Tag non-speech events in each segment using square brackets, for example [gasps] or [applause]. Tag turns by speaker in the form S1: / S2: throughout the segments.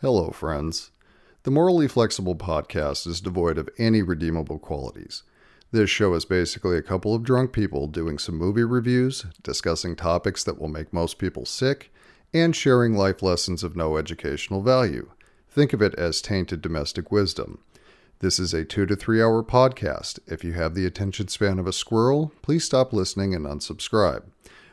S1: Hello, friends. The Morally Flexible podcast is devoid of any redeemable qualities. This show is basically a couple of drunk people doing some movie reviews, discussing topics that will make most people sick, and sharing life lessons of no educational value. Think of it as tainted domestic wisdom. This is a two to three hour podcast. If you have the attention span of a squirrel, please stop listening and unsubscribe.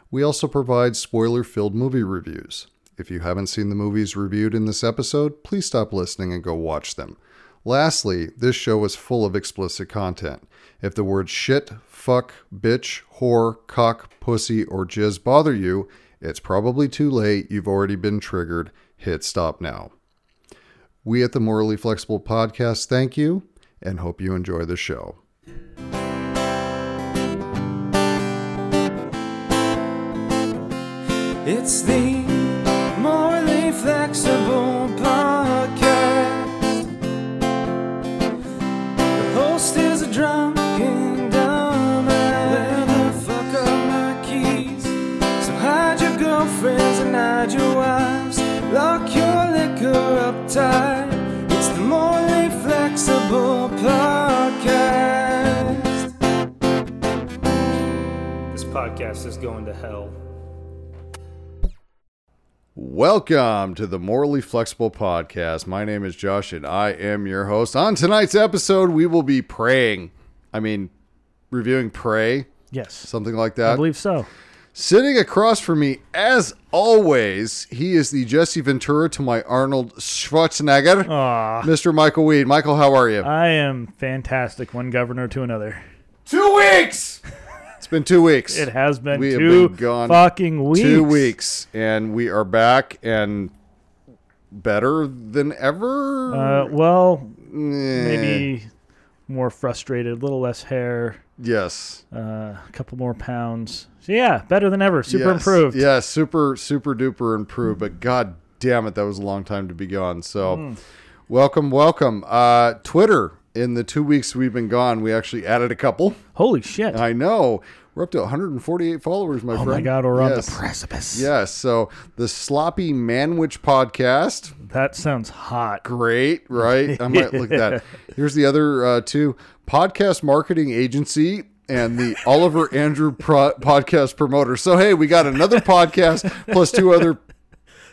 S1: We also provide spoiler filled movie reviews. If you haven't seen the movies reviewed in this episode, please stop listening and go watch them. Lastly, this show is full of explicit content. If the words shit, fuck, bitch, whore, cock, pussy, or jizz bother you, it's probably too late. You've already been triggered. Hit stop now. We at the Morally Flexible Podcast thank you and hope you enjoy the show.
S2: It's the Morally Flexible Podcast. The host is a drunken dumbass. Where the fuck are my keys? So hide your girlfriends and hide your wives. Lock your liquor up tight. It's the Morally Flexible Podcast.
S3: This podcast is going to hell.
S1: Welcome to the Morally Flexible Podcast. My name is Josh and I am your host. On tonight's episode, we will be praying. I mean, reviewing Prey,
S4: Yes,
S1: something like
S4: I
S1: that.
S4: believe so.
S1: Sitting across from me, as always, he is the Jesse Ventura to my Arnold Schwarzenegger,
S4: Aw,
S1: Mr. Michael Weed. Michael, how are you?
S4: I am fantastic. One governor to another.
S1: two weeks! It's been two weeks.
S4: It has been
S1: We have
S4: two
S1: been gone
S4: fucking weeks.
S1: two weeks, and we are back and better than ever.
S4: Uh, well,
S1: Eh,
S4: maybe more frustrated, a little less hair,
S1: yes.
S4: uh, a couple more pounds. So yeah, better than ever. Super
S1: Yes.
S4: improved.
S1: Yeah, super, super duper improved. But god damn it, that was a long time to be gone. So welcome, welcome. Uh, Twitter, in the two weeks we've been gone, we actually added a couple.
S4: Holy shit!
S1: I know. We're up to 148 followers, my
S4: oh
S1: friend.
S4: my god, we're on
S1: Yes.
S4: the precipice.
S1: Yes, so the Sloppy Manwich podcast,
S4: That sounds hot.
S1: great, right? I might look at
S4: [laughs]
S1: that. Here's the other uh, two podcast marketing agency and the Oliver Andrew pro- podcast promoter. So hey, we got another podcast plus two other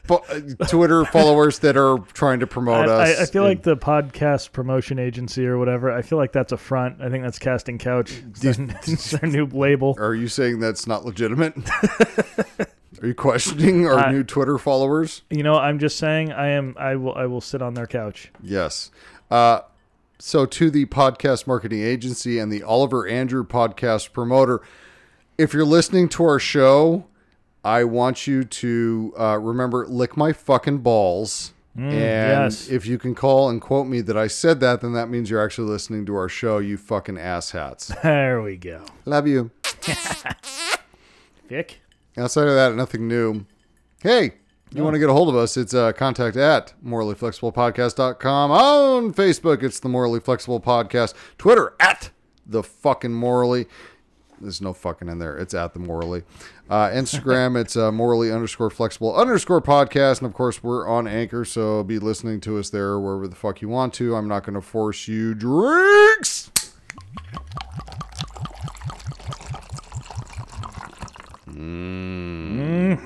S1: fo- uh, Twitter followers that are trying to
S4: I,
S1: promote us.
S4: I, I feel
S1: And
S4: like the podcast promotion agency or whatever. I feel like that's a front. I think that's Casting Couch. It's their- [laughs] it's their new
S1: [laughs]
S4: label.
S1: are you saying that's not legitimate? [laughs] are you questioning our
S4: I-
S1: new Twitter followers?
S4: You know, I'm just saying. I am. I will. I will sit on their couch.
S1: Yes. Uh, so to the podcast marketing agency and the Oliver Andrew podcast promoter, if you're listening to our show, I want you to uh, remember lick my fucking balls. and
S4: yes.
S1: if you can call and quote me that I said that, then that means you're actually listening to our show. You fucking asshats.
S4: There we go.
S1: Love you.
S4: Vic.
S1: Outside of that, nothing new. Hey, you want to get a hold of us? It's uh, contact at morallyflexiblepodcast.com. On Facebook, it's the Morally Flexible Podcast. Twitter, at the fucking morally. There's no fucking in there. It's at the morally. Uh, Instagram, it's uh, morally underscore flexible underscore podcast. And of course, we're on Anchor, so be listening to us there wherever the fuck you want to. I'm not going to force you drinks.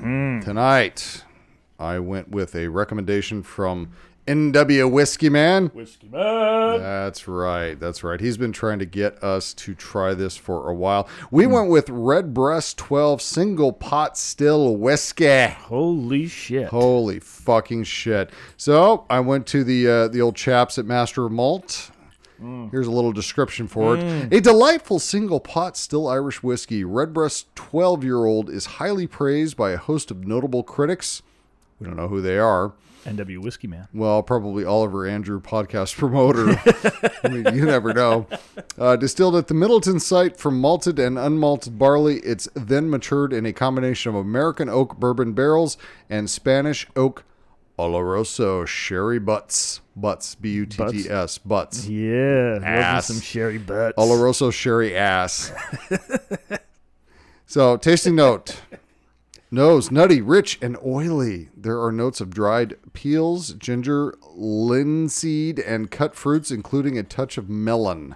S1: Tonight, I went with a recommendation from NW Whiskey Man.
S4: Whiskey man.
S1: That's right. That's right. He's been trying to get us to try this for a while. We went with Red Breast 12 single pot still whiskey.
S4: Holy shit.
S1: Holy fucking shit. So I went to the uh, the old chaps at Master of Malt. Here's a little description for it. A delightful single pot still Irish whiskey, Redbreast 12 year old is highly praised by a host of notable critics. We don't know who they are.
S4: NW Whiskey man.
S1: Well, probably Oliver Andrew, podcast [laughs] promoter. I mean, you never know. Uh, distilled at the Middleton site from malted and unmalted barley, it's then matured in a combination of American oak bourbon barrels and Spanish oak Oloroso sherry butts. Butts, B U T T S, butts.
S4: Yeah.
S1: Ass.
S4: Loving some sherry
S1: [laughs]
S4: butts.
S1: Oloroso sherry ass. so, tasting note Nose, nutty, rich, and oily. There are notes of dried peels, ginger, linseed, and cut fruits, including a touch of melon.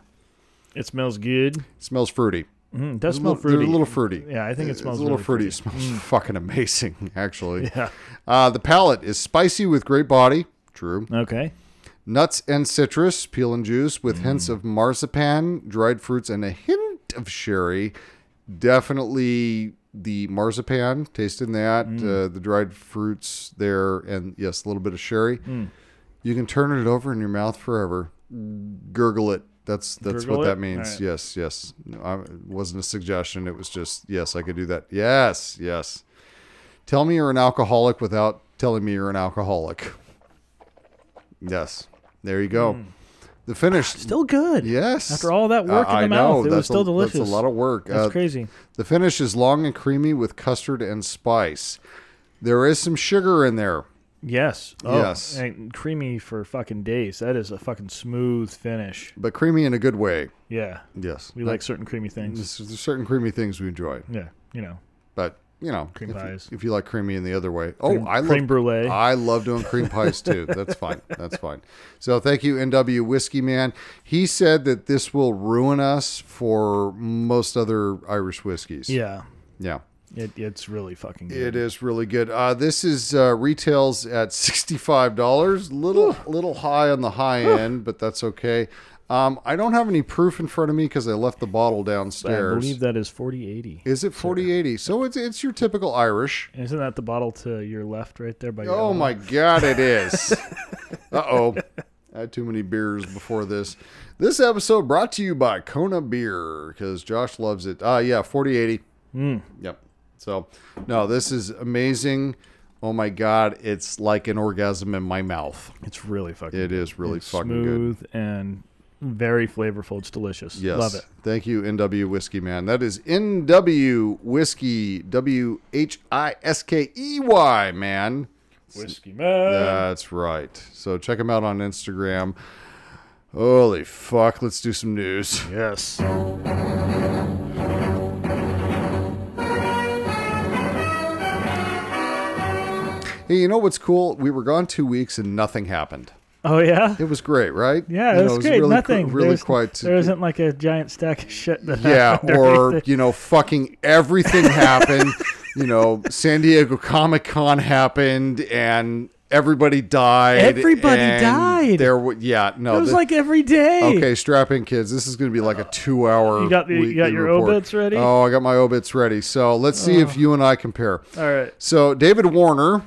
S4: It smells good.
S1: smells fruity.
S4: Mm, it does
S1: It's a
S4: smell
S1: little- they're
S4: fruity.
S1: A little fruity.
S4: Yeah, I think it
S1: It's
S4: smells
S1: a little
S4: really Mm.
S1: fruity. It smells fucking amazing, [laughs] actually.
S4: Yeah.
S1: Uh, the palate is spicy with great body. True.
S4: Okay.
S1: Nuts and citrus, peel and juice, with hints of marzipan, dried fruits, and a hint of sherry. Definitely the marzipan, tasting that,
S4: Mm.
S1: uh, the dried fruits there, and yes, a little bit of sherry.
S4: Mm.
S1: You can turn it over in your mouth forever. Gurgle it. That's that's
S4: Gurgle
S1: what
S4: it?
S1: that means.
S4: Alright.
S1: Yes, yes. No, I, it wasn't a suggestion. It was just yes, I could do that. Yes, yes. Tell me you're an alcoholic without telling me you're an alcoholic. Yes. There you go. The finish.
S4: Mm. Still good.
S1: yes. Uh,
S4: After all that work
S1: I-
S4: in the
S1: I
S4: mouth,
S1: know,
S4: it was
S1: that's
S4: still
S1: a,
S4: delicious.
S1: That's a lot of work.
S4: That's
S1: Uh,
S4: crazy.
S1: The finish is long and creamy with custard and spice. There is some sugar in there.
S4: Yes. Oh,
S1: Yes.
S4: And creamy for fucking days. That is a fucking smooth finish.
S1: But creamy in a good way.
S4: Yeah.
S1: Yes.
S4: We like certain creamy things.
S1: There's, there's certain creamy things we enjoy,
S4: Yeah. You know.
S1: but you know,
S4: Cream
S1: if, you-
S4: pies.
S1: if you like creamy in the other way, oh, I love
S4: cream brulee.
S1: I love doing cream pies too.
S4: [laughs]
S1: That's fine. That's fine. So thank you, NW Whiskey Man. He said that this will ruin us for most other Irish whiskeys.
S4: Yeah.
S1: yeah.
S4: It, it's really fucking good.
S1: It is really good. Uh, this is uh, retails at sixty five dollars. Little little high on the high end, but that's okay. Um, I don't have any proof in front of me because I left the bottle
S4: I
S1: downstairs.
S4: believe that is 4080.
S1: Is it 4080? So it's it's your typical Irish.
S4: Isn't that the bottle to your left right there by your
S1: Oh
S4: elbow?
S1: my god, it
S4: [laughs]
S1: is. Uh-oh. I had too many beers before this. This episode brought to you by Kona Beer cuz Josh loves it. Ah yeah, 4080.
S4: Hmm.
S1: Yep. So, no, this is amazing. Oh my god, it's like an orgasm in my mouth.
S4: It's really fucking
S1: It is really
S4: It's
S1: fucking good.
S4: smooth and very flavorful. It's delicious.
S1: Yes.
S4: Love it.
S1: Thank you, NW Whiskey Man. That is NW Whiskey, W H I S K E Y, man.
S4: Whiskey man.
S1: That's right. So check him out on Instagram. Holy fuck, let's do some news.
S4: yes.
S1: Hey, you know what's cool? We were gone two weeks and nothing happened.
S4: Oh yeah.
S1: It was great, right?
S4: Yeah,
S1: You know,
S4: it was
S1: it was
S4: great.
S1: really
S4: Nothing.
S1: cr- really
S4: [laughs] There's-
S1: quite-
S4: There isn't like a giant stack of shit.
S1: [laughs]
S4: That [laughs]
S1: Yeah,
S4: happened
S1: or,
S4: anything.
S1: you know, fucking everything happened. you know, San Diego Comic Con happened and everybody died.
S4: Everybody
S1: and
S4: died.
S1: There were, yeah, no.
S4: it was
S1: the-
S4: like every day.
S1: Okay, strap in, kids. This is going to be like a two-hour.
S4: You got the- you
S1: weekly
S4: got your
S1: report.
S4: obits ready? Oh.
S1: Oh, I got my obits ready. So let's see if you and I compare.
S4: All right.
S1: So David Warner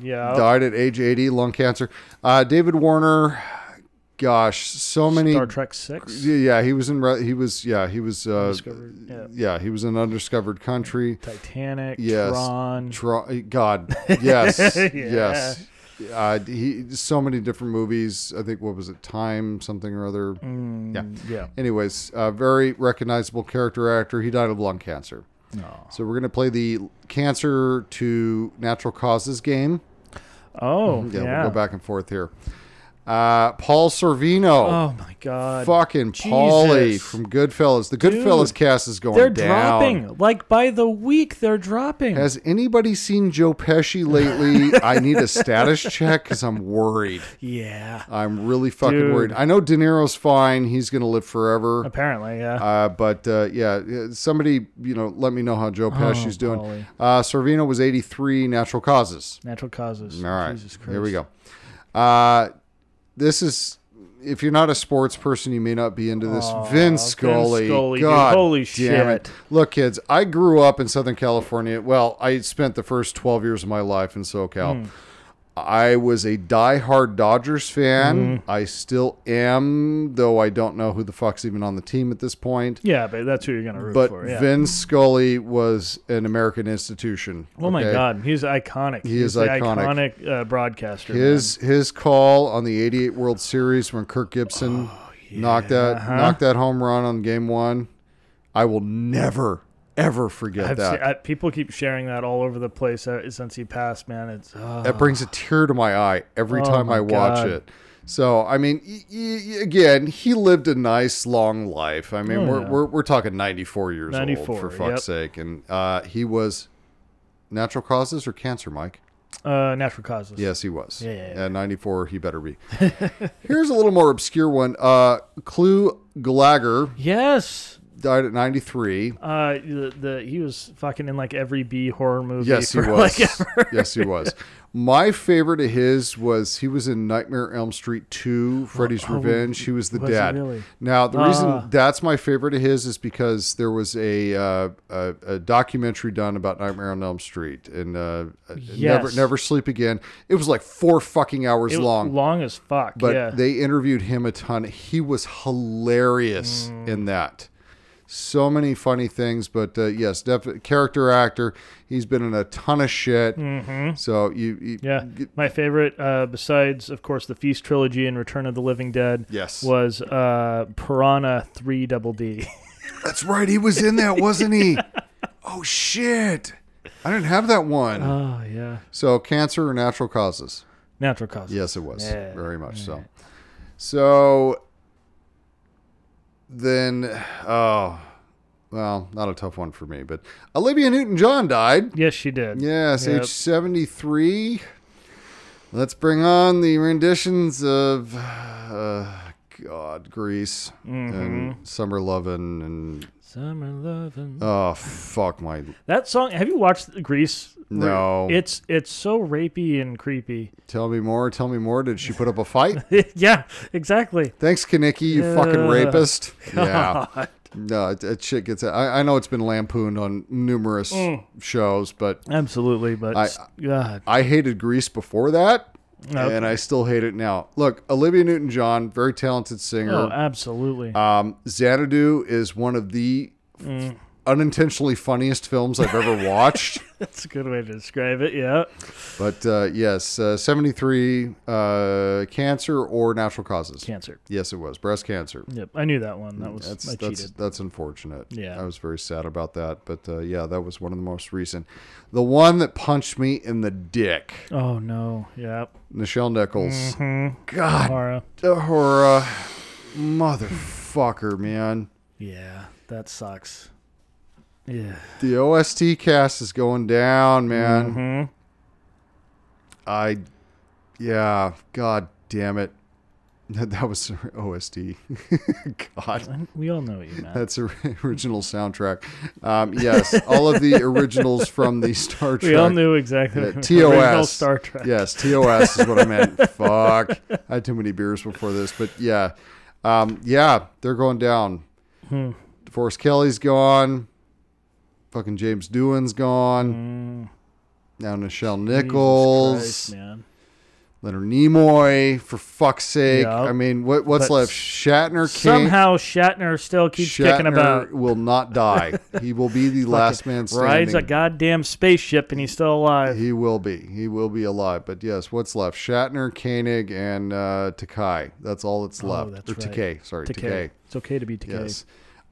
S4: Yeah.
S1: died at age 80, lung cancer. Uh, David Warner, gosh, so many.
S4: Star Trek Six.
S1: Yeah, yeah, he was in. re- He was. Yeah, he was. Uh,
S4: Discovered. Yeah.
S1: yeah, he was in undiscovered country.
S4: Titanic.
S1: Yes.
S4: Tron.
S1: Tro- eh,
S4: [laughs]
S1: God, yes,
S4: Yeah.
S1: yes. Uh, he so many different movies. I think what was it, Time something or other.
S4: Mm. yeah.
S1: Anyways, uh, very recognizable character actor. He died of lung cancer. So we're gonna play the cancer to natural causes game.
S4: Oh.
S1: Yeah,
S4: Yeah.
S1: we'll go back and forth here. Uh, Paul Servino,
S4: Oh my God.
S1: fucking Paulie
S4: Jesus.
S1: from Goodfellas. The Goodfellas
S4: Dude,
S1: cast is going
S4: They're
S1: down.
S4: dropping. Like by the week, they're dropping.
S1: Has anybody seen Joe Pesci lately? I need
S4: [laughs]
S1: a status check because I'm worried.
S4: yeah.
S1: I'm really fucking
S4: Dude.
S1: worried. I know De Niro's fine. He's gonna live forever.
S4: Apparently, yeah.
S1: Uh, but uh, yeah, yeah, somebody, you know, let me know how Joe
S4: Oh,
S1: Pesci's doing.
S4: Paulie.
S1: Uh, Servino was 83, natural causes.
S4: Natural causes.
S1: All right.
S4: Jesus Christ.
S1: Here we go. Uh, this is, if you're not a sports person, you may not be into this. Vince Scully.
S4: Scully, dude.
S1: God
S4: Holy
S1: damn it.
S4: shit.
S1: Look, kids, I grew up in Southern California. Well, I spent the first 12 years of my life in
S4: Hmm.
S1: SoCal. I was a diehard Dodgers fan.
S4: Mm-hmm.
S1: I still am, though I don't know who the fuck's even on the team at this point.
S4: Yeah, but that's who you're gonna root
S1: But
S4: for. Yeah.
S1: Vin Scully was an American institution.
S4: oh my
S1: okay?
S4: God, he's iconic. He
S1: is
S4: he's the
S1: iconic.
S4: iconic. uh, broadcaster.
S1: His his call on the '88 World Series when Kirk Gibson
S4: Oh,
S1: knocked that
S4: Uh-huh.
S1: knocked that home run on Game One. I will never ever forget
S4: man. I've
S1: that.
S4: seen- I- people keep sharing that all over the place uh, since he passed. Man, it's uh,
S1: that brings a tear to my eye every
S4: Oh
S1: time
S4: my
S1: I watch
S4: God.
S1: it. So I mean, y- y- again, he lived a nice long life. I mean,
S4: Oh,
S1: we're,
S4: yeah.
S1: we're we're talking 94 years
S4: 94,
S1: old for fuck's
S4: yep.
S1: sake, and uh, he was Natural causes or cancer, Mike?
S4: Uh, natural causes.
S1: Yes, he was.
S4: Yeah, yeah, yeah.
S1: At 94, he better be. [laughs] Here's a little more obscure one. Uh, Clue Gallagher
S4: Yes.
S1: died at 93.
S4: Uh, the, the he was fucking in like every B horror movie.
S1: Yes, he
S4: for, [laughs]
S1: was.
S4: Like, ever.
S1: yes, he was. My favorite of his was he was in Nightmare Elm Street 2, Freddy's
S4: oh,
S1: Revenge. He was the
S4: was he
S1: dad.
S4: really?
S1: Now, the
S4: Ah.
S1: reason that's my favorite of his is because there was a uh, a, a documentary done about Nightmare on Elm Street and uh, Never
S4: Yes.
S1: Never Sleep Again. It was like four fucking hours
S4: It was
S1: long.
S4: long as fuck.
S1: but
S4: yeah.
S1: they interviewed him a ton. He was hilarious
S4: Mm.
S1: in that. So many funny things, but uh, yes, def- character actor. He's been in a ton of shit. So you, you
S4: Mm-hmm. yeah. My favorite, uh, besides of course the Feast trilogy and Return of the Living Dead,
S1: Yes.
S4: was uh, Piranha Three Double D.
S1: that's right. He was in that, wasn't
S4: [laughs]
S1: he? Oh shit! I didn't have that one.
S4: [laughs] oh yeah.
S1: so cancer or natural causes?
S4: Natural causes.
S1: Yes, it was
S4: Yeah.
S1: very much so. So then, oh well, not a tough one for me, but Olivia Newton-John died.
S4: Yes, she did.
S1: Yes,
S4: Yep.
S1: age 73. Let's bring on the renditions of uh, God, Grease
S4: Mm-hmm.
S1: and Summer Lovin' and
S4: Summer loving.
S1: oh fuck my
S4: That song. Have you watched Grease?
S1: No.
S4: It's it's so rapey and creepy. [laughs]
S1: tell me more, tell me more. Did she put up a fight? [laughs]
S4: yeah, exactly.
S1: Thanks, Kanicki, you fucking
S4: Yeah. [laughs]
S1: rapist. Yeah. No, it- that shit gets. I, I know it's been lampooned on numerous
S4: Mm.
S1: shows, but
S4: Absolutely, but
S1: I-
S4: s- God,
S1: I hated Grease before that,
S4: Okay.
S1: and I still hate it now. Look, Olivia Newton-John, very talented singer.
S4: oh, absolutely.
S1: Um, Xanadu is one of the f-
S4: Mm.
S1: unintentionally funniest films I've
S4: [laughs]
S1: ever watched.
S4: That's a good way to describe it. Yeah.
S1: but uh, yes, uh, 73, uh, cancer or natural causes?
S4: Cancer.
S1: Yes, it was. Breast cancer.
S4: Yep, I knew that one. That was
S1: That's,
S4: I
S1: that's,
S4: cheated.
S1: that's unfortunate.
S4: Yeah.
S1: I was very sad about that. But uh, yeah, that was one of the most recent. The one that punched me in the dick,
S4: Oh no. Yep. Hmm.
S1: Nichelle Nichols.
S4: Mm.
S1: God,
S4: Mara.
S1: the horror. Motherfucker, man.
S4: Yeah, that sucks. Yeah.
S1: The OST cast is going down, man.
S4: Mm-hmm.
S1: I, yeah, god damn it. [laughs] That was [laughs] OST. god.
S4: We all know you, man.
S1: That's the [laughs] original soundtrack. Um, yes, all of
S4: [laughs]
S1: the originals from the Star Trek.
S4: we all knew [laughs] exactly.
S1: Yeah,
S4: what- original
S1: TOS.
S4: Star Trek.
S1: Yes, TOS is what I
S4: [laughs]
S1: meant. Fuck. I had too many beers before this, but yeah. Um, yeah, they're going down.
S4: Hmm.
S1: DeForest Kelly's gone. Fucking James Doohan's gone. Now Nichelle
S4: Hmm. Jesus
S1: Nichols.
S4: Christ, man.
S1: Leonard Nimoy, for fuck's sake.
S4: Yep.
S1: I mean, what, what's
S4: But
S1: left? Shatner can't.
S4: Somehow Shatner still keeps kicking
S1: Shatner
S4: about.
S1: will not die. he will
S4: [laughs]
S1: be the last man standing.
S4: Rides a goddamn spaceship and he's still alive.
S1: He will be. He will be alive. But yes, what's left? Shatner, Koenig, and uh, Takai. That's all that's left.
S4: Oh, that's
S1: or
S4: right.
S1: Takei. Sorry, Takei.
S4: Takei. It's okay to be Takei.
S1: Yes.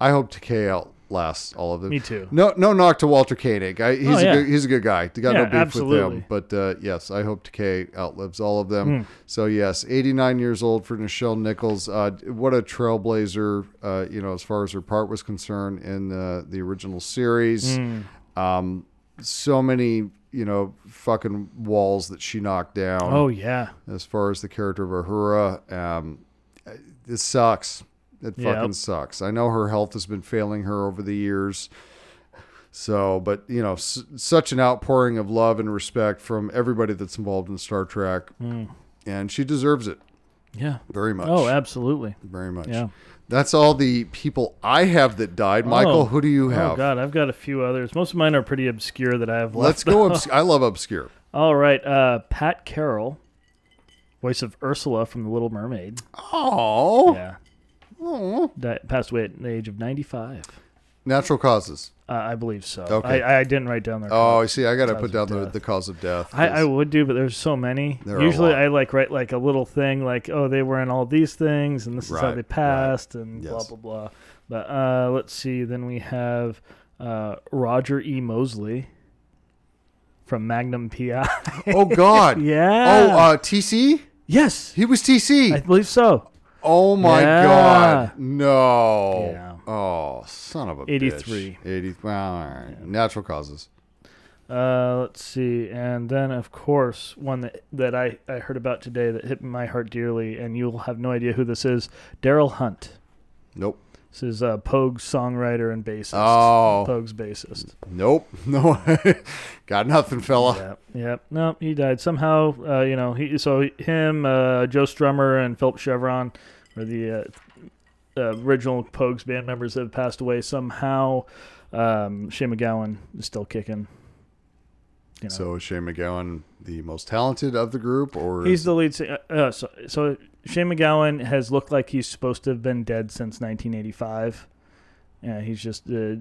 S1: I hope Takei outlasts all of them.
S4: Me too.
S1: No, no knock to Walter Koenig. I, he's
S4: Oh,
S1: a
S4: yeah.
S1: good, he's a good guy. Got no
S4: Yeah,
S1: beef with
S4: absolutely. Hmm.
S1: him. But uh, yes, I hope Takei outlives all of them. So yes, 89 years old for Nichelle Nichols. Uh, what a trailblazer, uh, you know, as far as her part was concerned in uh, the original series.
S4: Hmm.
S1: Um, so many, you know, fucking walls that she knocked down
S4: Oh yeah.
S1: as far as the character of Ahura. Um, this sucks. It
S4: Yep.
S1: fucking sucks. I know her health has been failing her over the years. So, but you know, s- such an outpouring of love and respect from everybody that's involved in Star Trek, and she deserves it
S4: Yeah.
S1: very much.
S4: Hmm. Oh, absolutely.
S1: very much.
S4: Yeah.
S1: That's all the people I have that died. Michael,
S4: Oh.
S1: who do you have?
S4: Oh god, I've got a few others. Most of mine are pretty obscure that I have left.
S1: Let's go. Obs- I love
S4: [laughs]
S1: obscure.
S4: All right, uh, Pat Carroll, voice of Ursula from The Little Mermaid.
S1: Oh,
S4: Yeah. Di- passed away at the age of 95.
S1: natural causes.
S4: Uh, I believe so.
S1: Okay.
S4: I, I didn't write down their.
S1: Oh, I see. I got to put
S4: of
S1: down the,
S4: death.
S1: the cause of death.
S4: I,
S1: 'cause-
S4: I would do, but there's so many.
S1: There are a
S4: Usually,
S1: lot.
S4: I like write like a little thing, like oh, they were in all these things, and this is
S1: Right,
S4: how they
S1: right.
S4: passed, and
S1: Yes.
S4: blah blah blah. But uh, let's see. Then we have uh, Roger E. Mosley from Magnum [laughs] PI.
S1: Oh God.
S4: [laughs] yeah.
S1: Oh, uh, TC.
S4: yes,
S1: He was TC.
S4: I believe so.
S1: oh my
S4: Yeah.
S1: God. No.
S4: Yeah.
S1: Oh, son of a bitch.
S4: 83.
S1: Eighty. Well, all right. Natural causes.
S4: Uh, let's see, and then of course one that that I I heard about today that hit my heart dearly, and you'll have no idea who this is. Daryl Hunt.
S1: Nope.
S4: This is uh, Pogue's songwriter and bassist.
S1: Oh.
S4: Pogue's bassist.
S1: Nope. [laughs] No. Got nothing, fella.
S4: Yep. Yep. No, he died somehow. Uh, you know, he so him, uh, Joe Strummer, and Philip Chevron were the uh, uh, original Pogues band members that have passed away. Somehow, um, Shane McGowan is still kicking. You know.
S1: So is Shane McGowan the most talented of the group, or
S4: he's the lead. sing- Uh, uh, so, so Shane McGowan has looked like he's supposed to have been dead since 1985. Yeah, he's just uh,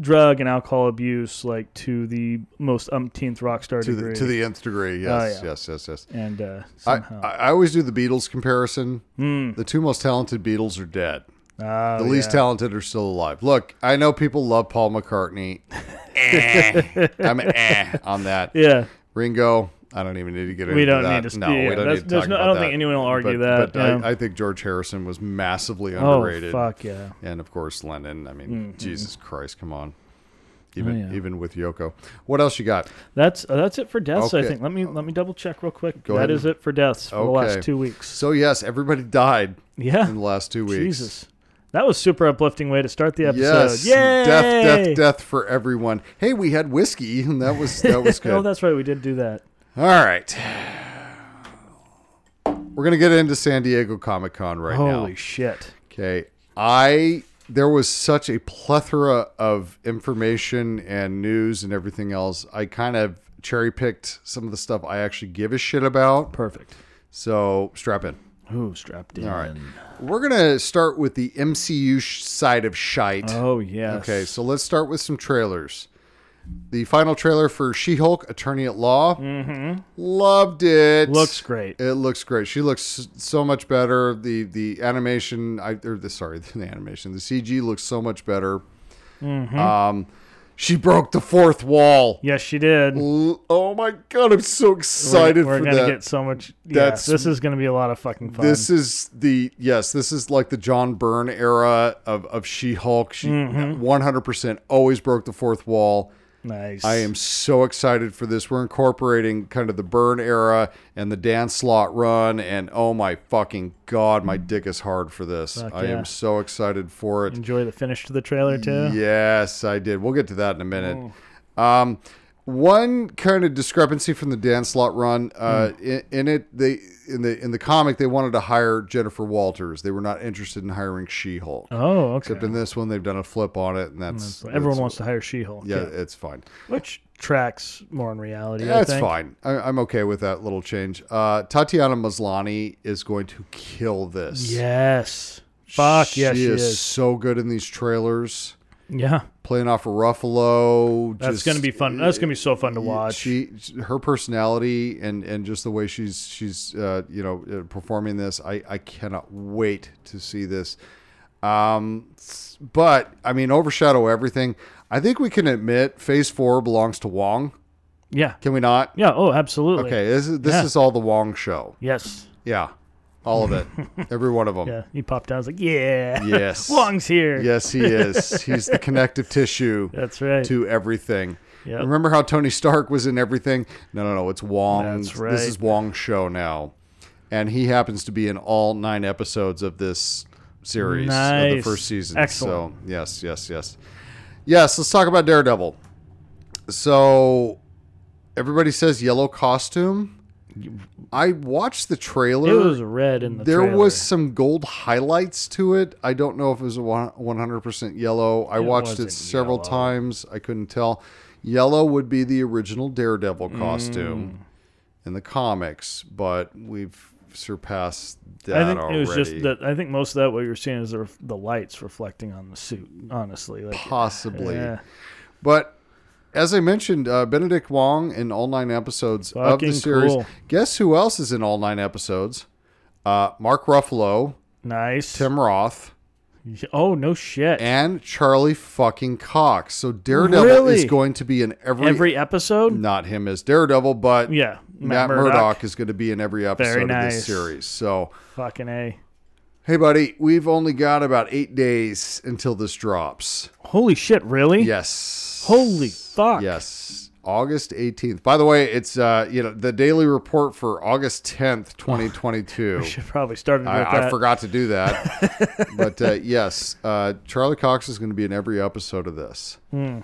S4: drug and alcohol abuse, like to the most umpteenth rock star
S1: to
S4: degree.
S1: the to the nth degree?
S4: Oh,
S1: Yes,
S4: yeah.
S1: yes, yes, yes.
S4: and uh,
S1: I,
S4: somehow.
S1: I I always do the Beatles comparison.
S4: Hmm.
S1: The two most talented Beatles are dead.
S4: Oh,
S1: The least
S4: yeah.
S1: talented are still alive. Look, I know people love Paul
S4: [laughs]
S1: McCartney. Eh. I'm eh on that.
S4: Yeah,
S1: Ringo, I don't even need to get into
S4: we don't
S1: that.
S4: need to.
S1: No,
S4: yeah,
S1: we don't
S4: that's-
S1: need to
S4: there's
S1: talk
S4: no-
S1: about
S4: I don't
S1: that.
S4: think anyone will argue
S1: but,
S4: that.
S1: But
S4: yeah.
S1: I, I think George Harrison was massively
S4: oh
S1: underrated.
S4: fuck yeah!
S1: And of course Lennon. I mean, Jesus Christ, come on. Even
S4: Oh, yeah.
S1: even with Yoko. What else you got?
S4: That's uh, that's it for deaths. I
S1: Okay.
S4: think. Let me let me double check real quick.
S1: Go
S4: That
S1: ahead.
S4: is it for deaths for the
S1: Okay.
S4: last two weeks.
S1: So yes, everybody died
S4: Yeah.
S1: in the last
S4: [laughs]
S1: two weeks.
S4: Jesus, that was super uplifting way to start the episode.
S1: Yes.
S4: Yeah.
S1: Death, death, death for everyone. Hey, we had whiskey, and that was that
S4: [laughs]
S1: was good.
S4: Oh, that's right. We did do that.
S1: All right. We're going to get into San Diego Comic Con right
S4: Holy
S1: now.
S4: shit!
S1: Okay. I there was such a plethora of information and news and everything else. I kind of cherry picked some of the stuff I actually give a shit about.
S4: Perfect.
S1: So strap in.
S4: Ooh, strapped in.
S1: All right. We're going to start with the MCU sh- side of shite.
S4: Oh yes.
S1: Okay, so let's start with some trailers. The final trailer for She Hulk, Attorney at Law. Mm-hmm. Loved it.
S4: Looks great.
S1: It looks great. She looks so much better. The the animation, I or the sorry, [laughs] the animation, the CG looks so much better.
S4: Mm-hmm.
S1: Um, she broke the fourth wall.
S4: Yes, she did. We're-
S1: L- Oh my god, I'm so excited
S4: We're,
S1: for
S4: gonna
S1: that.
S4: get so much. Yeah,
S1: That's-
S4: this is gonna be a lot of fucking fun.
S1: This is the yes, this is like the John Byrne era of of She Hulk. She
S4: Mm-hmm.
S1: 100% always broke the fourth wall.
S4: nice.
S1: I am so excited for this. We're incorporating kind of the burn era and the dance slot run, and oh my fucking god, my dick is hard for this. I
S4: yeah.
S1: am so excited for it.
S4: enjoy the finish to the trailer too. Oh.
S1: Yes, I did. We'll get to that in a minute. Um, one kind of discrepancy from the dance slot run uh,
S4: Hmm.
S1: in, in it they in the in the comic they wanted to hire Jennifer Walters. They were not interested in hiring She-Hulk.
S4: Oh, okay.
S1: Except in this one, they've done a flip on it, and that's,
S4: So everyone
S1: that's-
S4: wants to hire She-Hulk.
S1: Yeah, it's fine.
S4: which tracks more in reality. I
S1: That's
S4: think.
S1: fine. I, I'm okay with that little change. Uh, Tatiana Maslany is going to kill this.
S4: Yes. Fuck
S1: she
S4: yes, she
S1: is,
S4: is.
S1: so good in these trailers.
S4: Yeah,
S1: Playing off of Ruffalo.
S4: that's
S1: just-
S4: gonna be fun. That's gonna be so fun to watch.
S1: She, her personality, and and just the way she's she's uh, you know uh, performing this. I I cannot wait to see this. Um, s- but I mean, overshadow everything. I think we can admit Phase Four belongs to Wong.
S4: yeah,
S1: Can we not?
S4: yeah. Oh, absolutely.
S1: Okay, this is, this
S4: Yeah.
S1: is all the Wong show.
S4: Yes.
S1: Yeah, all of
S4: [laughs]
S1: it, every one of them.
S4: Yeah. He popped out. I was like, yeah. [laughs]
S1: Yes,
S4: Wong's here.
S1: Yes, he is. He's
S4: [laughs]
S1: the connective tissue
S4: That's right.
S1: to everything.
S4: Yep.
S1: Remember how Tony Stark was in everything? No, no, no. It's Wong.
S4: That's
S1: This
S4: right.
S1: is Wong's show now, and he happens to be in all nine episodes of this series of the
S4: Nice.
S1: first season.
S4: Excellent.
S1: So yes, yes, yes, yes. Let's talk about Daredevil. So everybody says yellow costume. I watched the trailer
S4: It was red in the
S1: there
S4: trailer.
S1: was some gold highlights to it. I don't know if it was one- 100% yellow. I watched it
S4: wasn't
S1: several
S4: yellow.
S1: times. I couldn't tell. Yellow would be the original Daredevil
S4: Mm.
S1: costume in the comics, but we've surpassed that
S4: I think
S1: already.
S4: it was just that. I think most of that what you're seeing is the, ref- the lights reflecting on the suit. Honestly, like
S1: possibly.
S4: yeah,
S1: But as I mentioned, uh, Benedict Wong in all nine episodes of the
S4: Fucking
S1: series.
S4: cool.
S1: Guess who else is in all nine episodes? Uh, Mark Ruffalo,
S4: nice.
S1: Tim Roth.
S4: oh no shit!
S1: and Charlie fucking Cox. So Daredevil
S4: Really?
S1: is going to be in every,
S4: Every episode.
S1: not him as Daredevil, but
S4: Yeah,
S1: Matt,
S4: Matt
S1: Murdock.
S4: Murdock.
S1: is going to be in every episode
S4: Very
S1: of this
S4: nice.
S1: series. So
S4: Fucking a.
S1: hey, buddy, we've only got about eight days until this drops.
S4: Holy shit! Really?
S1: Yes.
S4: Holy fuck.
S1: Yes. August 18th. By the way, it's uh, you know the daily report for August 10th, 2022.
S4: [laughs] Should probably start with that.
S1: I, I forgot to do that.
S4: [laughs]
S1: but uh, yes, uh, Charlie Cox is going to be in every episode of this.
S4: Hmm.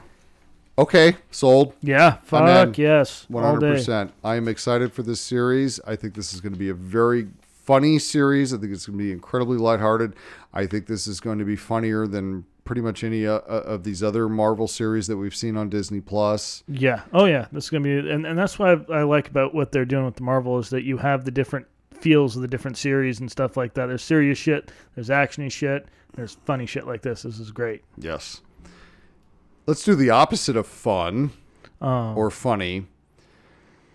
S1: Okay, sold.
S4: Yeah,
S1: I'm in.
S4: fuck yes, all day.
S1: 100%. I am excited for this series. I think this is going to be a very funny series. I think it's going to be incredibly lighthearted. I think this is going to be funnier than pretty much any uh, of these other Marvel series that we've seen on Disney Plus.
S4: Yeah. Oh yeah. This is gonna be, and, and that's why I like about what they're doing with the Marvel is that you have the different feels of the different series and stuff like that. There's serious shit. There's actiony shit. There's funny shit like this. This is great.
S1: Yes. Let's do the opposite of fun
S4: Oh.
S1: or funny.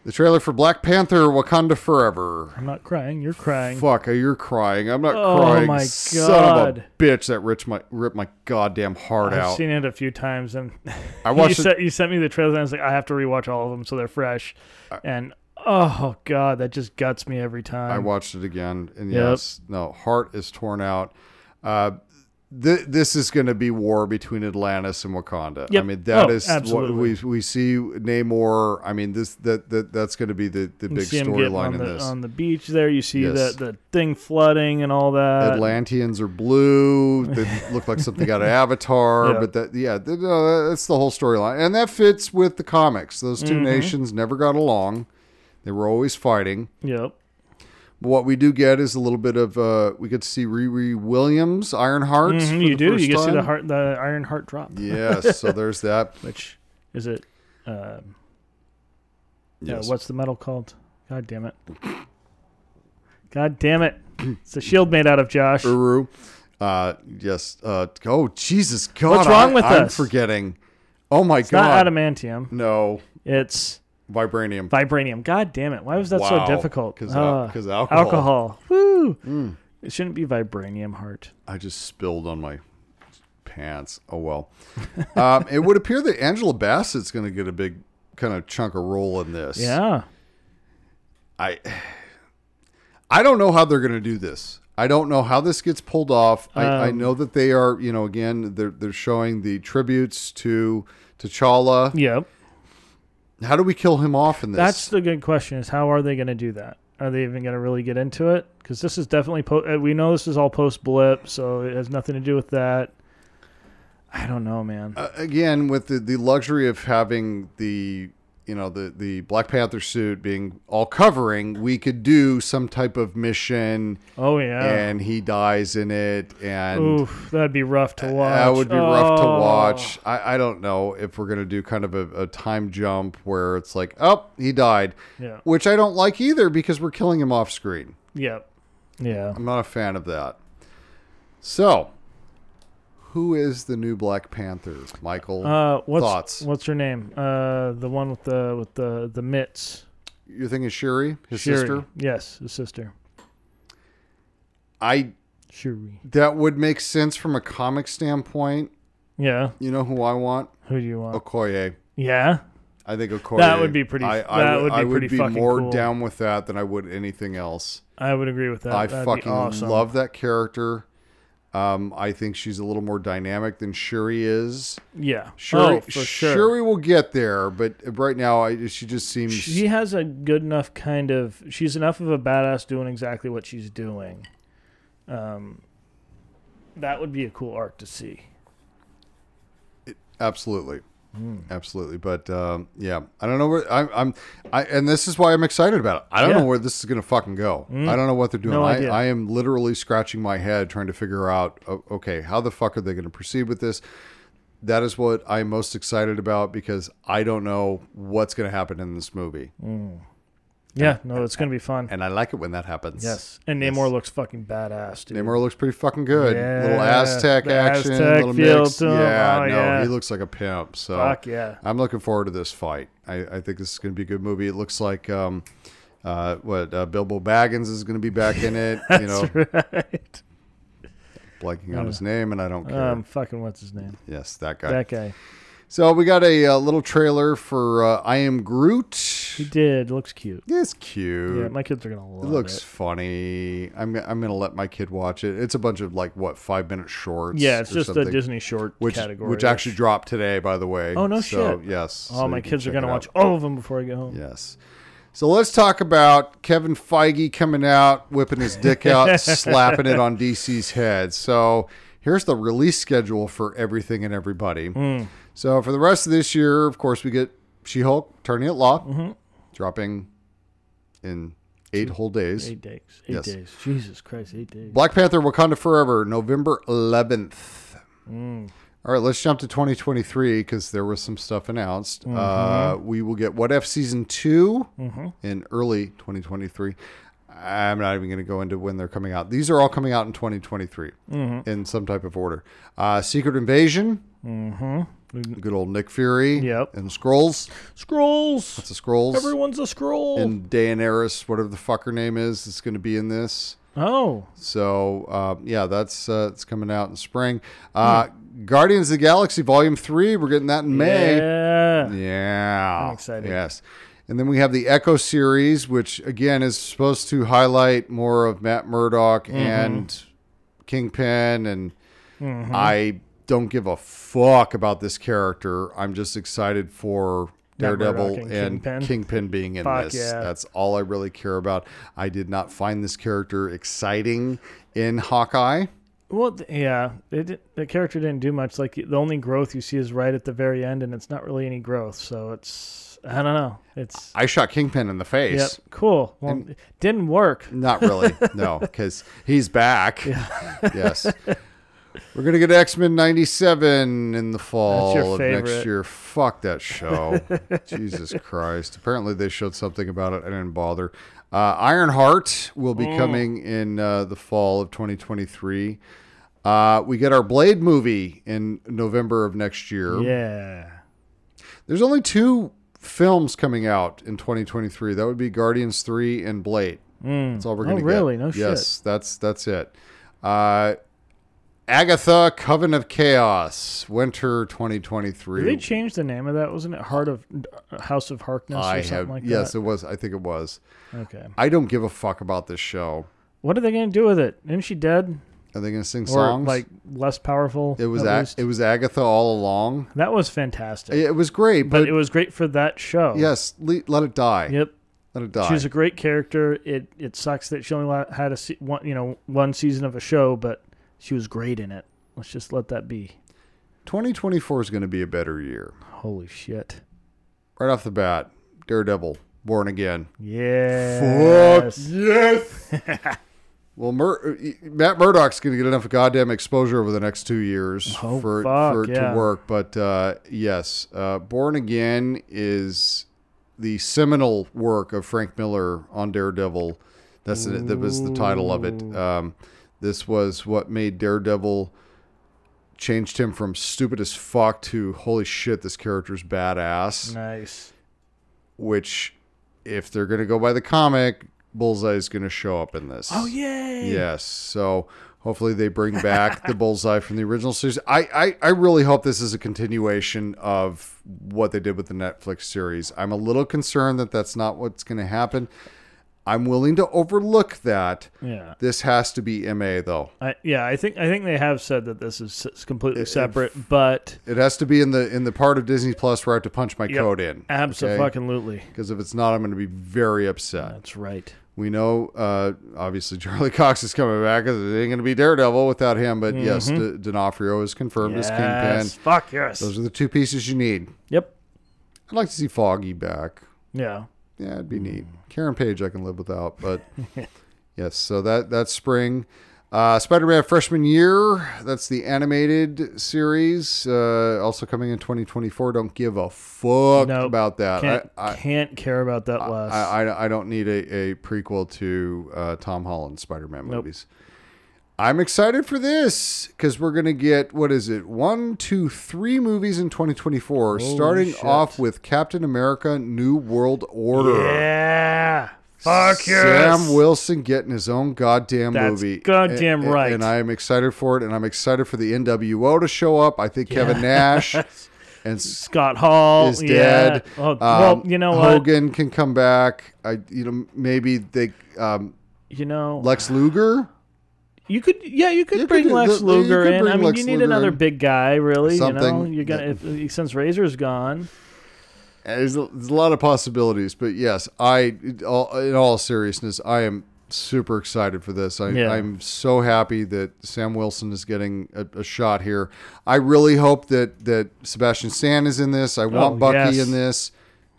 S1: The trailer for Black Panther Wakanda Forever.
S4: I'm not crying. You're crying.
S1: Fuck, you're crying. I'm not
S4: Oh
S1: crying.
S4: my
S1: Son of
S4: God.
S1: a bitch, that ripped my ripped my goddamn heart
S4: I've
S1: out.
S4: seen it a few times, and
S1: I
S4: you
S1: watched it.
S4: sent you sent me the trailer, and I was like, I have to rewatch all of them so they're fresh. and oh god, that just guts me every time.
S1: I watched it again, and
S4: Um, Yep.
S1: yes, no, heart is torn out. Uh, th- this is going to be war between Atlantis and Wakanda. I
S4: Yep.
S1: mean, that
S4: Oh,
S1: is
S4: absolutely.
S1: what we we see Namor. I mean, this that, that that's going to be the, the
S4: You
S1: big
S4: see 'em getting
S1: storyline
S4: on
S1: in
S4: the,
S1: this.
S4: on the beach there. You see
S1: Yes.
S4: the the thing flooding and all that.
S1: Atlanteans are blue.
S4: [laughs]
S1: They look like something out of Avatar,
S4: Yeah.
S1: but that yeah, th- no, that's the whole storyline, and that fits with the comics. Those
S4: Mm-hmm.
S1: 2 nations never got along; they were always fighting.
S4: Yep.
S1: But what we do get is a little bit of uh, we get to see Riri Williams, Ironheart.
S4: Mhm,
S1: for
S4: you
S1: the
S4: do.
S1: first
S4: You get to see the
S1: time.
S4: heart, the Iron Heart drop,
S1: yes,
S4: [laughs]
S1: so there's that.
S4: which is it. Um, yeah,
S1: Yes.
S4: what's the metal called? God damn it! God damn it! It's a shield made out of Josh.
S1: Uru. Uh, yes. Uh, oh Jesus God!
S4: What's wrong
S1: I,
S4: with
S1: I'm
S4: us?
S1: forgetting. Oh my
S4: It's not
S1: God!
S4: adamantium.
S1: no,
S4: It's
S1: vibranium.
S4: vibranium. God damn it! Why was that
S1: Wow.
S4: so difficult?
S1: 'Cause al-
S4: Ah,
S1: 'cause alcohol.
S4: Alcohol. Woo! It shouldn't be vibranium heart.
S1: I just spilled on my pants. Oh well. um, it would appear that Angela Bassett's going to get a big kind of chunk of roll in this.
S4: [laughs] Yeah.
S1: I I don't know how they're going to do this. I don't know how this gets pulled off. I, I
S4: Um.
S1: know that they are, you know, again, they're they're showing the tributes to T'Challa.
S4: Yep.
S1: How do we kill him off in this?
S4: That's the good question: is how are they going to do that? Are they even going to really get into it? Because this is definitely po- uh, we know this is all post blip, so it has nothing to do with that. I don't know, man.
S1: Uh, again with the, the luxury of having the you know the the Black Panther suit being all covering, we could do some type of mission,
S4: oh yeah,
S1: and he dies in it, and
S4: oof, that'd be rough to watch.
S1: That would be rough to
S4: Oh.
S1: watch. I, I don't know if we're going to do kind of a, a time jump where it's like, oh, he died,
S4: Yeah.
S1: which I don't like either because we're killing him off screen.
S4: Yep. Yeah.
S1: I'm not a fan of that. So, who is the new Black Panther, Michael?
S4: Uh, what's
S1: Thoughts?
S4: what's her name? Uh, the one with the with the the mitts.
S1: You're thinking Shuri, his
S4: Shuri.
S1: sister?
S4: Yes, his sister.
S1: I
S4: Shuri.
S1: That would make sense from a comic standpoint.
S4: Yeah.
S1: You know who I want?
S4: Who do you want?
S1: Okoye.
S4: Yeah.
S1: I think Okoye.
S4: That would be pretty- that
S1: would-
S4: would be
S1: I would
S4: pretty
S1: be
S4: fucking
S1: more
S4: cool.
S1: down with that than I would anything else.
S4: I would agree with that.
S1: I
S4: That'd be
S1: fucking
S4: awesome.
S1: love that character. Um, I think she's a little more dynamic than Shuri is.
S4: Yeah.
S1: Shuri,
S4: oh, for sure.
S1: Shuri will get there, but right now I, she just seems.
S4: she has a good enough kind of she's enough of a badass doing exactly what she's doing um that would be a cool arc to see
S1: absolutely,
S4: Hmm.
S1: absolutely. But um, yeah, I don't know where I'm. I'm I, and this is why I'm excited about it. I don't
S4: Yeah. Hmm.
S1: know where this is going to fucking go. I don't know what they're doing.
S4: No
S1: I,
S4: idea.
S1: I am literally scratching my head trying to figure out. o- Okay, how the fuck are they going to proceed with this? That is what I'm most excited about because I don't know what's going to happen in this movie.
S4: Hmm. yeah no it's gonna be fun
S1: and I like it when that happens.
S4: yes and namor looks fucking badass dude
S1: Namor looks pretty fucking good.
S4: Yeah,
S1: little Aztec
S4: the
S1: action,
S4: Aztec
S1: little
S4: feel
S1: mix.
S4: to him.
S1: Yeah,
S4: Oh,
S1: no,
S4: yeah.
S1: he looks like a pimp. So
S4: Fuck yeah.
S1: I'm looking forward to this fight. I, I think this is going to be a good movie. It looks like um, uh, what uh, Bilbo Baggins is going to be back in
S4: [laughs]
S1: it. you know,
S4: right
S1: blanking on his name, and I don't care.
S4: um fucking what's his name
S1: yes, that guy.
S4: Um, that guy
S1: So we got a, uh little trailer for uh, I Am Groot.
S4: He did. Looks cute.
S1: It's cute.
S4: Yeah, my kids are gonna love
S1: it
S4: it.
S1: looks funny. I'm I'm gonna let my kid watch it. It's a bunch of like what five minute shorts.
S4: Yeah, it's
S1: or
S4: just a
S1: something,
S4: Disney short
S1: which
S4: category.
S1: which actually dropped today, by the way.
S4: Oh, no
S1: so,
S4: shit.
S1: Yes.
S4: Oh,
S1: so
S4: my
S1: you can
S4: kids are
S1: check
S4: gonna
S1: it out.
S4: watch all of them before I get home.
S1: Yes. So let's talk about Kevin Feige coming out, whipping his dick out, slapping it on DC's head. So here's the release schedule for everything and everybody. So for the rest of this year, of course, we get She Hulk, Attorney at Law, dropping in eight whole days.
S4: Eight days. Eight
S1: Yes.
S4: days. Jesus Christ, eight days.
S1: Black Panther Wakanda Forever, November 11th. All right, let's jump to 2023 because there was some stuff announced. Uh, we will get What If Season 2 in early 2023. I'm not even going to go into when they're coming out. These are all coming out in 2023 in some type of order. Uh, Secret Invasion, good old Nick Fury,
S4: Yep.
S1: and Scrolls.
S4: Scrolls.
S1: It's a Scrolls.
S4: Everyone's a scroll.
S1: and Daenerys, whatever the fuck her name is, is going to be in this.
S4: oh,
S1: So uh, yeah, that's uh, it's coming out in spring. Uh, Guardians of the Galaxy Volume Three, we're getting that in May.
S4: yeah.
S1: Yeah,
S4: I'm excited.
S1: Yes, and then we have the Echo series, which again is supposed to highlight more of Matt Murdock
S4: Mm-hmm.
S1: and Kingpin, and
S4: Mm-hmm.
S1: I don't give a fuck about this character. I'm just excited for.
S4: Matt Murdock
S1: Daredevil
S4: and
S1: and,
S4: Kingpin.
S1: Kingpin. being in
S4: Fuck
S1: this.
S4: yeah.
S1: That's all I really care about. I did not find this character exciting in Hawkeye.
S4: Well, th- yeah, they did, the character didn't do much. Like the only growth you see is right at the very end, and it's not really any growth. So it's I don't know. It's
S1: I shot Kingpin in the face.
S4: yep, cool. Well, it didn't work.
S1: Not really.
S4: [laughs]
S1: No, because he's back. yes. We're going to get X Men 97 in the fall
S4: That's your
S1: of
S4: favorite.
S1: next year. Fuck that show. Jesus Christ. Apparently, they showed something about it. I didn't bother. Uh, Ironheart will be
S4: Mm.
S1: coming in uh, the fall of 2023. Uh, we get our Blade movie in November of next year.
S4: Yeah,
S1: There's only two films coming out in 2023. That would be Guardians 3 and Blade. That's all we're
S4: Oh,
S1: going to get.
S4: really? No
S1: yes,
S4: shit.
S1: that's that's it. Uh, Agatha Coven of Chaos, Winter
S4: did they
S1: 2023.
S4: change the name of that? Wasn't it Heart of House of Harkness
S1: I
S4: or something
S1: have
S4: like that?
S1: yes, it was. I think it was.
S4: Okay.
S1: I don't give a fuck about this show.
S4: What are they gonna do with it? Isn't she dead
S1: Are they going to sing
S4: or
S1: songs?
S4: like less powerful?
S1: it was
S4: at
S1: Ag-
S4: least?
S1: it was Agatha all along.
S4: that was fantastic.
S1: It was great,
S4: but,
S1: but,
S4: it was great for that show.
S1: yes, le- let it die.
S4: Yep.
S1: Let it die.
S4: She's a great character. It it sucks that she only la- had a se- one you know one season of a show, but she was great in it. Let's just let that be.
S1: 2024 is going to be a better year.
S4: Holy shit!
S1: Right off the bat, Daredevil, Born Again,
S4: Yeah.
S1: yes. well, Mur- uh, Matt Murdock's going to get enough goddamn exposure over the next two years
S4: Oh,
S1: for,
S4: fuck,
S1: for it
S4: yeah.
S1: to work. But uh, yes, uh, Born Again is the seminal work of Frank Miller on Daredevil. That's the that was the title of it. Um, this was what made Daredevil changed him from stupid as fuck to holy shit, this character's badass
S4: Nice.
S1: which if they're going to go by the comic, Bullseye's going to show up in this.
S4: Oh yay!
S1: Yes. So hopefully they bring back
S4: [laughs]
S1: the Bullseye from the original series. I, I, I really hope this is a continuation of what they did with the Netflix series. I'm a little concerned that that's not what's going to happen. I'm willing to overlook that.
S4: Yeah.
S1: This has to be MA though.
S4: I, yeah, I think I think they have said that this is s- completely separate, but
S1: It has to be in the in the part of Disney Plus where I have to punch my
S4: Yep.
S1: code in.
S4: absolutely,
S1: Because if it's not, I'm going to be very upset.
S4: that's right.
S1: We know, uh, obviously, [laughs] Charlie Cox is coming back. It ain't going to be Daredevil without him. But yes, D- D'Onofrio is confirmed as
S4: Mm-hmm. Yes.
S1: Kingpin.
S4: Fuck yes.
S1: Those are the two pieces you need.
S4: Yep.
S1: I'd like to see Foggy back.
S4: Yeah.
S1: Yeah, it'd be neat.
S4: Mm.
S1: Karen Page, I can live without.
S4: [laughs]
S1: But yes, so that that's spring. Uh, Spider-Man Freshman Year. That's the animated series, uh, also coming in 2024. Don't give a fuck
S4: Nope.
S1: about that.
S4: Can't
S1: I, I,
S4: can't care about that less.
S1: I, I, I don't need a, a prequel to uh, Tom Holland Spider Man
S4: Nope.
S1: movies. I'm excited for this because we're going to get, what is it, one, two, three movies in 2024,
S4: Holy
S1: starting
S4: shit.
S1: off with Captain America New World Order.
S4: yeah. Fuck yes.
S1: Sam Wilson getting his own goddamn
S4: That's
S1: movie.
S4: goddamn
S1: And-
S4: right. [laughs]
S1: And I am excited for it. And I'm excited for the NWO to show up. I think Kevin Nash and s-
S4: Scott Hall
S1: is
S4: yeah.
S1: dead.
S4: Oh,
S1: Um,
S4: well, you know what?
S1: Hogan can come back. I you know maybe they um,
S4: you know,
S1: Lex Luger.
S4: you could yeah, you could
S1: You could
S4: bring
S1: do-
S4: Lex
S1: you
S4: Luger
S1: could
S4: in.
S1: bring
S4: I mean,
S1: Lex
S4: you need
S1: Luger
S4: another
S1: in.
S4: big guy, really. You know,
S1: Something
S4: you're gonna if, since Razor's gone.
S1: There's a, there's a lot of possibilities, but yes, I in all, in all seriousness, I am super excited for this. I,
S4: Yeah.
S1: I'm so happy that Sam Wilson is getting a, a shot here. I really hope that that Sebastian Stan is in this. I want
S4: Oh,
S1: Bucky
S4: yes.
S1: in this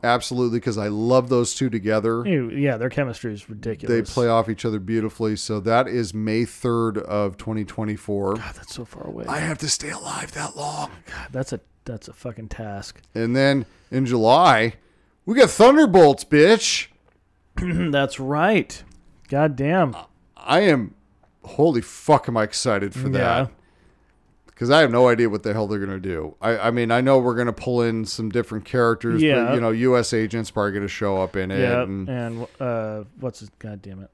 S1: absolutely because I love those two together.
S4: Ew, Yeah, their chemistry is ridiculous.
S1: They play off each other beautifully. So that is May 3rd of 2024.
S4: God, that's so far away.
S1: I have to stay alive that long.
S4: God, that's a that's a fucking task. [clears throat]
S1: And then in July, we got Thunderbolts, bitch.
S4: that's right. God damn.
S1: I am holy fuck am I excited for
S4: Yeah.
S1: that. Because I have no idea what the hell they're gonna do. I, I mean, I know we're gonna pull in some different characters,
S4: Yeah.
S1: but you know, US agents probably gonna show up in it
S4: Yeah,
S1: and
S4: and uh, what's his? God damn it!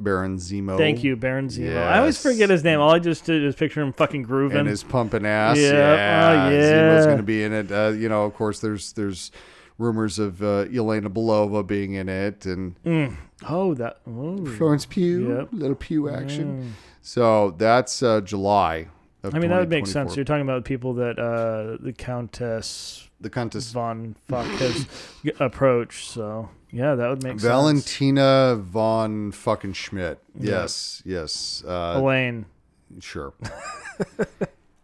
S1: Baron Zemo.
S4: Thank you, Baron Zemo. I always
S1: Oh, yes.
S4: forget his name. All I just did is picture him fucking grooving.
S1: And his pumping ass.
S4: Yeah,
S1: Yeah,
S4: oh, yeah.
S1: Zemo's gonna be in it. Uh, you know, of course there's there's rumors of uh, Elena Belova being in it and
S4: oh, that. ooh. Mm.
S1: Florence Pugh,
S4: Yep.
S1: little Pugh action. So that's uh, July of
S4: I mean, that would make sense.
S1: 2024.
S4: You're talking about people that uh, the Countess
S1: The contest
S4: von Fuck has
S1: [laughs]
S4: g- approached. So yeah, that would make sense.
S1: Valentina von fucking Schmidt. Yes, yes.
S4: Oh,
S1: Uh, [gasps]
S4: Elaine.
S1: sure.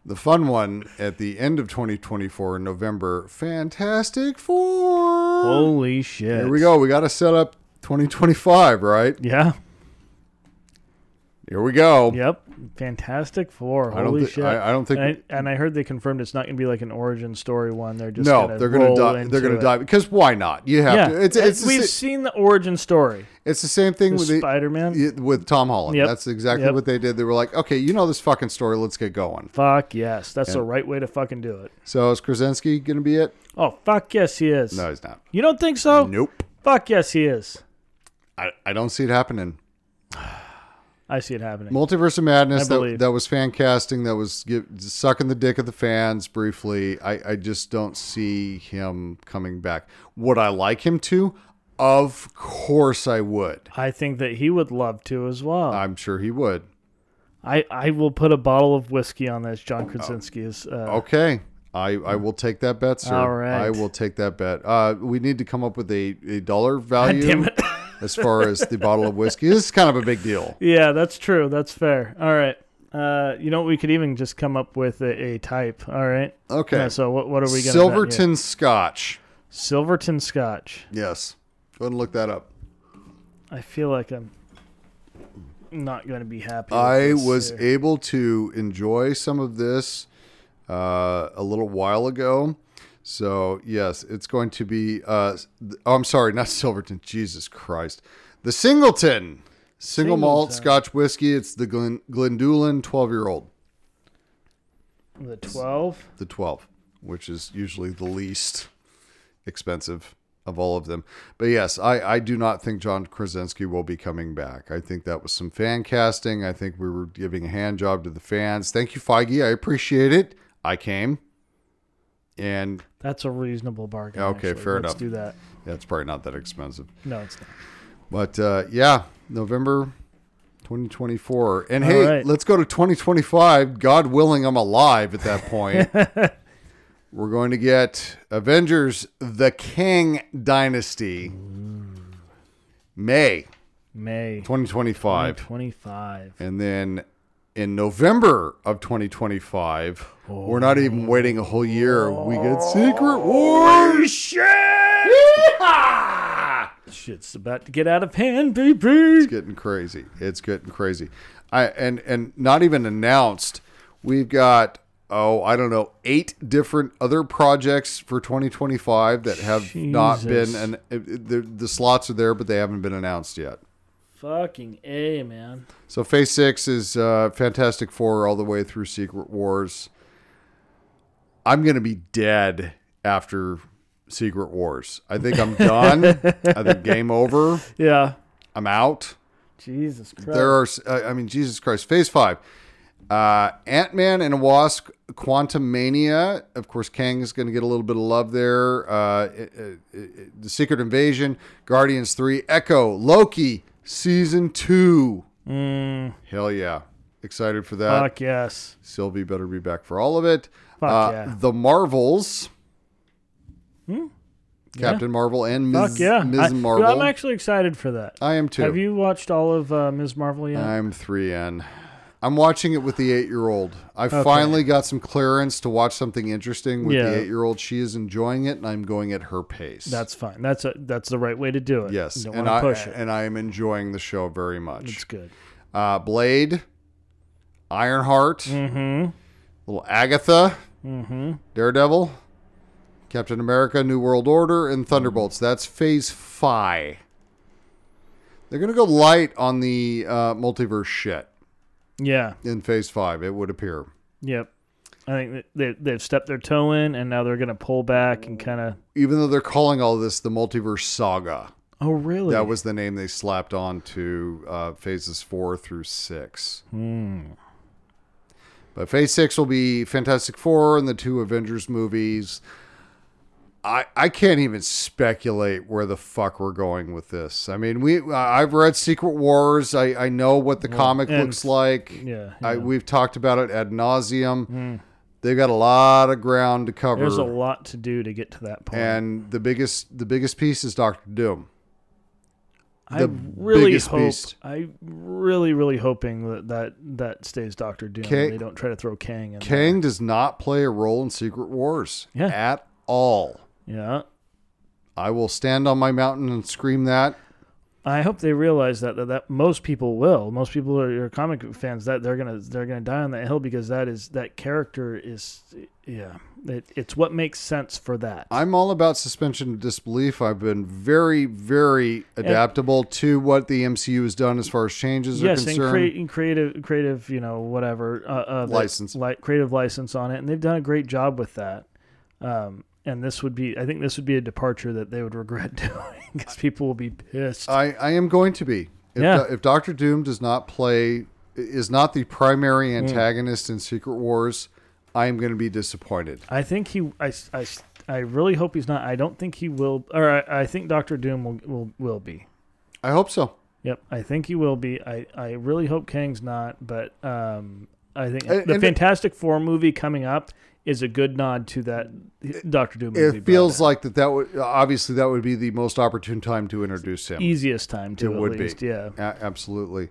S1: the fun one at the end of 2024 in November, Fantastic Four.
S4: Holy shit!
S1: Here we go. We got to set up 2025, right?
S4: Yeah.
S1: Here we go.
S4: Yep. Fantastic Four.
S1: I
S4: Holy
S1: don't thi-
S4: shit!
S1: I- I don't think-
S4: And I, and I heard they confirmed it's not going to be like an origin story one. They're just
S1: no,
S4: gonna
S1: they're gonna
S4: roll
S1: die.
S4: into
S1: They're gonna
S4: it.
S1: die because why not? You have
S4: Yeah,
S1: to. It's it's
S4: we've
S1: the, sa-
S4: seen the origin story.
S1: it's the same thing
S4: The
S1: with the-
S4: Spider-Man.
S1: y- with Tom Holland.
S4: Yep.
S1: That's exactly
S4: Yep.
S1: what they did. They were like, okay, you know this fucking story. Let's get going.
S4: Fuck yes, that's the right way to fucking do it.
S1: So is Krasinski gonna be it?
S4: Oh fuck yes, he is.
S1: No, he's not.
S4: You don't think so?
S1: Nope.
S4: Fuck yes, he is.
S1: I, I don't see it happening.
S4: I see it happening.
S1: Multiverse of Madness,
S4: I
S1: that,
S4: believe.
S1: that was fan casting, that was give, sucking the dick of the fans briefly. I, I just don't see him coming back. Would I like him to? Of course I would.
S4: I think that he would love to as well.
S1: I'm sure he would.
S4: I, I will put a bottle of whiskey on this.
S1: Oh.
S4: John Krasinski is. Uh,
S1: Okay. I, I will take that bet, sir.
S4: All right.
S1: I will take that bet. Uh, we need to come up with a, a dollar value
S4: [laughs] damn it. [laughs]
S1: as far as the bottle of whiskey. This is kind of a big deal.
S4: Yeah, that's true. That's fair. All right. Uh, you know, we could even just come up with a, a type. All right.
S1: Okay.
S4: Yeah, so what, what are we going to
S1: Silverton Scotch.
S4: Silverton Scotch.
S1: Yes. Go ahead and look that up.
S4: I feel like I'm not going to be happy. with
S1: I
S4: this
S1: was
S4: here.
S1: able to enjoy some of this uh, a little while ago. So, yes, it's going to be. Uh, th- oh, I'm sorry, not Silverton. Jesus Christ. The Singleton. Single malt
S4: Singleton.
S1: scotch whiskey. It's the Glen, Glendulin 12 year old,
S4: the twelve.
S1: the 12, which is usually the least expensive of all of them. But yes, I, I do not think John Krasinski will be coming back. I think that was some fan casting. I think we were giving a hand job to the fans. Thank you, Feige. I appreciate it. I came. And
S4: That's a reasonable bargain.
S1: Okay,
S4: actually.
S1: fair
S4: Let's
S1: enough.
S4: Do that.
S1: that's probably not that expensive.
S4: No, it's not.
S1: But uh, yeah, November 2024. And hey,
S4: right.
S1: let's go to 2025. God willing, I'm alive at that point. We're going to get Avengers The Kang Dynasty, May
S4: May
S1: 2025.
S4: twenty-five.
S1: And then in November of 2025, we're not even waiting a whole year. We get Secret Wars. Shit!
S4: Shit's about to get out of hand, baby.
S1: getting crazy. It's getting crazy. I and and not even announced. We've got oh I don't know eight different other projects for 2025 that have not been
S4: Jesus.
S1: and the the slots are there but they haven't been announced yet.
S4: Fucking a man.
S1: So Phase Six is uh, Fantastic Four all the way through Secret Wars. I'm gonna be dead after Secret Wars. I think I'm done. I think game over.
S4: Yeah.
S1: I'm out.
S4: Jesus Christ.
S1: uh, There are, s- I I mean, Jesus Christ, Phase Five. Uh, Ant Man and Wasp: Quantum Mania. Of course, Kang is going to get a little bit of love there. Uh, it- it- it- the Secret Invasion, Guardians Three, Echo, Loki, Season Two. Hell yeah! Excited for that.
S4: Mm. Fuck yes.
S1: Sylvie better be back for all of it.
S4: Fuck
S1: uh,
S4: yeah. Hmm?
S1: The Marvels. Captain Marvel and Ms.
S4: Fuck yeah. I,
S1: Ms.
S4: dude,
S1: Marvel.
S4: I'm actually excited for that.
S1: I am too.
S4: Have you watched all of uh, Ms. Marvel yet?
S1: I'm 3N. I'm watching it with the eight year old. I finally got some clearance to watch something interesting with
S4: Yeah.
S1: the eight year old. She is enjoying it, and I'm going at her pace.
S4: that's fine. That's a, that's the right way to do it.
S1: yes,
S4: You don't
S1: and I
S4: want to push it.
S1: and I am enjoying the show very
S4: It's
S1: much.
S4: good.
S1: Uh, Blade, Ironheart,
S4: Mm-hmm.
S1: little Agatha, Daredevil, Captain America, New World Order, and Thunderbolts. That's Phase Five. They're gonna go light on the uh, multiverse shit
S4: Yeah.
S1: in Phase Five. It would appear.
S4: Yep. I think that they, they've stepped their toe in, and now they're going to pull back and kind of.
S1: even though they're calling all this the multiverse saga
S4: Oh, really?
S1: that was the name they slapped on to uh, phases four through six
S4: Hmm.
S1: but phase six will be fantastic four and the two avengers movies I, I can't even speculate where the fuck we're going with this. I mean, we I- I've read Secret Wars. I, I know what the comic
S4: and-
S1: looks like.
S4: yeah,
S1: I,
S4: yeah. Hmm.
S1: we've talked about it ad nauseum. They've got a lot of ground to cover.
S4: There's a lot to do to get to that point.
S1: and the biggest the biggest piece is Doctor Doom.
S4: I
S1: the
S4: really
S1: biggest
S4: hope.
S1: beast.
S4: I really, really hoping that that, that stays Doctor Doom. and
S1: Kang-
S4: they don't try to throw Kang in. there.
S1: Kang does not play a role in Secret Wars
S4: Yeah.
S1: at all.
S4: Yeah.
S1: I will stand on my mountain and scream that.
S4: I hope they realize that, that that most people will. Most people are, are comic fans that they're gonna they're gonna die on that hill because that is that character is yeah. It, it's what makes sense for that.
S1: I'm all about suspension of disbelief. I've been very, very adaptable to what the MCU has done as far as changes
S4: yes,
S1: are
S4: and,
S1: concerned.
S4: crea- and creative creative you know whatever uh, uh, that
S1: License.
S4: li- creative license on it, and they've done a great job with that. Um, and this would be I think this would be a departure that they would [laughs] regret doing because people will be pissed.
S1: I, I am going to be. If,
S4: Yeah.
S1: Do- if Doctor Doom does not play, is not the primary
S4: Mm.
S1: antagonist in Secret Wars, I am going to be disappointed.
S4: I think he. I, I, I really hope he's not. I don't think he will. Or I, I think Doctor Doom will, will will be.
S1: I hope so.
S4: Yep, I think he will be. I, I really hope Kang's not, but um, I think
S1: And-
S4: the
S1: and-
S4: Fantastic Four movie coming up is a good nod to that Doctor Doom movie.
S1: It feels like that. That would obviously that would be the most opportune time to introduce him.
S4: easiest time to
S1: It
S4: at
S1: would
S4: least.
S1: be.
S4: Yeah.
S1: A- absolutely.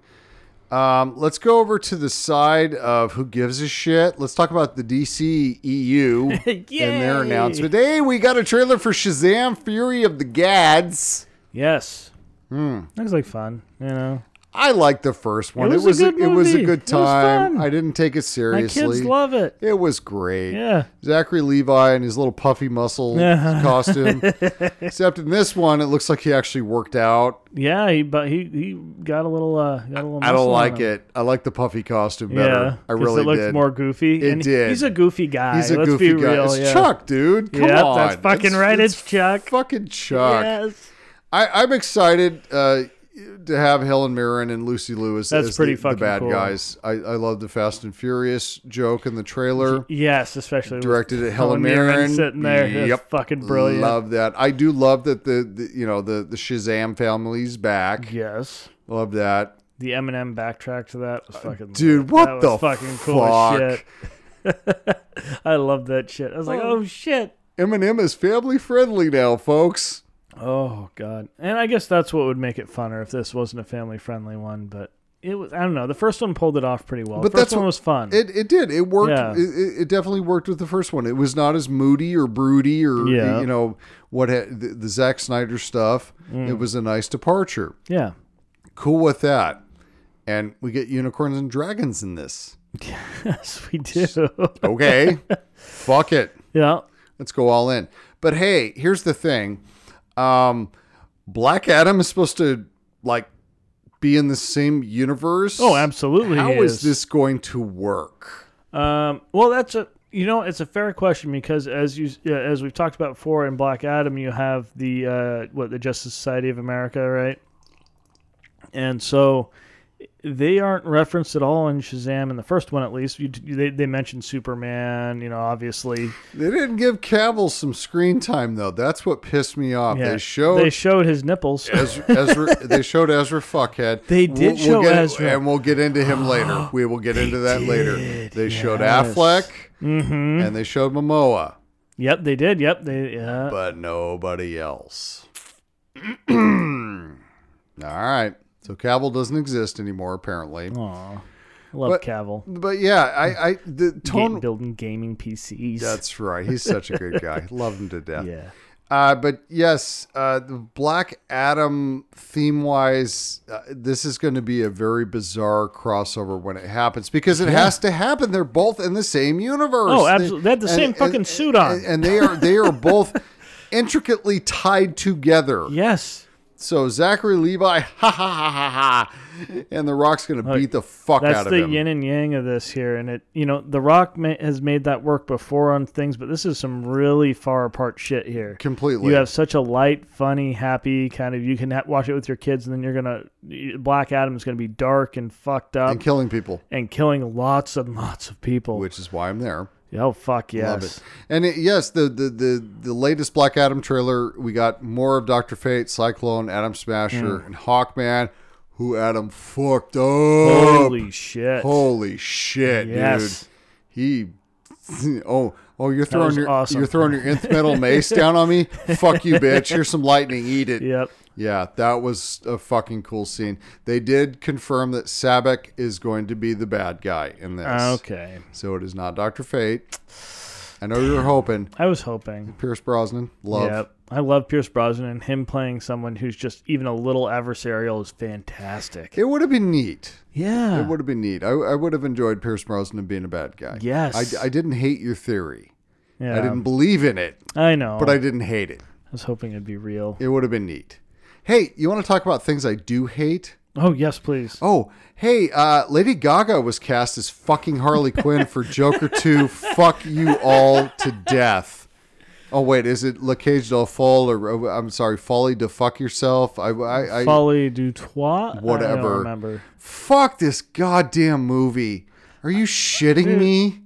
S1: Um, let's go over to the side of who gives a shit. Let's talk about the DC
S4: [laughs]
S1: EU and their
S4: Yay!
S1: announcement. Hey, we got a trailer for Shazam: Fury of the Gads.
S4: Yes.
S1: Hmm.
S4: Looks like fun. You know,
S1: I liked the first one. It
S4: was a
S1: was,
S4: good
S1: it was a
S4: movie.
S1: good
S4: It was
S1: time.
S4: fun.
S1: I didn't take it
S4: my
S1: seriously.
S4: kids love it.
S1: it was great.
S4: Yeah.
S1: Zachary Levi and his little puffy muscle
S4: [laughs]
S1: costume. Except in this one, it looks like he actually worked out.
S4: Yeah. He but he he got a little uh got a little.
S1: I
S4: muscle
S1: don't
S4: on
S1: like
S4: him.
S1: it. I like the puffy costume better.
S4: Yeah,
S1: I
S4: 'cause
S1: really
S4: it looked
S1: did.
S4: more goofy.
S1: It
S4: and
S1: did.
S4: He's a goofy guy.
S1: He's a
S4: Let's
S1: goofy
S4: be
S1: guy.
S4: real.
S1: It's
S4: yeah.
S1: Chuck, dude. Come
S4: Yep,
S1: on.
S4: that's fucking right. It's Chuck.
S1: Fucking Chuck.
S4: Yes.
S1: I, I'm excited uh, to have Helen Mirren and Lucy Lewis
S4: That's
S1: as
S4: pretty
S1: the, the
S4: fucking
S1: bad
S4: cool.
S1: guys. I, I love the Fast and Furious joke in the trailer.
S4: Yes, especially with
S1: Directed at Helen Mirren.
S4: sitting there. That's
S1: Yep.
S4: fucking brilliant.
S1: Love that. I do love that the, the you know the the Shazam family's back.
S4: Yes.
S1: Love that.
S4: The Eminem backtrack to that was fucking
S1: Uh, Dude,
S4: lit.
S1: what
S4: that
S1: the
S4: was fucking cool
S1: fuck?
S4: as shit. I love that shit. [laughs] I was like, oh shit.
S1: Eminem is family friendly now, folks.
S4: Oh god. And I guess that's what would make it funner if this wasn't a family friendly one, but it was I don't know. The first one pulled it off pretty well.
S1: But
S4: the first
S1: that's
S4: one
S1: what-
S4: was fun.
S1: It it did. It worked.
S4: Yeah.
S1: It, it it definitely worked with the first one. It was not as moody or broody or
S4: Yeah.
S1: you know what ha- the, the Zack Snyder stuff.
S4: Mm.
S1: It was a nice departure.
S4: yeah. [laughs]
S1: Cool with that. And we get unicorns and dragons in this.
S4: Yes, we do.
S1: Okay. Fuck it.
S4: [laughs] yeah.
S1: Let's go all in. But hey, here's the thing. Um Black Adam is supposed to like be in the same universe.
S4: Oh, absolutely.
S1: How
S4: he
S1: is
S4: is
S1: this going to work?
S4: Um, well, that's a you know it's a fair question because as you uh, as we've talked about before in Black Adam, you have the uh, what the Justice Society of America, right? And so they aren't referenced at all in Shazam in the first one, at least. You, they they mentioned Superman, you know, obviously.
S1: They didn't give Cavill some screen time though. That's what pissed me off.
S4: Yeah.
S1: They showed
S4: they showed his nipples.
S1: Ezra, Ezra, they showed Ezra fuckhead.
S4: They did show
S1: get,
S4: Ezra.
S1: and we'll get into him
S4: [gasps]
S1: later. We will get into that later.
S4: did,
S1: They showed
S4: yes. Mm-hmm.
S1: Affleck, and they showed Momoa,
S4: [laughs] Yep, they did. Yep, they. uh, Yeah.
S1: but nobody else. [clears throat] All right, so Cavill doesn't exist anymore apparently.
S4: Aw, love
S1: But-
S4: Cavill.
S1: But yeah, I, I the
S4: Ga-
S1: tone.
S4: building gaming PCs.
S1: That's right. He's such a good
S4: [laughs]
S1: guy. Love him to death.
S4: yeah.
S1: Uh, but yes, uh, the Black Adam theme wise, uh, this is going to be a very bizarre crossover when it happens because it has to happen. They're both in the same universe.
S4: Oh, absolutely. They had the same fucking suit on.
S1: and, and they are they are both [laughs] intricately tied together.
S4: Yes.
S1: So Zachary Levi, [laughs] ha ha ha ha ha, and The Rock's going to beat the fuck out
S4: That's
S1: of
S4: the
S1: him.
S4: yin and yang of this here, and it you know The Rock ma- has made that work before on things, but this is some really far apart shit here.
S1: Completely.
S4: You have such a light, funny, happy kind of. You can ha- watch it with your kids, and then you're gonna Black Adam is gonna be dark and fucked up
S1: and
S4: and,
S1: killing people,
S4: killing lots and lots of people.
S1: which is why I'm there.
S4: oh fuck yes,
S1: Love it. And it, yes, the, the the the latest Black Adam trailer, we got more of Doctor Fate, Cyclone, Adam
S4: Mm.
S1: Smasher, and Hawkman, who Adam fucked up.
S4: holy shit,
S1: Holy shit,
S4: Yes.
S1: dude! He, [laughs] oh, oh, you're throwing
S4: was
S1: your
S4: awesome.
S1: you're throwing your nth
S4: [laughs]
S1: metal mace down on me. Fuck you, bitch! Here's some lightning. Eat it.
S4: yep,
S1: Yeah, that was a fucking cool scene. They did confirm that Sabak is going to be the bad guy in this.
S4: Ah, okay.
S1: So it is not Doctor Fate. I know you're hoping.
S4: I was hoping.
S1: Pierce Brosnan, love.
S4: Yep. I love Pierce Brosnan and him playing someone who's just even a little adversarial is fantastic.
S1: It would have been neat.
S4: yeah.
S1: It would have been neat. I, I would have enjoyed Pierce Brosnan being a bad guy.
S4: Yes.
S1: I, I didn't hate your theory.
S4: yeah. Oh.
S1: I didn't believe in it,
S4: I know.
S1: but I didn't hate it.
S4: I was hoping it'd be real.
S1: It would have been neat. Hey, you want to talk about things I do hate?
S4: Oh yes, please.
S1: Oh, hey, uh, Lady Gaga was cast as fucking
S4: [laughs]
S1: Harley Quinn for Joker 2. Fuck you all to death. Oh, wait, is it La Cage del Fall or, oh, I'm sorry, Folly to Fuck Yourself? I, I, I
S4: Folly du Trois. I
S1: Whatever.
S4: don't remember.
S1: Fuck this goddamn movie. Are you shitting me?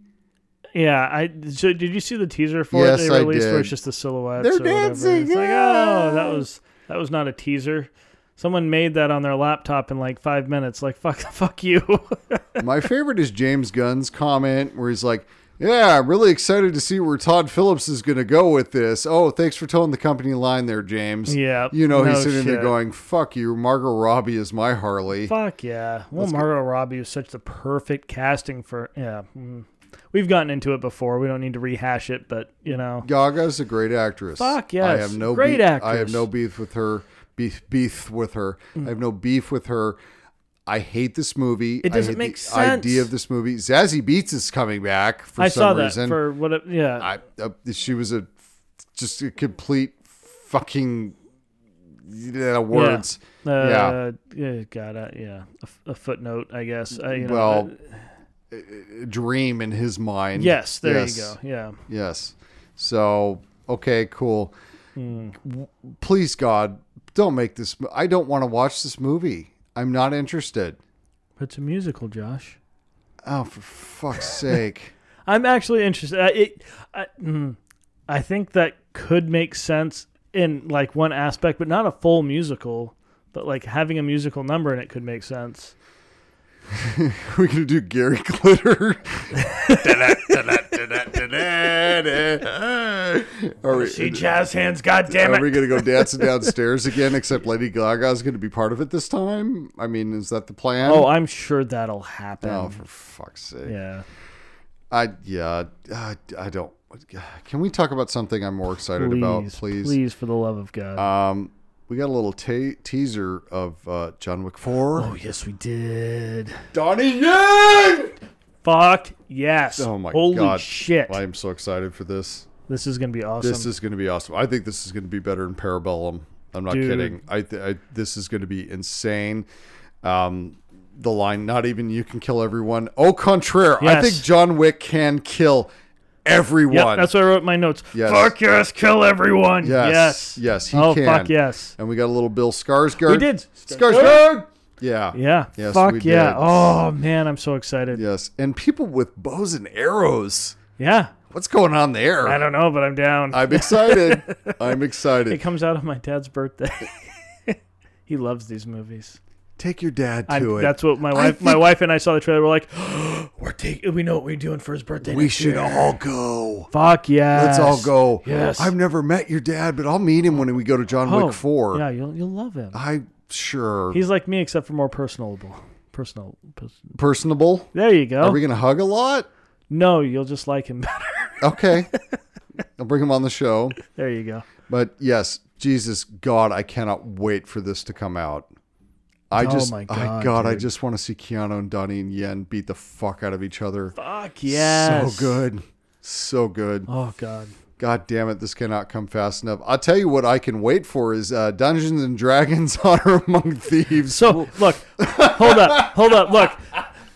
S4: Yeah. I. So did you see the teaser for
S1: Yes,
S4: it?
S1: I
S4: They released where
S1: did.
S4: it's just the silhouettes.
S1: They're
S4: or whatever.
S1: dancing,
S4: It's like,
S1: yeah.
S4: oh, that was that was not a teaser. Someone made that on their laptop in like five minutes. Like fuck, [laughs] fuck you.
S1: My favorite is James Gunn's comment where he's like, yeah, I'm really excited to see where Todd Phillips is going to go with this. Oh, thanks for towing the company line there, James.
S4: Yeah,
S1: You know, he's
S4: no
S1: sitting there
S4: shit.
S1: going, fuck you. Margot Robbie is my Harley.
S4: Fuck yeah. Well, Margot Robbie is such the perfect casting for. Yeah. Mm. We've gotten into it before. We don't need to rehash it, but, you know.
S1: Gaga's a great actress.
S4: Fuck,
S1: I
S4: yes.
S1: have no
S4: Great
S1: beef, I
S4: actress.
S1: have no beef with her. Beef, beef with her. I have no beef with her. I hate this movie.
S4: It doesn't
S1: I hate
S4: make
S1: the
S4: sense.
S1: Idea of this movie. Zazie Beats is coming back for
S4: I
S1: some
S4: saw that
S1: reason.
S4: for what. it- Yeah.
S1: I, uh, she was a just a complete fucking yeah, words.
S4: uh, yeah. Got it. Yeah. A, f- a footnote, I guess. I, you know,
S1: well,
S4: uh,
S1: a dream in his mind.
S4: yes. There
S1: Yes.
S4: you go. Yeah.
S1: Yes. So okay, cool. W- Please God, don't make this. mo- I don't want to watch this movie. I'm not interested.
S4: It's a musical, Josh.
S1: Oh, for fuck's sake!
S4: I'm actually interested. I, it, I, mm, I think that could make sense in like one aspect, but not a full musical. But like having a musical number in it could make sense.
S1: We're gonna do Gary [laughs] Glitter. Are we,
S4: jazz hands, goddamn
S1: are we gonna go dancing downstairs again? Except Lady Gaga's gonna be part of it this time. I mean, is that the plan?
S4: Oh, I'm sure that'll happen.
S1: oh for fuck's sake!
S4: yeah.
S1: I yeah, I, I don't. Can we talk about something I'm more excited
S4: Please,
S1: about,
S4: please,
S1: please?
S4: for the love of God.
S1: Um, we got a little ta teaser of uh, John Wick Four.
S4: oh yes, we did.
S1: Donnie Yen!
S4: Fuck yes.
S1: Oh my
S4: Holy
S1: god!
S4: shit.
S1: I am so excited for this.
S4: This is gonna be awesome.
S1: This is going to be awesome. I think this is going to be better than Parabellum. I'm not
S4: Dude.
S1: kidding. I, th- I this is going to be insane. Um, the line, not even you can kill everyone. Au contraire, I
S4: Yes.
S1: think John Wick can kill everyone.
S4: Yep, that's what I wrote in my notes.
S1: Yes.
S4: Fuck yes, kill everyone.
S1: Yes.
S4: Yes.
S1: Yes, he
S4: oh
S1: can.
S4: fuck yes.
S1: and we got a little Bill Skarsgård.
S4: We did.
S1: Skarsgård. Yeah.
S4: Yeah.
S1: Yes,
S4: Fuck
S1: we did.
S4: yeah. Oh man, I'm so excited. Yeah.
S1: Yes. And people with bows and arrows.
S4: yeah.
S1: What's going on there?
S4: I don't know, but I'm down.
S1: I'm
S4: [laughs]
S1: excited. I'm
S4: It
S1: excited.
S4: comes out on my dad's birthday. [laughs] he loves these movies.
S1: Take your dad
S4: I,
S1: to it.
S4: that's what my
S1: I
S4: wife, my
S1: think-
S4: wife and I saw the trailer. We're like, [gasps] we're taking, we know what we're doing for his birthday.
S1: we
S4: next
S1: should
S4: year."
S1: all go.
S4: Fuck yeah.
S1: Let's all go.
S4: Yes.
S1: I've never met your dad, but I'll meet him when we go to John
S4: Oh,
S1: Wick 4.
S4: Yeah, you'll you'll love him.
S1: I sure.
S4: He's like me, except for more personable. Personal. pers-
S1: personable.
S4: There you go.
S1: Are we going to hug a lot?
S4: no, you'll just like him [laughs] better. [laughs]
S1: Okay. I'll bring him on the show.
S4: there you go.
S1: But yes, Jesus God, I cannot wait for this to come out. I
S4: Oh
S1: just,
S4: my
S1: I,
S4: God,
S1: God I
S4: dude.
S1: just want to see Keanu and Donnie and Yen beat the fuck out of each other.
S4: Fuck yes.
S1: So good. So good.
S4: Oh god.
S1: God damn it, this cannot come fast enough. I'll tell you what I can wait for is uh, Dungeons and Dragons [laughs] Honor Among Thieves.
S4: So look, hold up, hold up, look.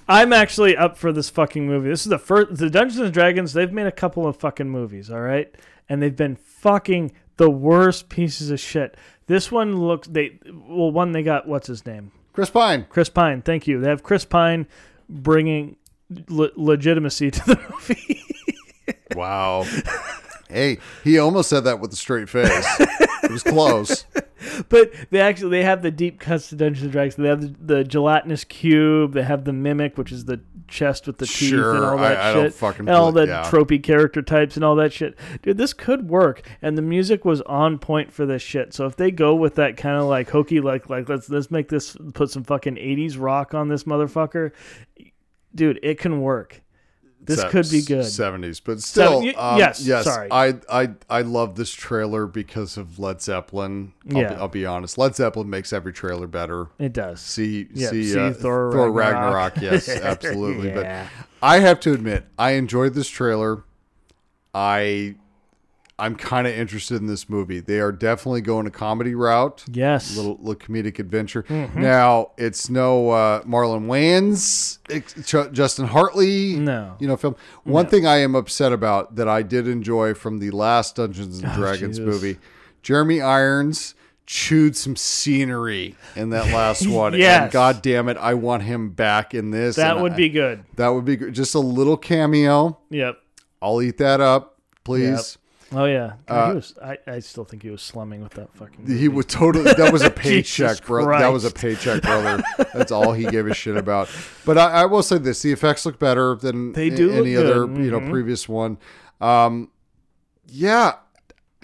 S4: I'm actually up for this fucking movie. This is the first. The Dungeons and Dragons. They've made a couple of fucking movies, all right, and they've been fucking the worst pieces of shit. This one looks. They well, one they got what's his name,
S1: Chris Pine.
S4: Chris Pine. Thank you. They have Chris Pine bringing le- legitimacy [laughs] to the movie.
S1: Wow. [laughs] hey, he almost said that with a straight face. it was [laughs] close.
S4: But they actually they have the deep cuts to Dungeons and Dragons. They have the, the gelatinous cube. They have the mimic, which is the chest with the teeth and
S1: Sure,
S4: all that
S1: I- I
S4: shit,
S1: don't fucking
S4: and all
S1: feel-
S4: the
S1: yeah.
S4: tropey character types and all that shit. Dude, this could work. And the music was on point for this shit. So if they go with that kind of like hokey, like like let's let's make this put some fucking '80s rock on this motherfucker, dude, it can work. This
S1: Se-
S4: could be good.
S1: 70s, but still.
S4: y-
S1: um,
S4: yes,
S1: yes,
S4: sorry.
S1: I, I, I love this trailer because of Led Zeppelin. I'll,
S4: Yeah.
S1: be, I'll be honest. Led Zeppelin makes every trailer better.
S4: It does.
S1: see
S4: Yeah,
S1: see,
S4: see
S1: uh,
S4: Thor
S1: Thor,
S4: Ragnarok.
S1: Ragnarok.
S4: [laughs]
S1: Yes, absolutely.
S4: Yeah.
S1: But I have to admit, I enjoyed this trailer. I I'm kind of interested in this movie. They are definitely going a comedy route,
S4: Yes.
S1: little, little comedic adventure.
S4: Mm-hmm.
S1: Now it's no uh, Marlon Wayans, ex- Ch- Justin Hartley,
S4: No.
S1: you know film. One thing I am upset about that I did enjoy from the last Dungeons and Dragons
S4: Oh, Jesus.
S1: movie, Jeremy Irons chewed some scenery in that last
S4: [laughs]
S1: one.
S4: Yes.
S1: And God damn it, I want him back in this.
S4: that
S1: And
S4: would
S1: I-
S4: be good.
S1: that would be gr- just a little cameo.
S4: Yep.
S1: I'll eat that up, please.
S4: Oh yeah, God, he was. I, I still think he was slumming with that fucking.
S1: Uh, He was totally. That
S4: [laughs]
S1: was a
S4: Jesus
S1: paycheck, bro. That was a paycheck, brother. That's all he gave a shit about. But I, I will say this: the effects look better than
S4: They
S1: a-
S4: do
S1: any
S4: look
S1: other,
S4: good.
S1: you know,
S4: Mhm.
S1: previous one. Um, yeah,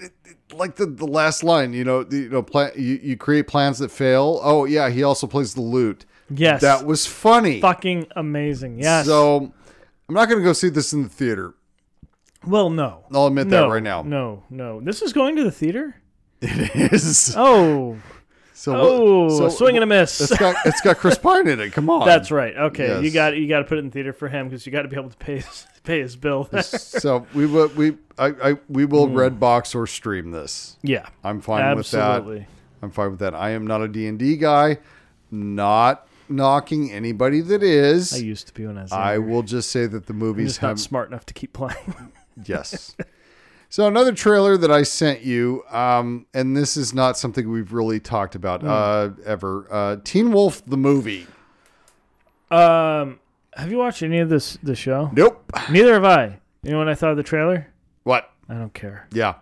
S1: It- it- like the, the last line, you know, the, you know, plan, you, you create plans that fail. Oh yeah, he also plays the lute.
S4: yes,
S1: That was funny.
S4: fucking amazing. Yes.
S1: So I'm not gonna go see this in the theater.
S4: well, no.
S1: I'll admit
S4: no,
S1: that right now.
S4: No, no. This is going to the theater.
S1: [laughs] It is.
S4: Oh,
S1: So
S4: oh,
S1: so-
S4: a swing and a miss. [laughs]
S1: It's got it's got Chris Pine in it. Come on.
S4: That's right. Okay, you
S1: Yes.
S4: got you got to put it in theater for him because you got to be able to pay his, [laughs] pay his bill.
S1: so we will we I, I we will
S4: Hmm.
S1: red box or stream this.
S4: [laughs] yeah,
S1: I'm fine with
S4: absolutely.
S1: that. I'm fine with that. I am not a D&D guy. Not knocking anybody that
S4: I
S1: is.
S4: used to be when I was.
S1: I
S4: younger.
S1: will just say that the
S4: I'm
S1: movies
S4: just not
S1: have
S4: smart enough to keep playing. [laughs]
S1: yes. So another trailer that I sent you, um, and this is not something we've really talked about
S4: Hmm.
S1: uh, ever. Uh, Teen Wolf the movie.
S4: um, have you watched any of this the show?
S1: Nope.
S4: Neither have I. You know what I thought of the trailer?
S1: What?
S4: I don't care. [laughs]
S1: Yeah.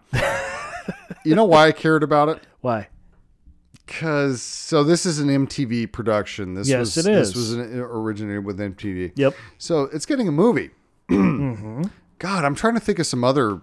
S1: you know why I cared about it?
S4: Why?
S1: Because so this is an MTV production. This
S4: Yes,
S1: was,
S4: it is.
S1: This was an, uh, originated with MTV.
S4: Yep. Mm-hmm.
S1: So it's getting a movie. [clears throat] God, I'm trying to think of some other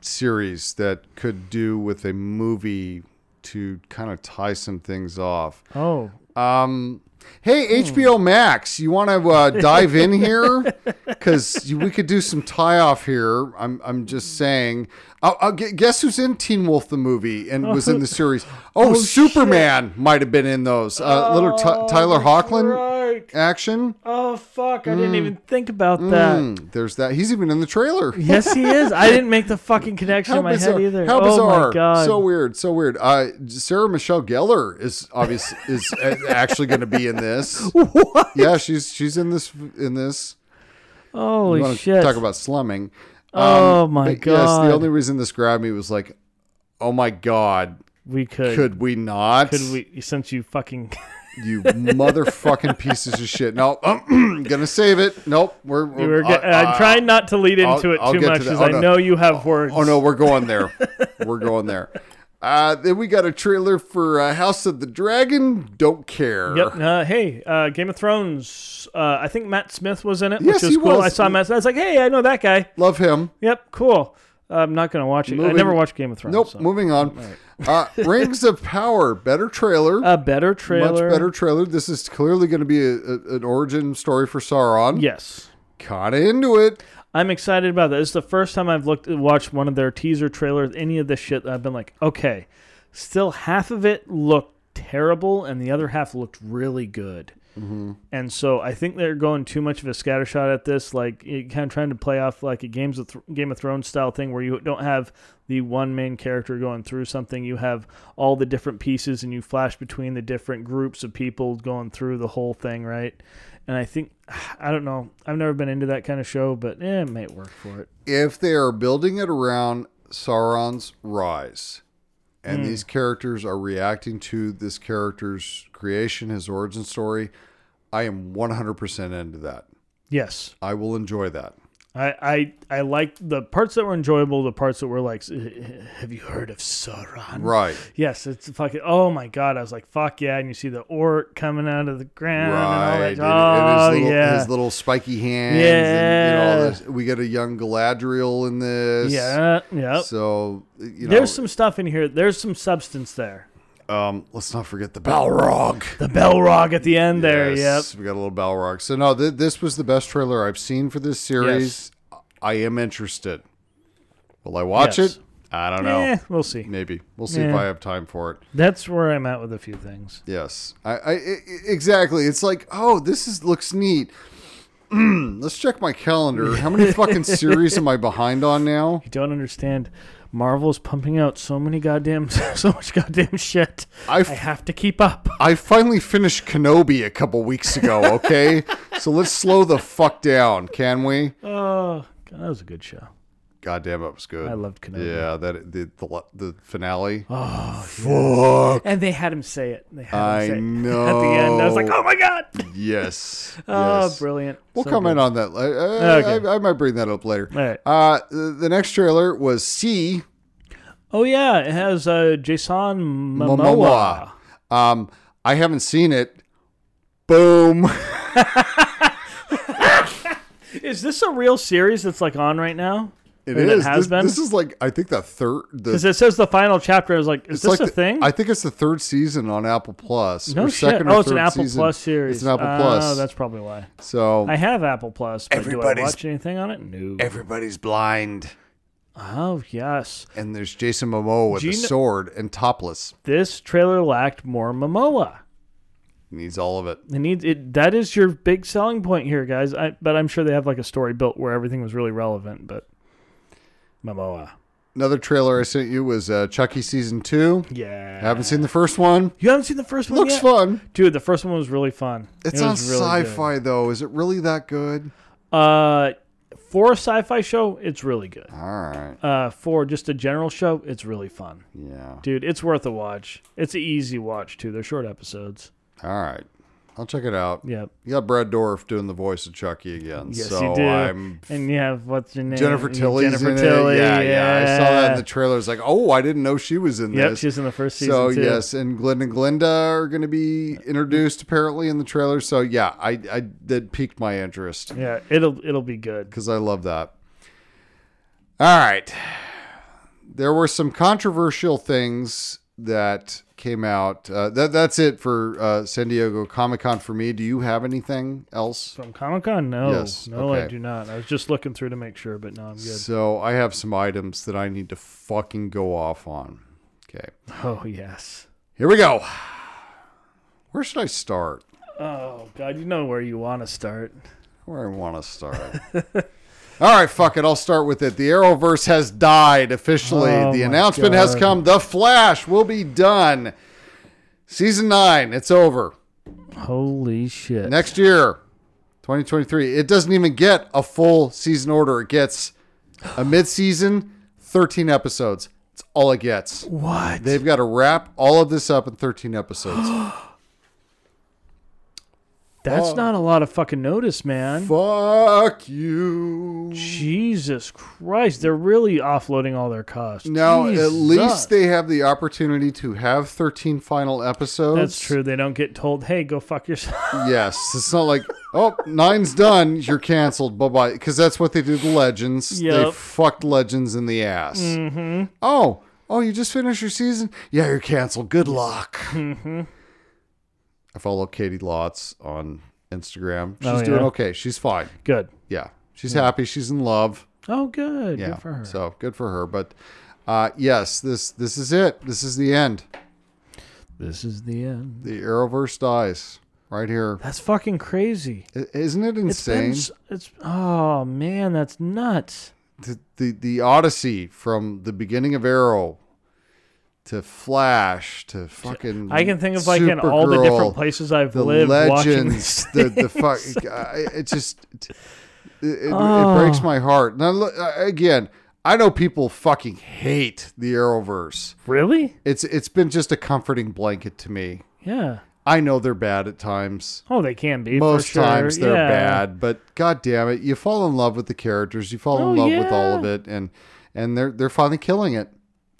S1: series that could do with a movie to kind of tie some things off.
S4: Oh,
S1: Um,
S4: Hmm.
S1: hey, HBO Max, you want to uh, dive in
S4: [laughs]
S1: here? Because we could do some tie off here. I'm, I'm just saying. I'll, I'll gu- guess who's in Teen Wolf the movie and was
S4: [laughs]
S1: in the series? Oh, Superman might have been in those. Uh, little
S4: Oh,
S1: Ty Tyler Hoechlin
S4: right.
S1: action.
S4: Oh fuck! I
S1: Mm.
S4: didn't even think about that.
S1: Hmm, there's that. He's even in the trailer.
S4: Yes, Uh, he is. I didn't make the fucking connection in my
S1: bizarre!
S4: head either.
S1: How
S4: oh
S1: bizarre!
S4: my god!
S1: So weird. So weird. Uh, Sarah Michelle Gellar is obvious is uh, actually going to be in this.
S4: [laughs] what?
S1: Yeah, she's she's in this in this.
S4: Holy
S1: wanna
S4: shit!
S1: Talk about slumming. Um,
S4: Oh my
S1: but Yes,
S4: God.
S1: the only reason this grabbed me was like, oh my god,
S4: we could,
S1: could we not?
S4: could we? Since you fucking [laughs]
S1: You motherfucking pieces of shit. No, [clears throat] I'm gonna save it. Nope, we're.
S4: You
S1: we're
S4: were ge-
S1: I-
S4: I'm
S1: I-
S4: trying not to lead into
S1: uh, I'll-
S4: it
S1: I'll
S4: too
S1: get to
S4: much
S1: that.
S4: because
S1: Oh,
S4: I
S1: no.
S4: know you have words.
S1: Oh no, we're going there. we're going
S4: [laughs]
S1: there. Uh, then we got a trailer for uh, House of the Dragon. Don't care.
S4: Yep. Uh, hey, uh, Game of Thrones. Uh, I think Matt Smith was in it,
S1: Yes,
S4: which was
S1: he
S4: cool.
S1: was.
S4: I saw Matt. I was like, hey, I know that guy.
S1: Love him.
S4: Yep. Cool. I'm not gonna watch it. I
S1: Moving-
S4: never watched Game of Thrones.
S1: Nope.
S4: so.
S1: Moving on. Uh, Rings of Power. Better trailer.
S4: A better Uh, trailer.
S1: Much better trailer. This is clearly going to be a, a- an origin story for Sauron.
S4: Yes.
S1: Kind of into it.
S4: I'm excited about that. It's the first time I've looked watched one of their teaser trailers, any of this shit. I've been like, okay, still half of it looked terrible, and the other half looked really good. And so I think they're going too much of a scattershot at this, like it- kind of trying to play off like a Games of Th- Game of Thrones style thing, where you don't have the one main character going through something. You have all the different pieces, and you flash between the different groups of people going through the whole thing, right? And I think [sighs] I don't know. I've never been into that kind of show, but eh, it might work for it.
S1: If they are building it around Sauron's rise,
S4: Hmm.
S1: and these characters are reacting to this character's creation, his origin story, I am 100% into that.
S4: Yes,
S1: I will enjoy that.
S4: I I I like the parts that were enjoyable, the parts that were like, "Eh, have you heard of Sauron?
S1: Right.
S4: Yes, it's fucking. Oh my god, I was like, fuck yeah, and you see the orc coming out of the ground
S1: Right.
S4: and all that.
S1: and his
S4: oh
S1: little,
S4: yeah,
S1: his little spiky hands. And, you know,
S4: Yeah.
S1: all this. We get a young Galadriel in this.
S4: yeah, yeah.
S1: So, you know,
S4: There's some stuff in here. There's some substance there.
S1: um, let's not forget the Balrog.
S4: The Belrog at the end there. Yep.
S1: Yes, We got a little Balrog. So no, th- this was the best trailer I've seen for this series. I am interested. Will I watch
S4: Yes.
S1: it? I don't know.
S4: Eh, we'll see.
S1: Maybe we'll see if
S4: Yeah.
S1: I have time for it.
S4: That's where I'm at with a few things.
S1: Yes, I, I, I exactly. It's like, oh, this is looks neat. [clears throat] Mm, let's check my calendar. How many
S4: [laughs]
S1: fucking series am I behind on now?
S4: You don't understand. Marvel's pumping out so many goddamn, [laughs] so much goddamn shit.
S1: I
S4: I
S1: f-
S4: have to keep up.
S1: I finally finished Kenobi a couple weeks ago.
S4: [laughs]
S1: Okay, so let's slow the fuck down, can we?
S4: Oh, God, that was a good show.
S1: God damn, it was good.
S4: I Oh, loved Kenobi.
S1: Yeah, that the the, the finale.
S4: And they had him say it. [laughs] They had
S1: I
S4: him say
S1: know.
S4: it. At the end, I was like, oh my God.
S1: yes.
S4: [laughs] Oh,
S1: yes.
S4: brilliant.
S1: We'll
S4: So
S1: comment
S4: good.
S1: on that. I, I,
S4: Okay.
S1: I, I might bring that up later.
S4: All right.
S1: Uh, the the next trailer was C
S4: Oh, yeah. It has uh, Jason Momoa.
S1: Momoa. Um, I haven't seen it.
S4: [laughs]
S1: Boom.
S4: Is this a real series that's like on right now?
S1: It
S4: Or
S1: is.
S4: that has
S1: this,
S4: been?
S1: this is like I think the third. The,
S4: Because it says the final chapter is like, is
S1: it's
S4: this
S1: like
S4: a
S1: the-
S4: thing?
S1: I think it's the third season on Apple Plus.
S4: no
S1: or
S4: shit.
S1: second or
S4: Oh, it's an
S1: third
S4: Apple
S1: season.
S4: Plus series.
S1: It's an Apple
S4: oh,
S1: Plus.
S4: that's probably why.
S1: so
S4: I have Apple Plus, but do I
S1: Everybody's-
S4: watch anything on it? No.
S1: everybody's blind,
S4: oh, yes.
S1: and there's Jason Momoa with
S4: Do
S1: a
S4: you kn-
S1: sword and topless.
S4: This trailer lacked more Momoa.
S1: He needs all of it.
S4: It needs it. That is your big selling point here, guys. I, but I'm sure they have like a story built where everything was really relevant. But Momoa,
S1: Another trailer I sent you was uh, Chucky season two.
S4: yeah.
S1: Haven't seen the first one.
S4: you haven't seen the first one
S1: Looks
S4: yet?
S1: fun.
S4: dude. The first one was really fun.
S1: It's
S4: It
S1: on
S4: was really good.
S1: sci-fi though. Is it really that good?
S4: Uh, for a sci-fi show, it's really good.
S1: All right.
S4: Uh, for just a general show, it's really fun,
S1: Yeah.
S4: dude. It's worth a watch. It's an easy watch too. They're short episodes.
S1: All right. I'll check it out.
S4: Yep.
S1: You got Brad Dorff doing the voice of Chucky again.
S4: Yes,
S1: so
S4: you do.
S1: I'm
S4: and you have what's your name?
S1: Jennifer Tilly's
S4: Jennifer
S1: in
S4: Tilly.
S1: it. Yeah, yeah, I saw that in
S4: yeah.
S1: the trailer. It's like, oh, I didn't know she was in
S4: Yep,
S1: this.
S4: she's in the first season.
S1: so
S4: too.
S1: yes, and Glenn and Glinda are going to be introduced apparently in the trailer. So yeah, I I that piqued my interest
S4: yeah, it'll it'll be good.
S1: because I love that. All right, there were some controversial things that came out. Uh, that that's it for uh, San Diego Comic Con for me. Do you have anything else?
S4: From Comic Con? No.
S1: Yes,
S4: No,
S1: okay.
S4: I do not. I was just looking through to make sure, but no, I'm good.
S1: So I have some items that I need to fucking go off on. Okay.
S4: Oh, yes.
S1: Here we go. Where should I start?
S4: Oh, God, you know where you want to start.
S1: Where I want to start. [laughs] All right, fuck it. I'll start with it. The Arrowverse has died officially.
S4: Oh
S1: the
S4: my
S1: announcement has
S4: God.
S1: come. The Flash will be done. Season nine, it's over.
S4: Holy shit.
S1: Next year, 2023. It doesn't even get a full season order. It gets a mid season, 13 episodes. It's all it gets.
S4: What? [gasps]
S1: They've got to wrap all of this up in 13 episodes.
S4: That's
S1: Fuck.
S4: not a lot of fucking notice, man.
S1: Fuck you.
S4: Jesus Christ, they're really offloading all their costs.
S1: Now, at
S4: Jesus.
S1: least they have the opportunity to have 13 final episodes.
S4: That's true. They don't get told, "Hey, go fuck yourself." [laughs]
S1: Yes. It's not like, oh, nine's done. You're canceled. Bye bye. Because that's what they do to Legends. They
S4: Yep.
S1: fucked Legends in the ass. Mm-hmm. Oh, oh, you just finished your season? Yeah, you're canceled. Good luck. Mm-hmm. I follow Katie Lotz on Instagram. She's
S4: Oh, yeah?
S1: doing okay. She's fine.
S4: Good.
S1: Yeah. She's happy. She's in love.
S4: Oh, good.
S1: Yeah.
S4: Good for her.
S1: So good for her. But uh, yes, this this is it. This is the end.
S4: this is the end.
S1: The Arrowverse dies right here.
S4: That's fucking crazy.
S1: I- Isn't it
S4: It's been
S1: insane?
S4: s- it's oh man, that's nuts.
S1: the, the the Odyssey from the beginning of Arrow to Flash to fucking
S4: I can think of like in all the
S1: Supergirl,
S4: different places I've
S1: the
S4: lived watching
S1: legends
S4: this.
S1: the the fuck I- it just it, it,
S4: Oh.
S1: it breaks my heart. Now look, uh, again, I know people fucking hate the Arrowverse.
S4: [laughs] Really?
S1: It's it's been just a comforting blanket to me.
S4: Yeah.
S1: I know they're bad at times.
S4: Oh, they can be. for
S1: Most
S4: sure.
S1: times they're
S4: Yeah.
S1: bad, but god damn it, you fall in love with the characters, you fall in
S4: Oh,
S1: love with all of
S4: yeah.
S1: it, and and they're they're finally killing it.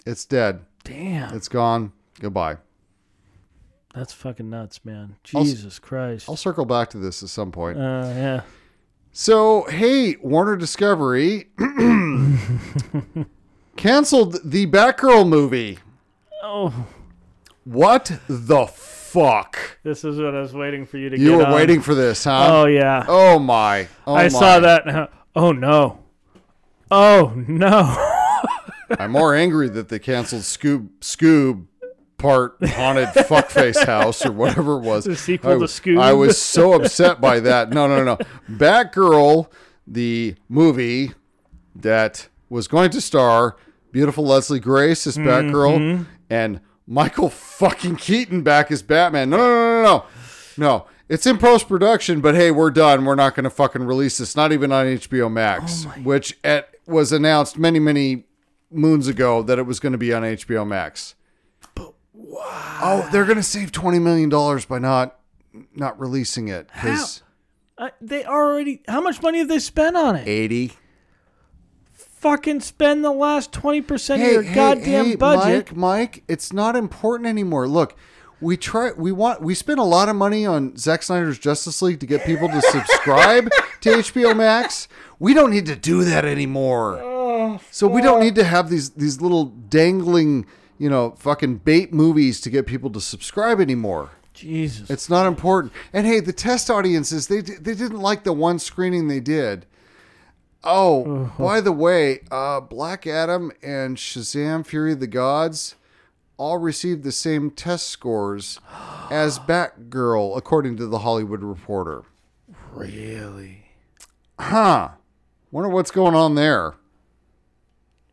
S1: It's dead.
S4: Damn,
S1: It's gone. Goodbye.
S4: that's fucking nuts, man.
S1: I'll s-
S4: Jesus Christ.
S1: I'll circle back to this at some point.
S4: uh, yeah.
S1: So hey, Warner Discovery [clears throat] canceled the Batgirl movie.
S4: Oh,
S1: What the fuck?
S4: this is what I was waiting for you to.
S1: You
S4: get
S1: were
S4: on.
S1: waiting for this, huh?
S4: Oh yeah.
S1: Oh my. Oh
S4: I
S1: my.
S4: saw that. [laughs] Oh no. Oh no. [laughs]
S1: I'm more angry that they canceled Scoob Scoob part haunted fuckface house or whatever it was.
S4: The sequel to
S1: I,
S4: Scoob.
S1: I was so upset by that. No, no, no, no. Batgirl, the movie that was going to star beautiful Leslie Grace as Batgirl and Michael fucking Keaton back as Batman. No, no, no, no, no. No. It's in post production, but hey, we're done. We're not going to fucking release this. Not even on HBO Max, which at, was announced many, many moons ago that it was going to be on HBO Max. But wow. Oh, they're going to save $20 million by not not releasing it because
S4: Uh, they already. How much money have they spent on it?
S1: 80
S4: Fucking spend the last twenty percent of your goddamn
S1: Mike,
S4: budget.
S1: Mike, it's not important anymore. Look, we try we want we spent a lot of money on Zack Snyder's Justice League to get people to
S4: [laughs]
S1: subscribe to HBO Max. We don't need to do that anymore.
S4: Oh,
S1: so we don't need to have these these little dangling, you know, fucking bait movies to get people to subscribe anymore.
S4: Jesus.
S1: It's not important. And hey, the test audiences, they they didn't like the one screening they did. Oh, by the way, uh, Black Adam and Shazam Fury of the Gods all received the same test scores as Batgirl, according to the Hollywood Reporter. [clears throat]
S4: really
S1: Huh. Wonder what's going on there.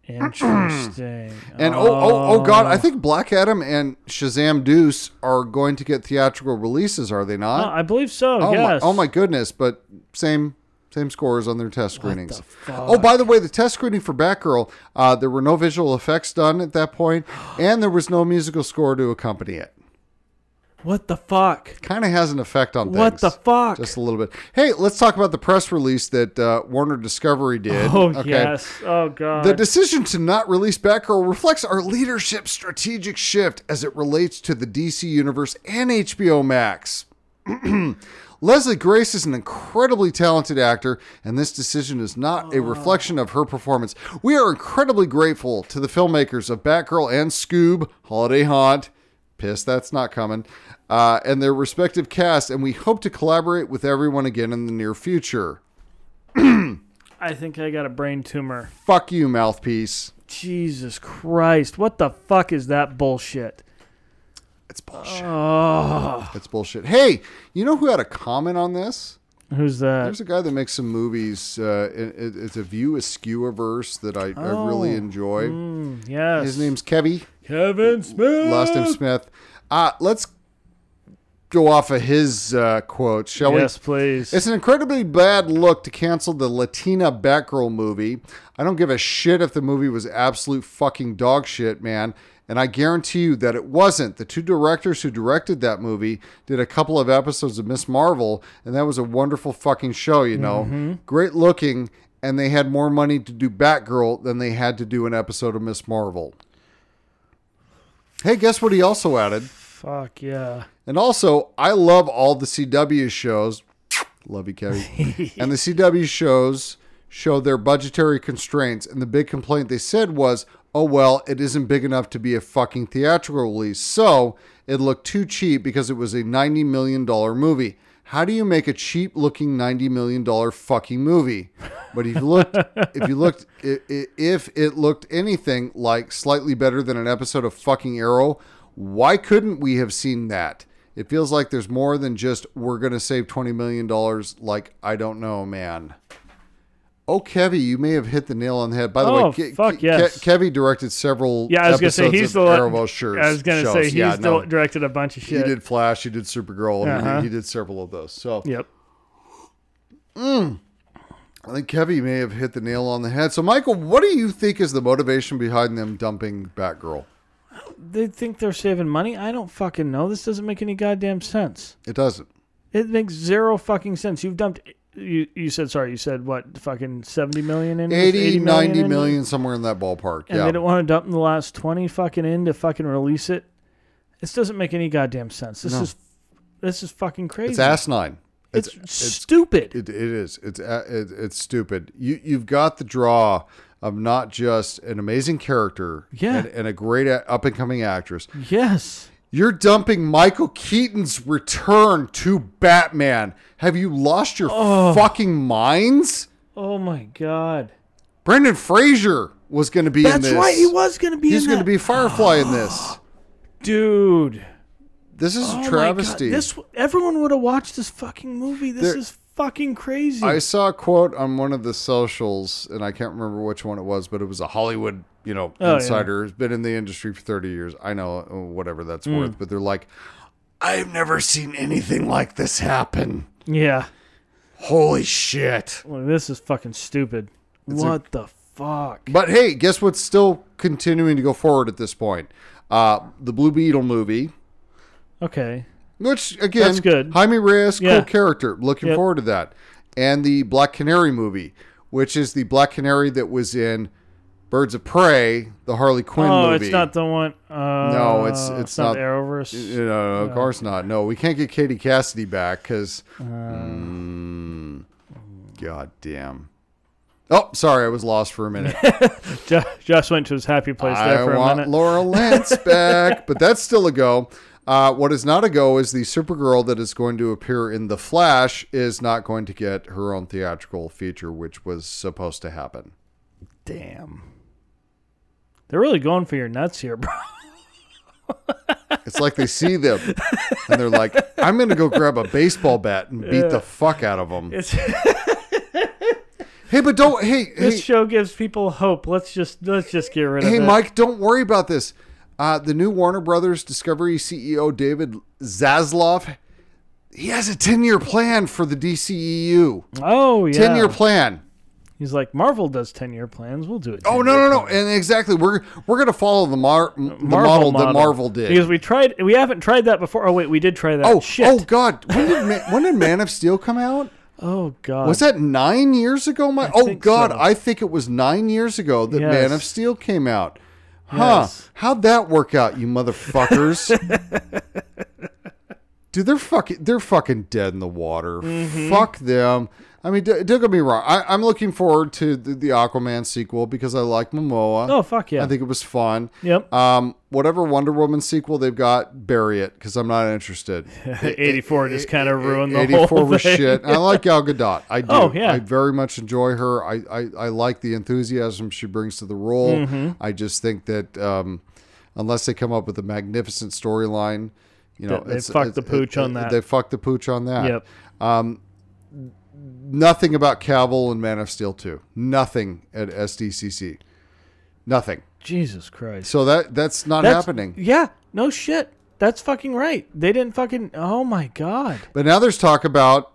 S4: interesting.
S1: And oh, oh, oh, God, I think Black Adam and Shazam Deuce are going to get theatrical releases, are they not?
S4: Oh, I believe so.
S1: Oh,
S4: yes.
S1: my, oh my goodness! But same same scores on their test screenings.
S4: the
S1: Oh, by the way, the test screening for Batgirl, uh, there were no visual effects done at that
S4: [gasps]
S1: point, and there was no musical score to accompany it.
S4: What the fuck?
S1: Kind of has an effect on
S4: What
S1: things.
S4: the fuck?
S1: Just a little bit. Hey, let's talk about the press release that uh, Warner Discovery did.
S4: Oh yes. Oh god.
S1: The decision to not release Batgirl reflects our leadership strategic shift as it relates to the DC Universe and HBO Max. [clears throat] Leslie Grace is an incredibly talented actor, and this decision is not a reflection of her performance. We are incredibly grateful to the filmmakers of Batgirl and Scoob, Holiday Haunt, piss that's not coming, uh, and their respective cast, and we hope to collaborate with everyone again in the near future.
S4: I think I got a brain tumor.
S1: Fuck you, mouthpiece.
S4: Jesus Christ. What the fuck is that bullshit?
S1: It's bullshit.
S4: Oh.
S1: That's bullshit. Hey, you know who had a comment on this?
S4: Who's that?
S1: There's a guy that makes some movies. Uh, it, it- it's a View Askew verse that I, I really
S4: Oh.
S1: enjoy.
S4: Hmm, Yes.
S1: His name's Kevy,
S4: Kevin Smith.
S1: last name Smith. Uh, let's go off of his uh, quote, shall we?
S4: yes, please.
S1: It's an incredibly bad look to cancel the Latina Batgirl movie. I don't give a shit if the movie was absolute fucking dog shit, man. And I guarantee you that it wasn't. The two directors who directed that movie did a couple of episodes of Miss Marvel, and that was a wonderful fucking show, you know. Great looking, and they had more money to do Batgirl than they had to do an episode of Miss Marvel. Hey, guess what he also added?
S4: Fuck yeah.
S1: And also, I love all the CW shows. Love you, Kevin. and the CW shows show their budgetary constraints. And the big complaint they said was, oh, well, it isn't big enough to be a fucking theatrical release. So it looked too cheap because it was a $90 million movie. How do you make a cheap looking $90 million fucking movie? But if you looked, if you looked, i- i- if it looked anything like slightly better than an episode of fucking Arrow, why couldn't we have seen that? It feels like there's more than just we're going to save $20 million. Like, I don't know, man. Oh, Kevy, you may have hit the nail on the head. By the
S4: Oh,
S1: way, Ke-
S4: fuck
S1: Ke-
S4: yes.
S1: Ke- Kevy directed several
S4: Yeah, I was gonna say
S1: episodes
S4: he's
S1: of
S4: the.
S1: Arrow shows.
S4: I was gonna say
S1: shows.
S4: he's
S1: yeah,
S4: the,
S1: no,
S4: directed a bunch of
S1: He
S4: shit.
S1: did Flash, he did Supergirl, and
S4: Uh-huh.
S1: he, he did several of those. So
S4: Yep.
S1: I think Kevy may have hit the nail on the head. So, Michael, what do you think is the motivation behind them dumping Batgirl?
S4: They think they're saving money. I don't fucking know. This doesn't make any goddamn sense.
S1: It doesn't.
S4: It makes zero fucking sense. You've dumped. You you said sorry. You said what? Fucking seventy million in this?
S1: 80,
S4: 80
S1: 90
S4: in
S1: million,
S4: this?
S1: somewhere in that ballpark.
S4: and
S1: yeah.
S4: they don't want to dump in the last 20 fucking in to fucking release it. This doesn't make any goddamn sense. This is this is fucking crazy.
S1: It's asinine.
S4: It's
S1: It's,
S4: stupid.
S1: it, it is. It's a- it, it's stupid. You you've got the draw of not just an amazing character
S4: Yeah.
S1: and, and a great up and coming actress.
S4: yes.
S1: You're dumping Michael Keaton's return to Batman. Have you lost your fucking minds?
S4: Oh my god.
S1: Brendan Fraser was going to be in
S4: That's
S1: this.
S4: right. He was going to be
S1: He's
S4: in
S1: going to
S4: that.
S1: be Firefly in
S4: [gasps]
S1: this.
S4: dude.
S1: This is
S4: Oh
S1: a
S4: my
S1: travesty.
S4: God. This everyone would have watched this fucking movie. This
S1: There-
S4: is fucking crazy.
S1: I saw a quote on one of the socials, and I can't remember which one it was, but it was a Hollywood, you know,
S4: Oh, yeah.
S1: insider who's been in the industry for 30 years. I know uh, whatever that's
S4: Hmm.
S1: worth, but they're like, I've never seen anything like this happen.
S4: yeah.
S1: Holy shit.
S4: Well, this is fucking stupid. What the fuck?
S1: But hey, guess what's still continuing to go forward at this point? Uh, the Blue Beetle movie,
S4: Okay.
S1: which again,
S4: That's good.
S1: Jaime Reyes,
S4: Yeah.
S1: cool character. Looking
S4: Yep.
S1: forward to that. And the Black Canary movie, which is the Black Canary that was in Birds of Prey, the Harley Quinn
S4: oh,
S1: movie.
S4: it's not the one. Uh,
S1: No, it's- it's
S4: not,
S1: not-
S4: the Arrowverse.
S1: You know, Uh, of course not. No, we can't get Katie Cassidy back because.
S4: Uh.
S1: God damn. Oh, sorry, I was lost for a minute.
S4: Jo- Josh went to his happy place there
S1: I
S4: for a
S1: want
S4: minute. [laughs]
S1: Laura Lance back, but that's still a go. Uh, what is not a go is the Supergirl that is going to appear in The Flash is not going to get her own theatrical feature, which was supposed to happen.
S4: Damn. They're really going for your nuts here, bro.
S1: It's like they see them and they're like, I'm going to go grab a baseball bat and beat the fuck out of them.
S4: It's,
S1: Hey, but don't, hey, hey,
S4: [laughs] this show gives people hope. Let's just let's just get rid of
S1: hey,
S4: it.
S1: Mike, don't worry about this. Uh, the new Warner Brothers Discovery CEO, David Zasloff, he has a 10 year plan for the DCEU.
S4: Oh yeah.
S1: 10 year plan.
S4: He's like Marvel does ten year plans. We'll do it.
S1: Oh no no no! And exactly, we're we're gonna follow the, mar- the model, that Marvel did.
S4: because we tried. We haven't tried that before. Oh wait, we did try that.
S1: oh
S4: shit.
S1: oh God! When did Ma- when did Man of Steel come out?
S4: Oh, god.
S1: Was that nine years ago? My oh
S4: think
S1: God!
S4: so.
S1: I think it was nine years ago that
S4: Yes.
S1: Man of Steel came out. Huh?
S4: Yes.
S1: How'd that work out, you
S4: [laughs]
S1: motherfuckers? Dude, they're fucking they're fucking dead in the water.
S4: Mm-hmm.
S1: Fuck them. I mean, d- don't get me wrong. I, I'm looking forward to the, the Aquaman sequel because I like Momoa.
S4: Oh fuck yeah. [laughs]
S1: I think it was fun.
S4: Yep.
S1: Um, whatever Wonder Woman sequel they've got, bury it because I'm not
S4: [laughs]
S1: interested.
S4: Eighty four
S1: [laughs]
S4: just kind of ruined the
S1: 84
S4: whole
S1: was
S4: thing.
S1: shit. And I like Gal Gadot.
S4: [laughs]
S1: I do.
S4: Oh, yeah.
S1: I very much enjoy her. I, I, I like the enthusiasm she brings to the role.
S4: Mm-hmm.
S1: I just think that um, unless they come up with a magnificent storyline, you know,
S4: They- they fucked the pooch on that.
S1: They fucked the pooch on that.
S4: [laughs] Yep.
S1: Nothing about Cavill and Man of Steel 2. Nothing at SDCC. Nothing.
S4: Jesus Christ.
S1: So that that's not
S4: That's-
S1: happening.
S4: Yeah. No shit. That's fucking right. They didn't fucking. Oh my god.
S1: But now there's talk about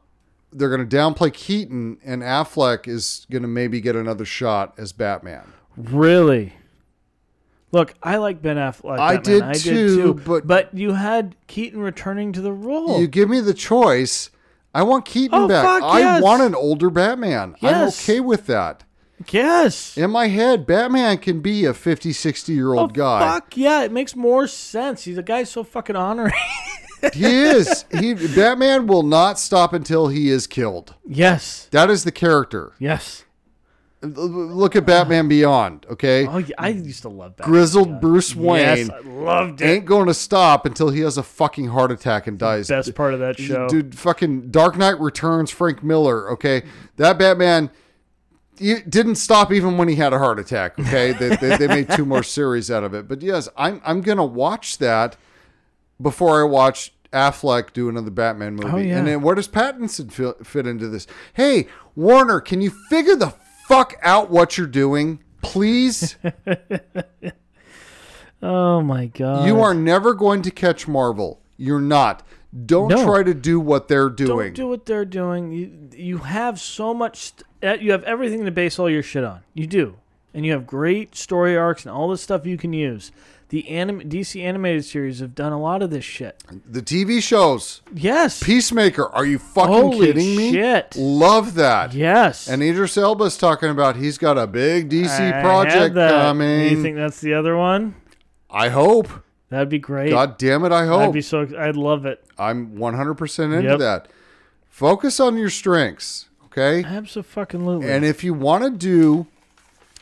S1: they're going to downplay Keaton and Affleck is going to maybe get another shot as Batman.
S4: Really? Look, I like Ben Affleck.
S1: I
S4: Batman.
S1: did
S4: I
S1: too, but-
S4: but you had Keaton returning to the role.
S1: You give me the choice. I want Keaton
S4: Oh,
S1: back.
S4: fuck,
S1: I
S4: yes.
S1: want an older Batman.
S4: Yes.
S1: I'm okay with that.
S4: yes.
S1: In my head, Batman can be a 50, 60 year
S4: oh
S1: old guy.
S4: fuck yeah! It makes more sense. He's a guy so fucking honoring. [laughs]
S1: He is. He, Batman will not stop until he is killed.
S4: yes.
S1: That is the character.
S4: Yes.
S1: L- Look at Batman Beyond, okay?
S4: Oh, yeah, I used to love that.
S1: Grizzled Bruce Wayne
S4: Yes, I loved it.
S1: ain't going to stop until he has a fucking heart attack and dies.
S4: Best part of that show.
S1: Dude, fucking Dark Knight Returns, Frank Miller. Okay, that Batman he didn't stop even when he had a heart attack. Okay, they, they, they made two more series out of it. But yes, I'm I'm gonna watch that before I watch Affleck do another Batman movie.
S4: Oh, yeah.
S1: And then where does Pattinson fi- fit into this? Hey, Warner, can you figure the fuck out what you're doing?
S4: [laughs]
S1: Please,
S4: oh my god.
S1: you are never going to catch Marvel. You're not. Don't
S4: No.
S1: try to do what they're
S4: Don't
S1: doing.
S4: do what they're doing. You you have so much. St- eh, you have everything to base all your shit on. You do, and you have great story arcs and all this stuff you can use. The anim- DC animated series have done a lot of this shit.
S1: the TV shows.
S4: Yes.
S1: Peacemaker, are you fucking
S4: Holy
S1: kidding me?
S4: shit.
S1: Love that.
S4: yes.
S1: And Idris Elba's talking about he's got a big
S4: I
S1: DC
S4: had
S1: project
S4: that.
S1: coming.
S4: You think that's the other one?
S1: I hope.
S4: That'd be great.
S1: God damn it, I
S4: I'd
S1: hope.
S4: be so. ex- I'd love it.
S1: I'm 100% into
S4: Yep.
S1: that. Focus on your strengths, okay?
S4: Absolutely.
S1: And if you want to do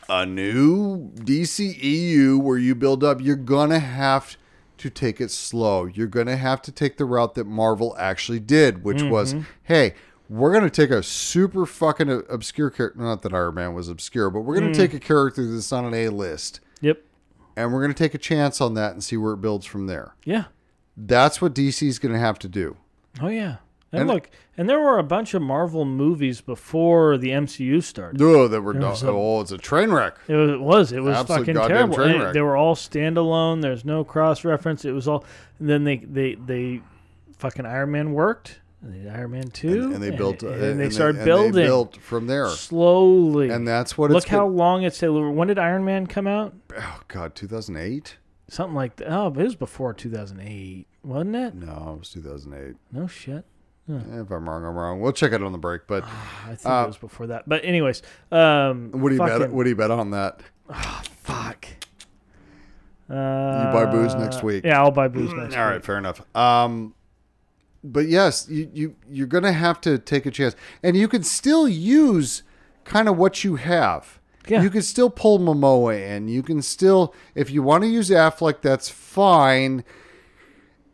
S1: a new DCEU where you build up, you're going to have to take it slow. You're going to have to take the route that Marvel actually did, which
S4: Mm-hmm.
S1: was, hey, we're going to take a super fucking uh, obscure character. Not that Iron Man was obscure, but we're going
S4: Mm.
S1: to take a character that's on an A list
S4: yep.
S1: and we're going to take a chance on that and see where it builds from there.
S4: Yeah.
S1: That's what DC's going to have to do.
S4: Oh yeah. And,
S1: And-
S4: look, and there were a bunch of Marvel movies before the MCU started.
S1: Oh, that we're done.
S4: a-
S1: Oh, it's a train wreck.
S4: It was, it was, it was
S1: Absolute
S4: fucking
S1: goddamn
S4: terrible.
S1: train
S4: And
S1: wreck.
S4: They were all standalone. There's no cross reference. It was all. And then they they they fucking Iron Man worked. And they did Iron Man two.
S1: And they built,
S4: And,
S1: uh,
S4: they started
S1: and
S4: building
S1: built from there.
S4: slowly.
S1: And that's what
S4: look
S1: it's
S4: how
S1: gonna-
S4: long it's taken. When did Iron Man come out?
S1: oh god 2008
S4: Something like that. Oh, but it was before 2008, wasn't it?
S1: no it was 2008
S4: No shit.
S1: Eh, if i'm wrong i'm wrong we'll check it on the break but
S4: I think it was before that. But anyways, um,
S1: Uh, what do you bet
S4: fucking-
S1: what do you bet on that
S4: Fuck. Uh,
S1: buy booze next week.
S4: Yeah, I'll
S1: [clears throat]
S4: buy booze next
S1: all
S4: week.
S1: right fair enough um but yes you, you you're gonna have to take a chance and you can still use kind of what you have
S4: Yeah.
S1: You can still pull Momoa in. You can still, if you want to use Affleck, that's fine.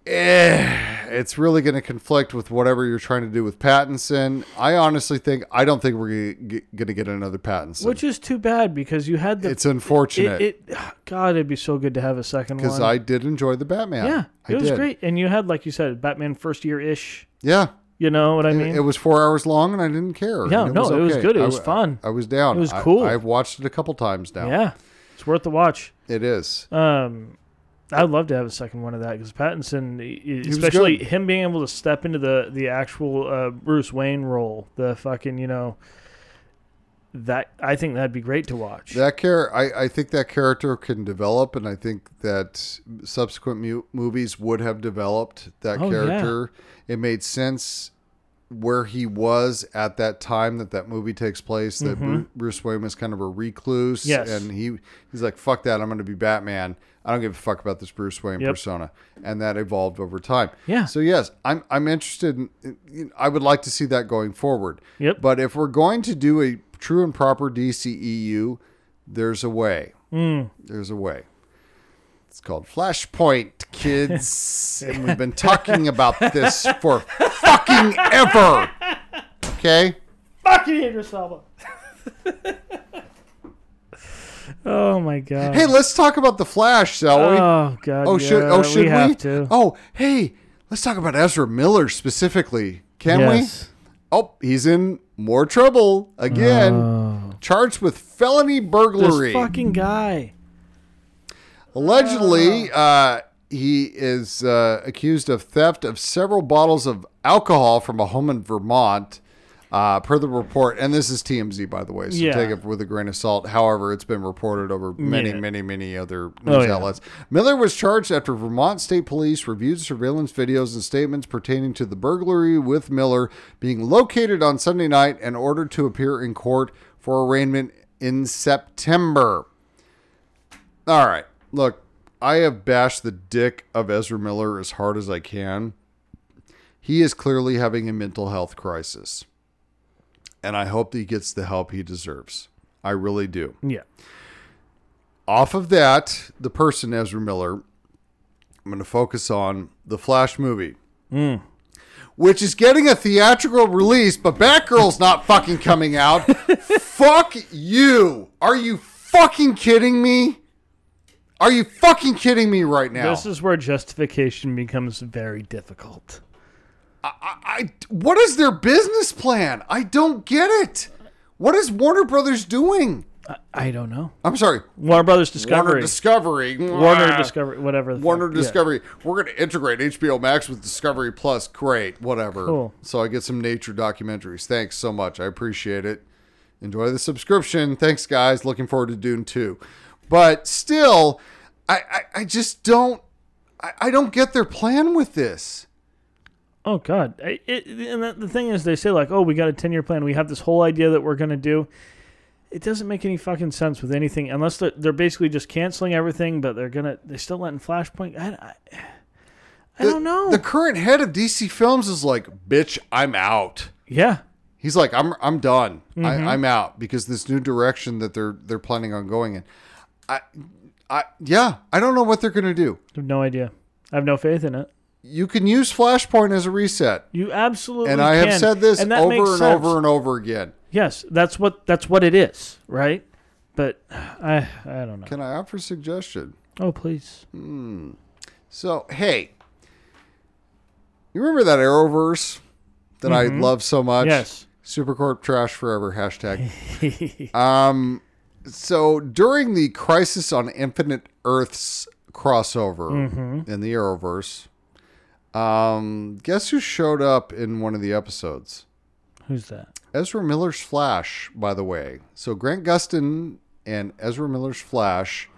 S1: Eh, it's really going to conflict with whatever you're trying to do with Pattinson. I honestly think I don't think we're going to get another Pattinson.
S4: Which is too bad because you had the
S1: it's unfortunate
S4: It, [sighs] it, God, it'd be so good to have a second
S1: because
S4: one.
S1: I did enjoy the Batman.
S4: yeah,
S1: I
S4: it was
S1: did.
S4: great, and you had like you said, Batman first year ish.
S1: Yeah,
S4: You know what I
S1: And
S4: mean?
S1: it was four hours long, and I didn't care.
S4: Yeah,
S1: and
S4: no, it was good. It
S1: I
S4: was
S1: w-
S4: fun.
S1: I, was down.
S4: It was
S1: I-
S4: cool.
S1: I've watched it a couple times now.
S4: yeah, it's worth the watch.
S1: it is.
S4: Um, I'd love to have a second one of that because Pattinson, e-
S1: was
S4: especially
S1: good.
S4: him being able to step into the the actual uh, Bruce Wayne role, the fucking you know, that I think that'd be great to watch.
S1: That care, I, I think that character can develop, and I think that subsequent mu- movies would have developed that
S4: Oh, yeah.
S1: character. It made sense where he was at that time that that movie takes place. That Bru- Bruce Wayne was kind of a recluse,
S4: Mm-hmm. Yes.
S1: and he he's like, "Fuck that! I'm going to be Batman. I don't give a fuck about this Bruce Wayne
S4: Yep.
S1: persona." And that evolved over time.
S4: Yeah.
S1: So yes, I'm I'm interested. In, in- I would like to see that going forward.
S4: Yep.
S1: But if we're going to do a true and proper DCEU, there's a way.
S4: Hmm.
S1: There's a way. It's called Flashpoint,
S4: [laughs]
S1: kids. and we've been talking about this for fucking ever. Okay?
S4: Fucking Idris Elba. [laughs] oh my god.
S1: Hey, let's talk about the Flash, shall we?
S4: oh god.
S1: oh, should
S4: yeah,
S1: oh should we?
S4: have to?
S1: Oh, hey, let's talk about Ezra Miller specifically. Can we?
S4: yes.
S1: Oh, he's in more trouble again.
S4: Oh.
S1: Charged with felony burglary.
S4: This fucking guy. Oh.
S1: Allegedly, uh, he is uh, accused of theft of several bottles of alcohol from a home in Vermont, uh, per the report. And this is TMZ, by the way, so
S4: Yeah.
S1: take it with a grain of salt. However, it's been reported over many,
S4: Yeah.
S1: many, many other news
S4: yeah.
S1: outlets. Miller was charged after Vermont State Police reviewed surveillance videos and statements pertaining to the burglary with Miller being located on Sunday night and ordered to appear in court for arraignment in September. All right. Look, I have bashed the dick of Ezra Miller as hard as I can. He is clearly having a mental health crisis. And I hope that he gets the help he deserves. I really do.
S4: Yeah.
S1: Off of that, the person, Ezra Miller, I'm going to focus on the Flash movie,
S4: Hmm.
S1: which is getting a theatrical release, but Batgirl's
S4: [laughs]
S1: not fucking coming out. Fuck you. Are you fucking kidding me? Are you fucking kidding me right now?
S4: This is where justification becomes very difficult.
S1: I what is their business plan? I don't get it. What is Warner Brothers doing?
S4: I don't know.
S1: I'm sorry,
S4: Warner Brothers
S1: Warner
S4: Discovery.
S1: Discovery.
S4: Warner Discovery, whatever. the
S1: Warner
S4: fuck. Yeah.
S1: Discovery. We're going to integrate HBO Max with Discovery Plus. Great, whatever.
S4: Cool.
S1: So I get some nature documentaries. Thanks so much. I appreciate it. Enjoy the subscription. Thanks, guys. Looking forward to Dune 2. But still, I, I, I just don't. I, I don't get their plan with this.
S4: Oh God! I- It, and the- the thing is, they say like, "Oh, we got a ten-year plan. We have this whole idea that we're going to do." It doesn't make any fucking sense with anything unless they're, they're basically just canceling everything, but they're gonna they're still letting Flashpoint. I, I, I
S1: The-
S4: don't know.
S1: The current head of DC Films is like, bitch, I'm out.
S4: yeah,
S1: He's like, I'm I'm done.
S4: Mm-hmm.
S1: I, I'm out because this new direction that they're they're planning on going in. I I yeah, I don't know what they're gonna do.
S4: I have no idea. I have no faith in it.
S1: You can use Flashpoint as a reset.
S4: You absolutely
S1: And I have
S4: can.
S1: said this
S4: And that
S1: over and
S4: makes sense.
S1: over and over again.
S4: Yes, that's what that's what it is, right? But I I don't know.
S1: Can I offer a suggestion?
S4: oh please.
S1: So, hey. You remember that Arrowverse that I love so much?
S4: Mm-hmm. Yes.
S1: Supercorp trash forever hashtag.
S4: [laughs]
S1: um, so during the Crisis on Infinite Earths crossover
S4: Mm-hmm.
S1: in the Arrowverse, um, guess who showed up in one of the episodes?
S4: Who's that?
S1: Ezra Miller's Flash, by the way. So Grant Gustin and Ezra Miller's Flash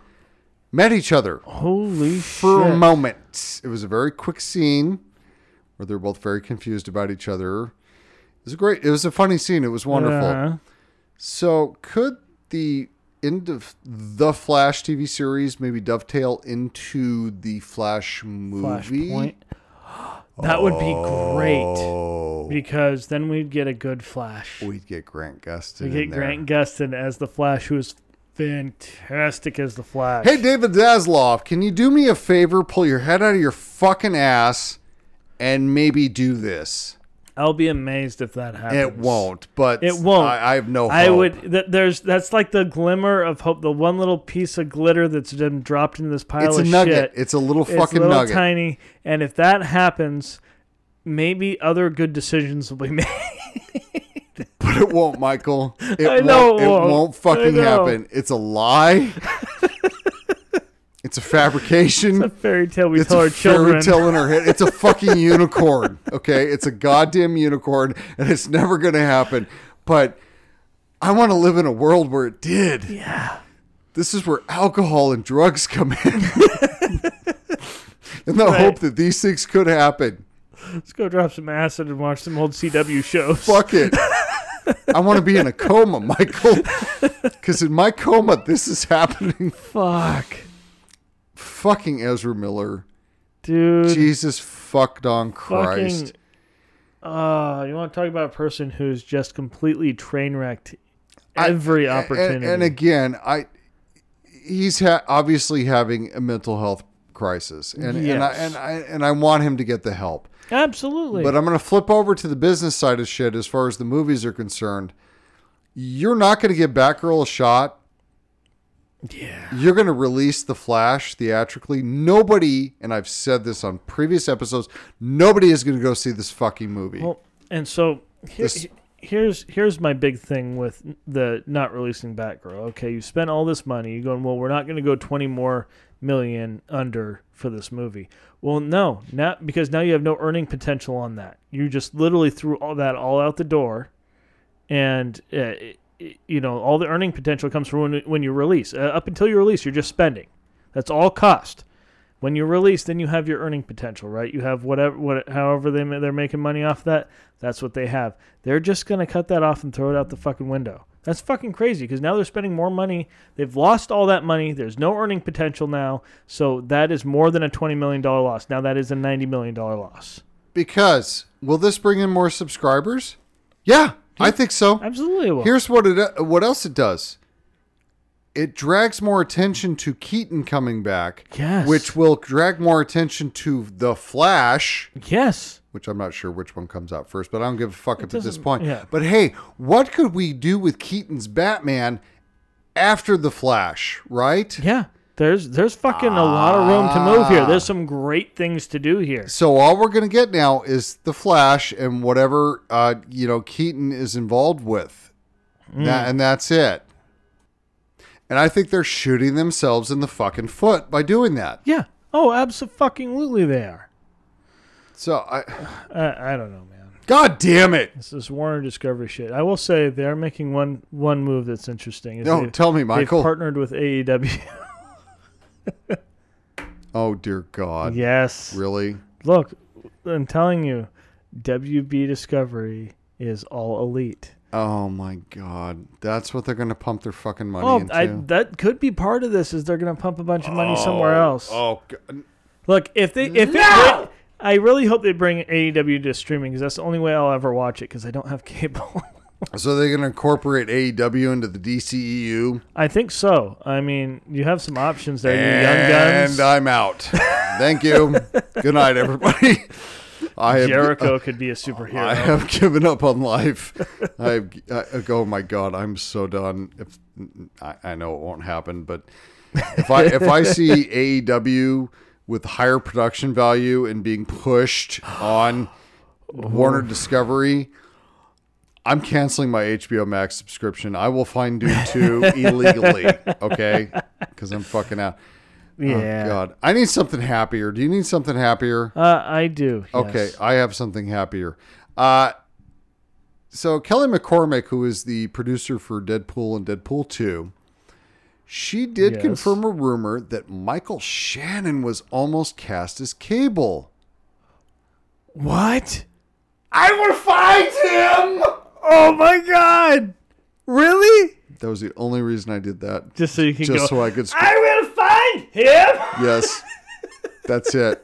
S1: met each other
S4: Holy
S1: for
S4: Oh, shit!
S1: a moment. It was a very quick scene where they're both very confused about each other. It was a great. It was a funny scene. It was wonderful.
S4: Uh-huh.
S1: So could the end of the Flash TV series maybe dovetail into the Flash movie?
S4: Flashpoint. That would be great because then we'd get a good Flash.
S1: Oh. We'd get Grant Gustin.
S4: We
S1: in
S4: get
S1: there.
S4: Grant Gustin as the Flash, who is fantastic as the Flash.
S1: Hey, David Zasloff, can you do me a favor? Pull your head out of your fucking ass and maybe do this.
S4: I'll be amazed if that happens.
S1: It won't, but
S4: It won't.
S1: I, I have no. Oh, Hope.
S4: I would. That, there's that's like the glimmer of hope, the one little piece of glitter that's been dropped into this pile
S1: It's a
S4: of
S1: nugget.
S4: shit.
S1: It's a little fucking
S4: little
S1: nugget.
S4: tiny, and if that happens, maybe other good decisions will be [laughs] made.
S1: But it won't,
S4: [laughs]
S1: Michael. It
S4: I know
S1: won't.
S4: it
S1: It
S4: won't.
S1: won't
S4: I
S1: fucking
S4: know.
S1: happen. It's a
S4: [laughs]
S1: lie. it's a fabrication.
S4: a fairy tale we
S1: It's
S4: tell
S1: a
S4: our
S1: fairy
S4: children.
S1: tale in our head. It's a
S4: [laughs]
S1: fucking unicorn. Okay, it's a goddamn unicorn, and it's never gonna happen. But I want to live in a world where it did. Yeah. This is where alcohol and drugs come in, [laughs] in the hope that these things could happen.
S4: Let's go drop some acid and watch some old CW shows.
S1: Fuck it. I want to be in a coma,
S4: [laughs]
S1: Michael. Because in my coma, this is happening.
S4: Fuck.
S1: Fucking Ezra Miller.
S4: dude.
S1: Jesus fucked on Christ.
S4: fucking. Uh, you want to talk about a person who's just completely train wrecked every
S1: A-
S4: opportunity.
S1: And, and again, I he's ha- obviously having a mental health crisis, and and, I,
S4: Yes.
S1: and I and I want him to get the help.
S4: Absolutely.
S1: But I'm going to flip over to the business side of shit as far as the movies are concerned. You're not going to give Batgirl a shot. Yeah. You're going to release The Flash theatrically. Nobody, and I've said this on previous episodes, nobody is going to go see this fucking movie.
S4: well, and so here,
S1: This-
S4: here's here's my big thing with the not releasing Batgirl. Okay, you spent all this money. You're going, well, we're not going to go 20 more million under for this movie. Well, no, not because now you have no earning potential on that. You just literally threw all that all out the door, and uh, it- it- you know all the earning potential comes from when, when you release. Uh, up until you release, you're just spending. That's all cost. When you release, then you have your earning potential, right? You have whatever, what, however they ma- they're making money off that. That's what they have. They're just gonna cut that off and throw it out the fucking window. That's fucking crazy because now they're spending more money. They've lost all that money. There's no earning potential now, so that is more than a twenty million dollar loss. Now that is a ninety million dollar loss.
S1: Because will this bring in more subscribers? Yeah, I think so.
S4: Absolutely. Well,
S1: Here's what it what else it does. It drags more attention to Keaton coming back,
S4: Yes.
S1: which will drag more attention to the Flash,
S4: yes.
S1: which I'm not sure which one comes out first, but I don't give a fuck up at this
S4: doesn't-
S1: point.
S4: yeah.
S1: But hey, what could we do with Keaton's Batman after the Flash, right?
S4: Yeah. There's there's fucking a lot of room
S1: Ah.
S4: to move here. There's some great things to do here.
S1: So all we're gonna get now is the Flash and whatever uh, you know Keaton is involved with,
S4: Hmm.
S1: Tha- and that's it. And I think they're shooting themselves in the fucking foot by doing that.
S4: Yeah. Oh, absolutely they are.
S1: So I,
S4: I, I don't know, man.
S1: God damn it!
S4: This is Warner Discovery shit. I will say they are making one one move that's interesting. is
S1: No,
S4: they've-
S1: tell me, Michael.
S4: They've partnered with E AEW.
S1: Oh dear God!
S4: [laughs] yes.
S1: Really?
S4: Look, I'm telling you, WB Discovery is all elite.
S1: Oh my God! That's what they're gonna pump their fucking money
S4: Oh,
S1: into.
S4: I, that could be part of this. Is they're going to pump a bunch of money somewhere else?
S1: oh, God.
S4: Look, if they if it, I really hope they bring AEW to streaming because that's the only way I'll ever watch it because I don't have [laughs] cable.
S1: so they're gonna incorporate AEW into the E DCEU,
S4: I think so. I mean, you have some options there. You young guns.
S1: and I'm out. Thank
S4: [laughs]
S1: you. Good night, everybody. [laughs] I have, uh, [laughs]
S4: Jericho could be a superhero.
S1: I have [laughs] given up on life. I've, I, oh my god, I'm so done. If I, I know it won't happen, but if I if I
S4: [laughs]
S1: see AEW with higher production value and being pushed on
S4: Oh.
S1: Warner Discovery, I'm canceling my HBO Max subscription. I will find
S4: [laughs]
S1: Doom 2 illegally, okay? Because I'm fucking out.
S4: yeah.
S1: Oh, God, I need something happier. Do you need something happier?
S4: Uh, I do.
S1: Okay,
S4: yes.
S1: I have something happier. Uh, so Kelly McCormick, who is the producer for Deadpool and Deadpool Two, she did
S4: Yes.
S1: confirm a rumor that Michael Shannon was almost cast as Cable.
S4: What?
S1: I will find him.
S4: Oh my God! Really?
S1: That was the only reason I did that,
S4: Just so you can
S1: just
S4: go. "Ah!"
S1: so I could. Sc-
S4: will find him.
S1: yes, that's it.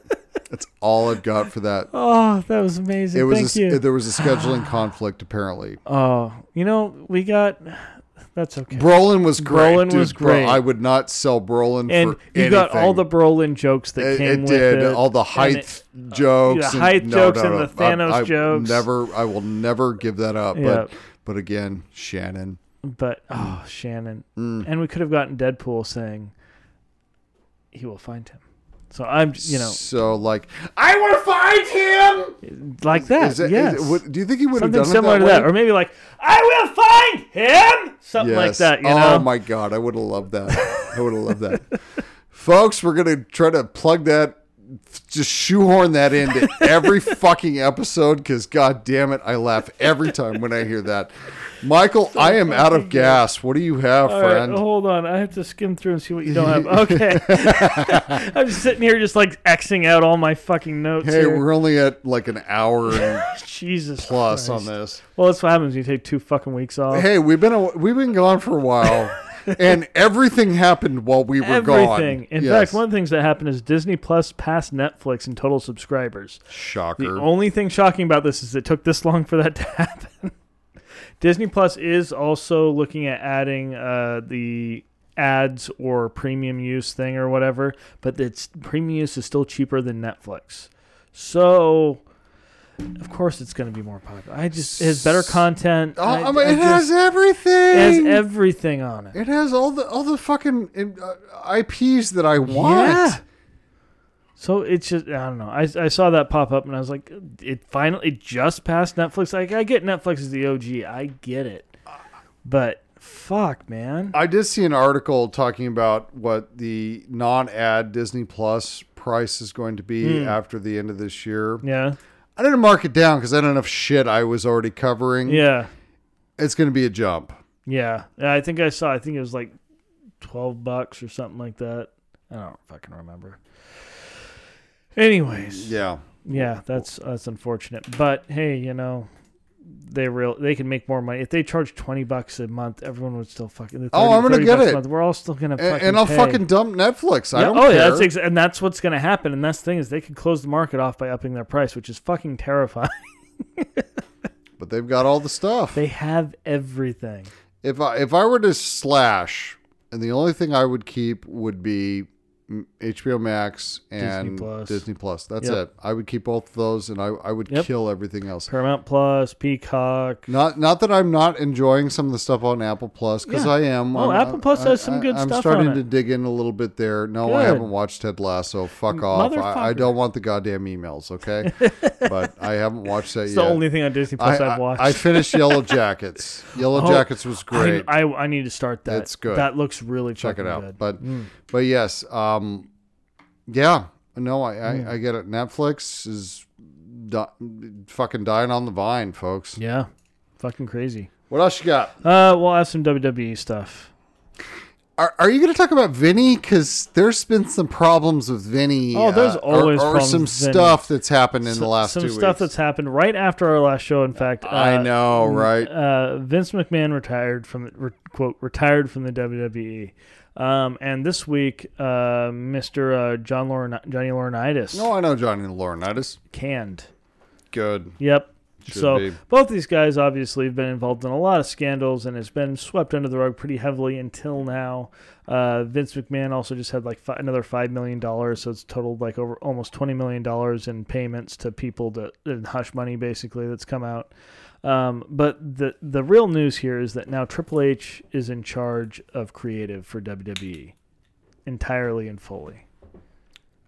S1: That's all I've got for that.
S4: Oh, that was amazing.
S1: It was a
S4: Thank
S1: s-
S4: you.
S1: there was a scheduling conflict apparently.
S4: oh, you know we got. That's okay.
S1: Brolin was great.
S4: Brolin
S1: dude.
S4: was
S1: Bro-
S4: great.
S1: I would not sell Brolin
S4: and
S1: for
S4: you
S1: anything.
S4: got all the Brolin jokes that
S1: it,
S4: came
S1: it
S4: with
S1: did
S4: it.
S1: all the
S4: and
S1: height
S4: it-
S1: jokes,
S4: the
S1: and-
S4: height
S1: no, no,
S4: jokes
S1: no,
S4: and the Thanos
S1: I, I
S4: jokes.
S1: Never, I will never give that up. But
S4: Yeah.
S1: but again, Shannon.
S4: but oh, Shannon,
S1: Mm.
S4: and we could have gotten Deadpool saying, "He will find him." So I'm, you know,
S1: so like I want to find him.
S4: like that.
S1: Is it- is
S4: yes.
S1: it- what- do you think he would have
S4: Something
S1: done
S4: similar
S1: it
S4: to
S1: that
S4: that,
S1: way?
S4: or maybe like, "I will find him." [laughs] Something like
S1: Yes.
S4: that. You
S1: oh
S4: know.
S1: my god, I would have loved that. I would have loved that. [laughs] Folks, we're gonna try to plug that, just shoehorn that into
S4: [laughs]
S1: every fucking episode because god damn it, I laugh every time when I hear that. Michael, I am out of gas. What do you have,
S4: All right,
S1: friend?
S4: hold on. I have to skim through and see what you don't
S1: [laughs]
S4: have. Okay. I'm just sitting here, just like xing out all my fucking notes.
S1: hey,
S4: here.
S1: we're only at like an hour
S4: [laughs]
S1: and
S4: Jesus
S1: plus
S4: Christ.
S1: on this.
S4: Well, that's what happens. when You take two fucking weeks off.
S1: Hey, we've been a, we've been gone for a
S4: [laughs]
S1: while, and everything happened while we were gone.
S4: Everything. In
S1: Yes.
S4: fact, one of the things that happened is Disney Plus passed Netflix in total subscribers.
S1: shocker.
S4: The only thing shocking about this is it took this long for that to [laughs] happen. Disney Plus is also looking at adding uh, the ads or premium use thing or whatever, but its premium use is still cheaper than Netflix. So, of course, it's going to be more popular. I just it has better content.
S1: Oh,
S4: I-
S1: I mean,
S4: I
S1: it has
S4: just-
S1: everything.
S4: it has everything on it.
S1: It has all the all the fucking uh, IPs that I want.
S4: So it's just I don't know. I, I saw that pop up and I was like, it finally it just passed Netflix. Like I get Netflix is the OG, I get it, but fuck, man,
S1: I did see an article talking about what the non-ad Disney Plus price is going to be
S4: Hmm.
S1: after the end of this year.
S4: yeah,
S1: I didn't mark it down because I had enough shit I was already covering.
S4: yeah,
S1: It's going to be a jump.
S4: yeah. Yeah, I think I saw. I think it was like twelve bucks or something like that. I don't fucking remember. Anyways,
S1: Yeah.
S4: Yeah, that's that's unfortunate. But hey, you know, they real they can make more money if they charge twenty bucks a month. Everyone would still fucking. the
S1: Oh,
S4: 30
S1: I'm gonna
S4: 30
S1: get
S4: bucks a
S1: it.
S4: month, we're all still gonna
S1: A-
S4: fucking.
S1: And, I'll
S4: pay.
S1: fucking dump Netflix. I
S4: Yeah,
S1: don't
S4: oh
S1: care.
S4: yeah, that's ex- and that's what's gonna happen. And that's the thing is they could close the market off by upping their price, which is fucking terrifying.
S1: but they've got all the stuff.
S4: they have everything.
S1: if I if I were to slash, and the only thing I would keep would be mm, HBO Max and Disney
S4: Plus.
S1: Plus. That's
S4: Yep.
S1: it. I would keep both of those, and I I would
S4: Yep.
S1: kill everything else.
S4: Paramount Plus, Peacock.
S1: Not not that I'm not enjoying some of the stuff on Apple Plus because
S4: Yeah.
S1: I am.
S4: Oh,
S1: I'm-
S4: Apple Plus
S1: I-
S4: has some
S1: I-
S4: good
S1: I'm
S4: stuff
S1: starting
S4: on
S1: to
S4: it.
S1: dig in a little bit there. No, I
S4: Good.
S1: haven't watched Ted Lasso. Fuck off. I, I
S4: Motherfucker.
S1: don't want the goddamn emails.
S4: [laughs]
S1: Okay, but I haven't watched that
S4: It's
S1: yet.
S4: the only thing on Disney Plus
S1: I,
S4: have watched.
S1: I, I finished
S4: [laughs]
S1: Yellow Jackets. Yellow
S4: Oh,
S1: Jackets was great.
S4: I, I I need to start that.
S1: It's good.
S4: That looks really
S1: Check it
S4: fucking
S1: out.
S4: good. Mm.
S1: But but yes, um, yeah, no, I,
S4: Mm.
S1: I I get it. Netflix is di- fucking dying on the vine, folks.
S4: yeah, fucking [laughs] crazy.
S1: What else you got?
S4: Uh, we'll have some WWE stuff.
S1: Are, are you going to talk about Vinny? Because there's been some problems with Vinny. uh,
S4: Oh, there's
S1: or-
S4: always
S1: or,
S4: problems
S1: some
S4: with Vinny.
S1: stuff that's happened in the last
S4: some
S1: two
S4: stuff
S1: weeks.
S4: that's happened right after our last show. In fact,
S1: I
S4: uh,
S1: know, right?
S4: Uh, Vince McMahon retired from the, re, quote retired from the WWE, um, and this week, uh, Mister uh, John Laurin- Johnny Laurinaitis
S1: no, I know Johnny Laurinaitis.
S4: canned.
S1: Good.
S4: Yep.
S1: Should
S4: so
S1: be.
S4: both these guys obviously have been involved in a lot of scandals and has been swept under the rug pretty heavily until now. Uh, Vince McMahon also just had like fi- another five million dollars, so it's totaled like over almost twenty million dollars in payments to people that in hush money basically that's come out. Um, but the the real news here is that now Triple H is in charge of creative for WWE entirely and fully.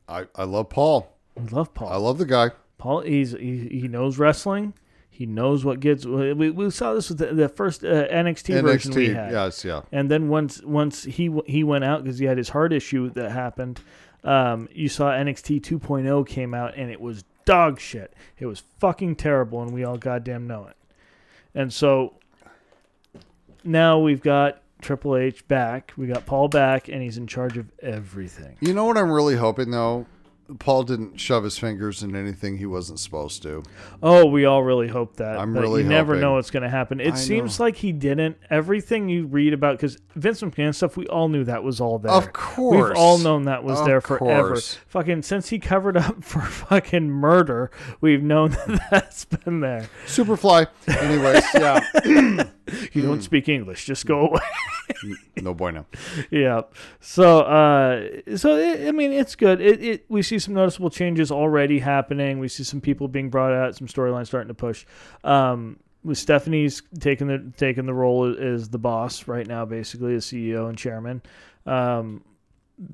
S1: I, I love Paul.
S4: We love Paul.
S1: I love the guy.
S4: Paul, he's he, he knows wrestling. He knows what gets. We, we saw this with the, the first uh, NXT, version we
S1: NXT.
S4: had,
S1: Yes, yeah.
S4: and then once once he w- he went out because he had his heart issue that happened. Um, you saw NXT 2.0 came out and it was dog shit. It was fucking terrible, and we all goddamn know it. And so now we've got Triple H back. We got Paul back, and he's in charge of everything.
S1: You know what I'm really hoping though? Paul didn't shove his fingers in anything he wasn't supposed to.
S4: Oh, we all really hope that.
S1: I'm
S4: but
S1: really
S4: you never
S1: hoping.
S4: know what's going to happen. It seems like he didn't. Everything you read about, because Vince McMahon stuff, we all knew that was all there.
S1: Of course.
S4: we've all known that was
S1: Of
S4: there forever.
S1: course.
S4: Fucking since he covered up [laughs] for fucking murder, we've known [laughs] that that's been there.
S1: Superfly.
S4: [laughs]
S1: Anyways, yeah.
S4: You
S1: Hmm.
S4: don't speak English, just go away.
S1: No bueno.
S4: yeah. So, uh, so it, I mean, it's good. It, it we see some noticeable changes already happening. We see some people being brought out, some storylines starting to push. Um, with Stephanie's taking the taking the role as the boss right now, basically as CEO and chairman. Um,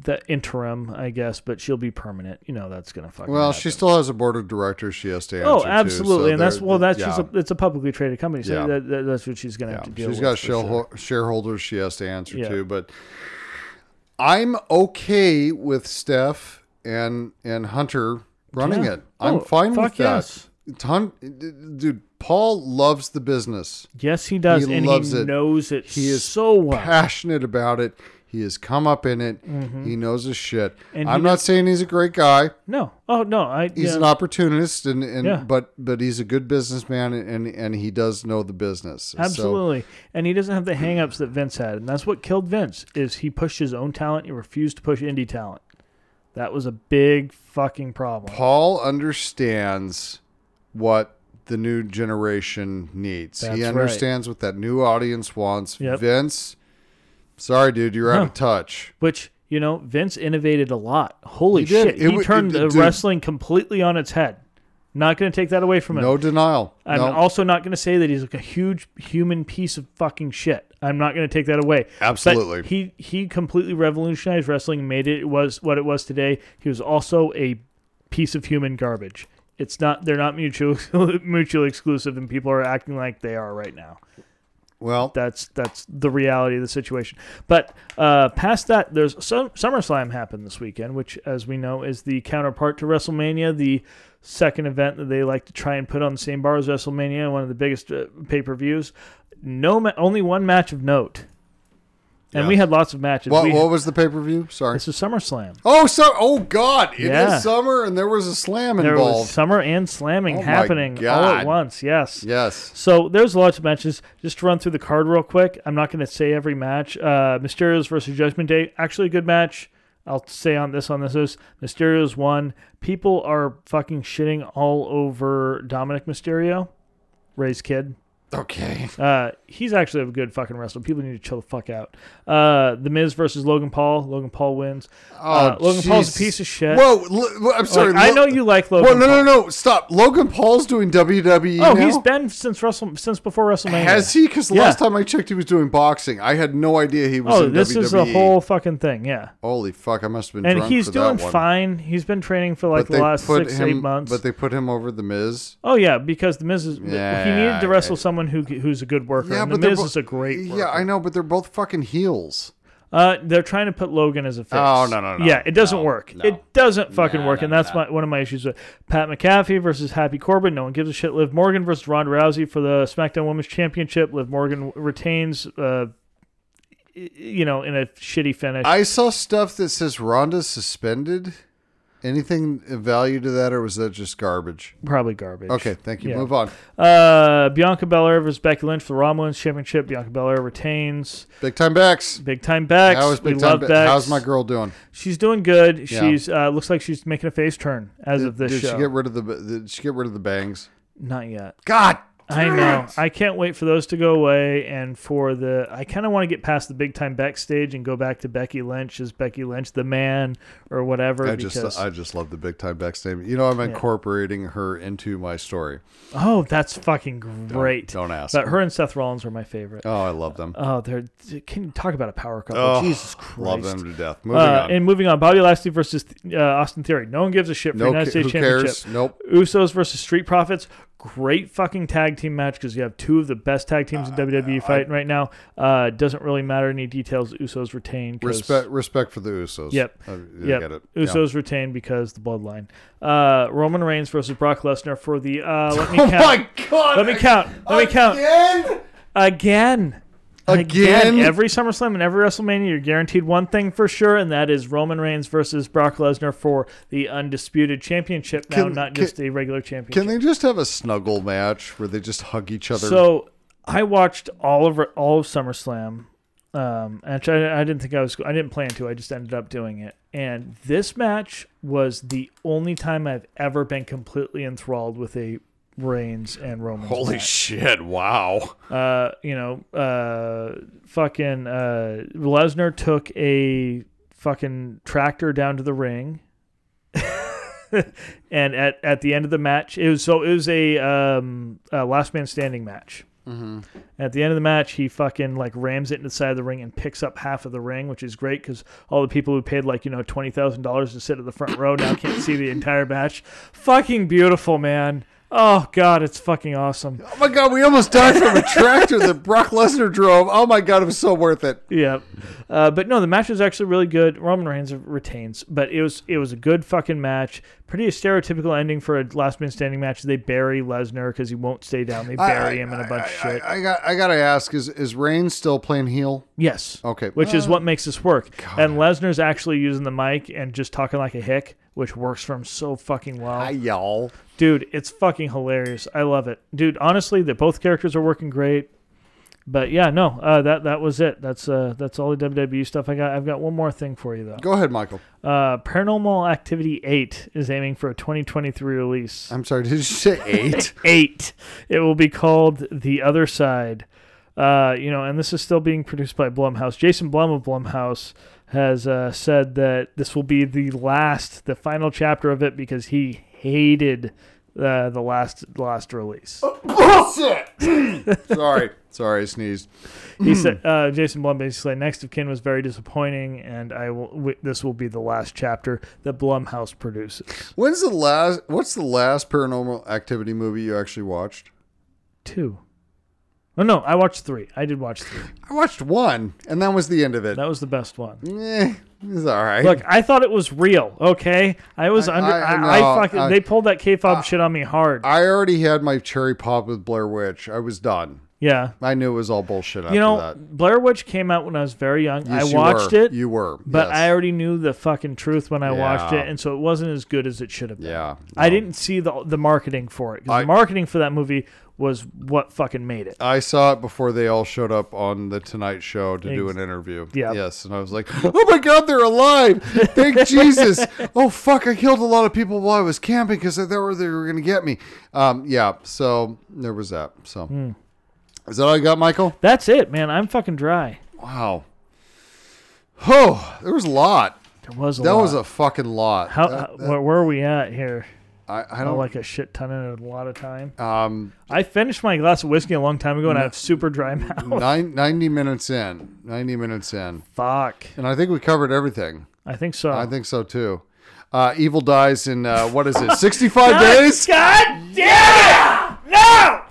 S4: the interim, I guess, but she'll be permanent. You know, that's gonna fucking.
S1: Well,
S4: happen.
S1: she still has a board of directors she has to answer
S4: Oh,
S1: to,
S4: absolutely,
S1: so
S4: and that's
S1: there-
S4: well, that's
S1: yeah,
S4: just a, it's a publicly traded company, so
S1: Yeah.
S4: that, that, that's what she's gonna have to
S1: yeah.
S4: deal
S1: She's
S4: with.
S1: got
S4: for sure.
S1: share- shareholders she has to answer
S4: Yeah.
S1: to, but I'm okay with Steph and and Hunter running
S4: Yeah.
S1: it. I'm
S4: Oh,
S1: fine
S4: fuck
S1: with that.
S4: yes.
S1: It's Hun- dude, Paul loves the business.
S4: Yes, he does,
S1: He
S4: and
S1: loves
S4: he
S1: it.
S4: knows it.
S1: He is
S4: so well.
S1: passionate about it. He has come up in it. He knows his shit.
S4: Mm-hmm. And he
S1: I'm not saying he's a great guy.
S4: No. Oh no. I.
S1: He's
S4: yeah.
S1: an opportunist, and, and
S4: Yeah.
S1: but but he's a good businessman, and and he does know the business. So-
S4: Absolutely. And he doesn't have the hangups that Vince had. And that's what killed Vince is he pushed his own talent, he refused to push indie talent. That was a big fucking problem.
S1: Paul understands what the new generation needs.
S4: That's
S1: he
S4: right.
S1: understands what that new audience wants.
S4: Yep.
S1: Vince, sorry, dude, you're out
S4: No.
S1: of touch.
S4: Which, you know, Vince innovated a lot. Holy
S1: He did.
S4: shit.
S1: It
S4: he
S1: wa-
S4: turned
S1: it-
S4: the
S1: dude.
S4: wrestling completely on its head. Not going to take that away from him.
S1: No denial.
S4: I'm
S1: no.
S4: also not going to say that he's like a huge human piece of fucking shit. I'm not going to take that away. But
S1: Absolutely.
S4: he he completely revolutionized wrestling, made it was what it was today. He was also a piece of human garbage. It's not. They're not mutual [laughs] mutually exclusive, and people are acting like they are right now.
S1: Well,
S4: That's that's the reality of the situation. But uh, past that, there's some SummerSlam happened this weekend, which, as we know, is the counterpart to WrestleMania, the second event that they like to try and put on the same bar as WrestleMania, one of the biggest uh, pay per views. No, ma- only one match of note, and we
S1: Yes.
S4: had lots of matches.
S1: what,
S4: we
S1: what was the pay per view? Sorry.
S4: this is SummerSlam.
S1: Oh, so oh God! It is
S4: Yeah.
S1: summer, and there was a slam
S4: There was
S1: involved.
S4: summer and slamming
S1: Oh my
S4: happening all at
S1: God.
S4: once. Yes.
S1: yes.
S4: So there's lots of matches. Just to run through the card real quick. I'm not going to say every match. Uh, Mysterio's versus Judgment Day. Actually, a good match. I'll say on this on this is Mysterio's won. People are fucking shitting all over Dominic Mysterio, Ray's kid.
S1: Okay.
S4: Uh, he's actually a good fucking wrestler. People need to chill the fuck out. Uh, the Miz versus Logan Paul. Logan Paul wins.
S1: Oh,
S4: Uh, Logan Paul's a
S1: jeez.
S4: piece of shit.
S1: Whoa! Lo- I'm sorry.
S4: Like, I
S1: Lo-
S4: know you like
S1: Whoa,
S4: Logan.
S1: no,
S4: Paul.
S1: no, no! Stop. Logan Paul's doing WWE.
S4: Oh,
S1: now?
S4: he's been since Wrestle since before WrestleMania.
S1: Has he? Because the
S4: Yeah.
S1: last time I checked, he was doing boxing. I had no idea he was.
S4: Oh,
S1: in
S4: this
S1: WWE.
S4: is a whole fucking thing. Yeah.
S1: Holy fuck! I must have been.
S4: and
S1: drunk
S4: he's
S1: for
S4: doing
S1: that one.
S4: fine. He's been training for
S1: But
S4: like
S1: they
S4: the last
S1: put
S4: six,
S1: him,
S4: eight months.
S1: But they put him over the Miz.
S4: oh yeah, because the Miz is he needed
S1: Yeah,
S4: to wrestle
S1: I-
S4: someone who who's a good worker. and the
S1: they're
S4: Miz
S1: bo-
S4: is a great. Worker.
S1: Yeah, I know, but they're both fucking heels.
S4: Uh, they're trying to put Logan as a face.
S1: Oh, no, no, no,
S4: Yeah, it doesn't work. It doesn't fucking work,
S1: no,
S4: and that's my, one of my issues with Pat McAfee versus Happy Corbin. No one gives a shit. Liv Morgan versus Ronda Rousey for the SmackDown Women's Championship. Liv Morgan retains. Uh, y- you know, in a shitty finish.
S1: I saw stuff that says Ronda suspended. Anything of value to that, or was that just garbage?
S4: Probably garbage.
S1: Okay, thank you.
S4: Yeah.
S1: Move on.
S4: Uh, Bianca Belair versus Becky Lynch for the Raw Women's Championship. Bianca Belair retains.
S1: Big time backs.
S4: Big time Bex.
S1: How is
S4: we
S1: big time
S4: love
S1: Bex?
S4: Bex.
S1: How's my girl doing?
S4: She's doing good.
S1: Yeah.
S4: She's uh, looks like she's making a face turn as of this
S1: Did
S4: show.
S1: she get rid of the? Did she get rid of the bangs?
S4: Not yet.
S1: God.
S4: I know. I can't wait for those to go away and for the. I kind of want to get past the big time Beck stage and go back to Becky Lynch as Becky Lynch the man or whatever.
S1: I
S4: because
S1: just I just love the big time Bex name. You know I'm incorporating her into my story.
S4: oh, that's fucking great.
S1: don't ask.
S4: But her and Seth Rollins are my favorite.
S1: Oh, I love them.
S4: Oh, they're can you talk about a power couple?
S1: Oh,
S4: Jesus Christ.
S1: Love them to death. Moving
S4: Uh,
S1: on.
S4: and moving on, Bobby Lashley versus uh, Austin Theory. No one gives a shit for
S1: No,
S4: United
S1: ca-
S4: States
S1: who
S4: Championship.
S1: cares? Nope.
S4: Usos versus Street Profits. Great fucking tag team match because you have two of the best tag teams in
S1: Uh,
S4: WWE fighting right now. Uh, doesn't really matter any details. Usos retain. 'cause-
S1: Respect respect for the Usos.
S4: Yep.
S1: I,
S4: Yep.
S1: get it.
S4: Usos retain because the bloodline. Uh, Roman Reigns versus Brock Lesnar for the. Uh, let me
S1: Yeah. [laughs] Oh
S4: count.
S1: my god.
S4: Let me count. Let me count
S1: Again?
S4: again.
S1: Again?
S4: Every SummerSlam and every WrestleMania, you're guaranteed one thing for sure, and that is Roman Reigns versus Brock Lesnar for the undisputed championship now,
S1: Can-
S4: not
S1: can-
S4: just a regular championship.
S1: Can they just have a snuggle match where they just hug each other?
S4: So I watched all of all of SummerSlam. Um, and I, I didn't think I was. I didn't plan to. I just ended up doing it. And this match was the only time I've ever been completely enthralled with a Reigns and Roman.
S1: Holy shit! Wow.
S4: uh, you know, uh, fucking uh, Lesnar took a fucking tractor down to the ring, [laughs] and at, at the end of the match, it was so it was a, um, a last man standing match. Mm-hmm. At the end of the match, he fucking like rams it into the side of the ring and picks up half of the ring, which is great because all the people who paid like you know twenty thousand dollars to sit at the front row now can't see the entire match. Fucking beautiful, man. Oh god, it's fucking awesome.
S1: Oh my god, we almost died [laughs] from a tractor that Brock Lesnar drove. Oh my god, it was so worth it.
S4: Yeah, uh, but no, the match was actually really good. Roman Reigns retains, but it was it was a good fucking match. Pretty stereotypical ending for a last man standing match. They bury Lesnar because he won't stay down. They bury him in a bunch of
S1: I,
S4: shit.
S1: I, I got. I gotta ask: Is is Reigns still playing heel?
S4: yes,
S1: Okay.
S4: which is what makes this work. And Lesnar's actually using the mic and just talking like a hick, which works for him so fucking well.
S1: Hi, y'all.
S4: Dude, it's fucking hilarious. I love it. Dude, honestly, that both characters are working great. But yeah, no, uh, that that was it. That's uh, that's all the WWE stuff I got. I've got one more thing for you though.
S1: Go ahead, Michael.
S4: Uh, Paranormal Activity 8 is aiming for a 2023 release.
S1: I'm sorry. Did you say [laughs] eight?
S4: 8. It will be called The Other Side. Uh, you know, and this is still being produced by Blumhouse. Jason Blum of Blumhouse has uh, said that this will be the last, the final chapter of it because he hated uh, the last last release.
S1: [laughs] sorry, sorry, I sneezed.
S4: He said, uh, Jason Blum basically said, next of kin was very disappointing, and I will. W- this will be the last chapter that Blumhouse produces.
S1: When's the last? What's the last Paranormal Activity movie you actually watched?
S4: Two. Oh no, I watched three. I did watch three.
S1: I watched one, and that was the end of it.
S4: That was the best one.
S1: Eh, it's all right.
S4: Look, I thought it was real. Okay, I was under.
S1: I-
S4: I,
S1: I
S4: I,
S1: know,
S4: fucking.
S1: I-
S4: they pulled that K fob shit on me hard.
S1: I already had my cherry pop with Blair Witch. I was done.
S4: yeah.
S1: I knew it was all bullshit after
S4: You know,
S1: that.
S4: Blair Witch came out when I was very young.
S1: Yes,
S4: I
S1: you
S4: watched
S1: were.
S4: it,
S1: You were,
S4: but
S1: yes.
S4: I already knew the fucking truth when I watched
S1: Yeah.
S4: it, and so it wasn't as good as it should have been.
S1: yeah, no.
S4: I didn't see the the marketing for it 'cause
S1: I-
S4: the marketing for that movie was what fucking made it.
S1: I saw it before they all showed up on the Tonight Show to do an interview.
S4: Yeah.
S1: Yes, and I was like, [laughs] "Oh my God, they're alive! Thank
S4: [laughs]
S1: Jesus! Oh fuck, I killed a lot of people while I was camping because they were they were gonna get me." Um, yeah. So there was that. So
S4: Hmm.
S1: is that all you got, Michael?
S4: That's it, man. I'm fucking dry.
S1: Wow. Oh, there was a lot.
S4: There was a
S1: That
S4: lot.
S1: was a fucking lot.
S4: how,
S1: That-
S4: how- where, where are we at here?
S1: I, I
S4: Oh,
S1: don't like.
S4: like a shit ton and a lot of time.
S1: Um,
S4: I finished my glass of whiskey a long time ago, and I have
S1: [laughs]
S4: super dry mouth.
S1: nine, 90 minutes in, ninety minutes in,
S4: Fuck.
S1: and I think we covered everything.
S4: I think so.
S1: I think so too. Uh, Evil dies in uh, what is [laughs] it? Sixty-five days.
S4: God damn it!
S1: [laughs]
S4: No!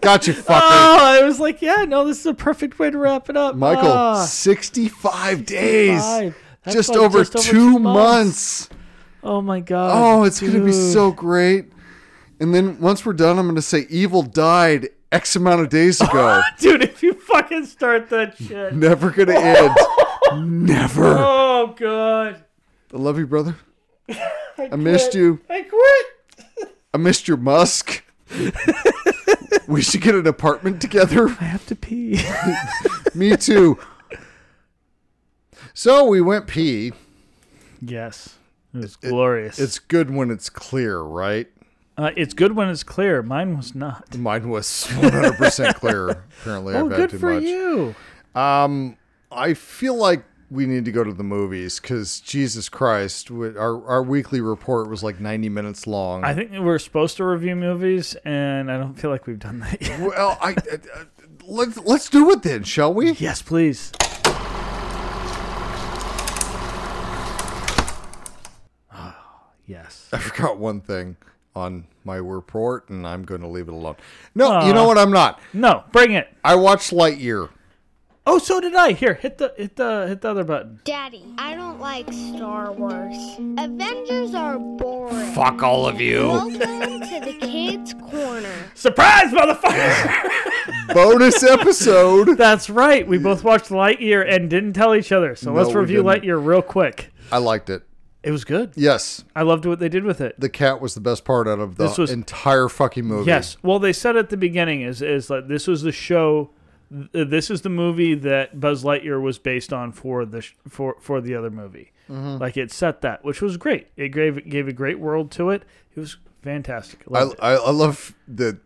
S1: Got you, fucker.
S4: Oh, I was like, yeah, no, this is a perfect way to wrap it up.
S1: Michael,
S4: Ah,
S1: sixty-five days.
S4: five. That's
S1: Just,
S4: like
S1: over two, months.
S4: Oh my god.
S1: Oh, it's gonna be
S4: dude.
S1: so great. And then once we're done, I'm gonna say Evil died X amount of days [laughs] ago.
S4: [laughs] Dude, if you fucking start
S1: [laughs]
S4: that shit.
S1: Never gonna [laughs] end. Never.
S4: Oh god.
S1: I love you, brother. I, missed you.
S4: I quit.
S1: I missed your musk. we should get an apartment together. [laughs]
S4: I have to pee.
S1: Me too. So we went pee.
S4: [laughs] yes. It was glorious.
S1: It's good when it's clear, right?
S4: uh, it's good when it's clear. Mine was not.
S1: Mine was 100%
S4: [laughs]
S1: clear. Apparently,
S4: Oh,
S1: I've had
S4: good
S1: too
S4: for
S1: much.
S4: you.
S1: Um, I feel like we need to go to the movies because Jesus Christ, we- our our weekly report was like 90 minutes long.
S4: I think we're supposed to review movies, and I don't feel like we've done that yet.
S1: well, I, I, I let's let's do it then, shall we?
S4: yes, please. Ah, Yes.
S1: I [laughs] forgot one thing on my report, and I'm going to leave it alone. No, you know what? I'm not.
S4: [laughs] No, bring it.
S1: I watched Lightyear.
S4: Oh, so did I. Here, hit the hit the hit the other button.
S5: Daddy, I don't like Star Wars. Avengers are boring.
S1: Fuck all of you.
S5: Welcome to the kids' corner.
S4: Surprise, motherfucker!
S1: Bonus episode.
S4: [laughs] That's right. We both watched Lightyear and didn't tell each other. So let's
S1: we
S4: review
S1: didn't.
S4: Lightyear real quick.
S1: I liked it.
S4: It was good.
S1: Yes,
S4: I loved what they did with it.
S1: the cat was the best part out of the
S4: This was-
S1: entire fucking movie.
S4: Yes. Well, they said at the beginning is is like this was the show, th- this is the movie that Buzz Lightyear was based on for the sh- for for the other movie.
S1: Mm-hmm.
S4: Like it set that, which was great. It gave gave a great world to it. It was fantastic.
S1: I,
S4: Loved it.
S1: I, I love that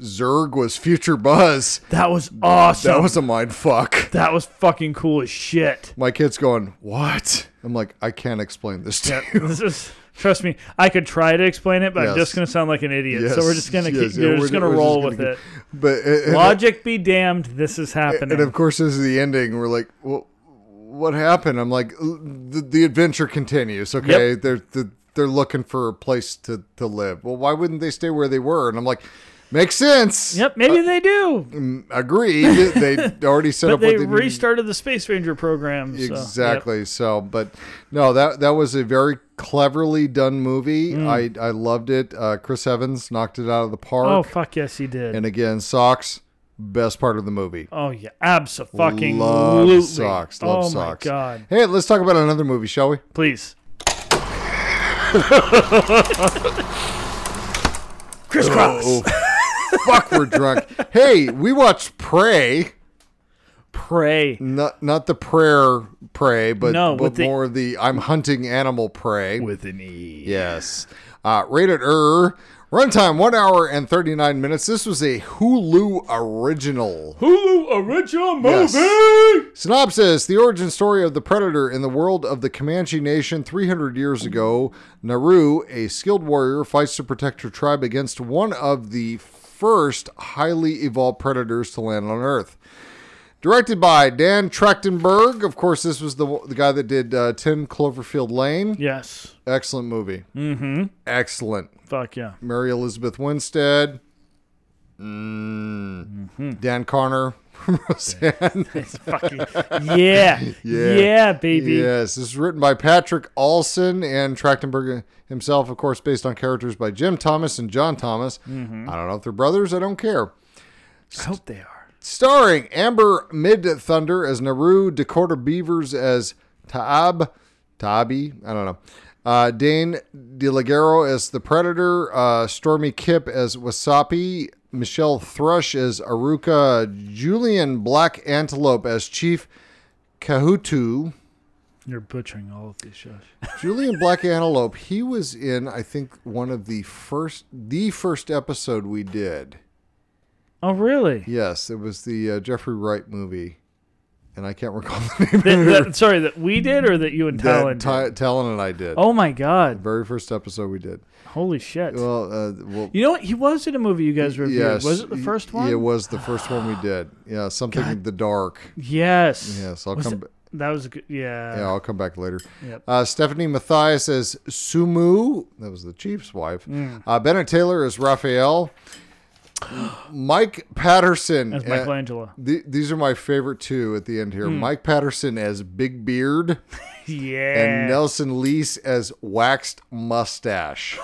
S1: Zurg was future Buzz.
S4: that was awesome.
S1: That was a mind fuck.
S4: that was fucking cool as
S1: [laughs]
S4: shit.
S1: My kid's going, What? I'm like, I can't explain this to you.
S4: This is. Trust me, I could try to explain it, but
S1: Yes.
S4: I'm just going to sound like an idiot.
S1: Yes,
S4: so we're just going to
S1: yes,
S4: keep,
S1: yeah,
S4: we're, just
S1: we're-
S4: going to
S1: we're
S4: roll
S1: gonna
S4: with
S1: keep-
S4: it.
S1: But [laughs] and- and-
S4: Logic be damned, this is happening.
S1: and of course, this is the ending. We're like, Well, what happened? I'm like, The, the adventure continues. Okay. They're, they're, they're looking for a place to, to live. Well, why wouldn't they stay where they were? And I'm like, Makes sense.
S4: yep, maybe they do.
S1: Agreed. They
S4: [laughs]
S1: already set
S4: but
S1: up
S4: they
S1: what they needed-
S4: restarted the Space Ranger program. so-
S1: Exactly. So, but no, that that was a very cleverly done movie. I I loved it. Uh, Chris Evans knocked it out of the
S4: Yep. Mm. Oh
S1: park.
S4: fuck yes, he did.
S1: and again, socks, best part of the movie.
S4: oh yeah, absolutely.
S1: Love socks. Love
S4: oh
S1: socks.
S4: my god,
S1: Hey, let's talk about another movie, shall we? [laughs]
S4: please.
S1: Oh.
S4: Crisscross.
S1: Fuck, we're
S4: [laughs]
S1: drunk. Hey, we watched Prey.
S4: Pray.
S1: Not not the prayer prey, but,
S4: No,
S1: but
S4: with the-
S1: more the I'm hunting animal prey.
S4: With an E.
S1: Yes. Uh, rated R. Runtime one hour and thirty nine minutes. This was a Hulu original.
S4: Hulu original movie.
S1: Yes. Synopsis: The origin story of the predator in the world of the Comanche Nation 300 years ago. Naru, a skilled warrior, fights to protect her tribe against one of the first highly evolved predators to land on Earth. Directed by Dan Trachtenberg. Of course, this was the, the guy that did uh, 10 Cloverfield Lane.
S4: Yes.
S1: Excellent movie. Mm-hmm. Excellent.
S4: Fuck yeah.
S1: Mary Elizabeth Winstead. Mm. Dan Connor from [laughs] Roseanne.
S4: Fucking
S1: [laughs]
S4: yeah. yeah. baby.
S1: Yes, this is written by Patrick Olson and Trachtenberg himself, of course, based on characters by Jim Thomas and John Thomas. I don't know if they're brothers, I don't care.
S4: I hope they are.
S1: Starring Amber Mid Thunder as Naru, Dakota Beavers as Taab, Taabi, I don't know. Uh, Dane DeLagero as the Predator, uh, Stormy Kip as Wasapi, Michelle Thrush as Aruka, Julian Black Antelope as Chief Kahutu.
S4: You're butchering all of these shows.
S1: Julian Black Antelope, he was in, I think, one of the first, the first episode we did.
S4: Oh really?
S1: Yes, it was the uh, Jeffrey Wright movie, and I can't recall [laughs] the name.
S4: That- that- sorry, that we did or that you and Talon
S1: That
S4: did?
S1: Ty- Talon and I did.
S4: Oh my god.
S1: Very first episode we did.
S4: Holy shit.
S1: Well, uh, well
S4: you know what? He was in a movie you guys reviewed.
S1: yes.
S4: Was it the first one?
S1: It was the first one we did. Yeah, something in the dark.
S4: Yes.
S1: Yes, I'll
S4: Was
S1: come.
S4: it-
S1: ba-
S4: That was a good. Yeah.
S1: yeah, I'll come back later.
S4: Yep.
S1: Uh, Stephanie Mathias as Sumu. That was the chief's wife.
S4: Mm.
S1: Uh, Bennett Taylor as
S4: [gasps]
S1: Raphael. Mike Patterson.
S4: As
S1: a-
S4: Michelangelo.
S1: th- these are my favorite two at the end
S4: Mm.
S1: here. Mike Patterson as Big Beard.
S4: yeah.
S1: [laughs] and Nelson Lease as waxed mustache.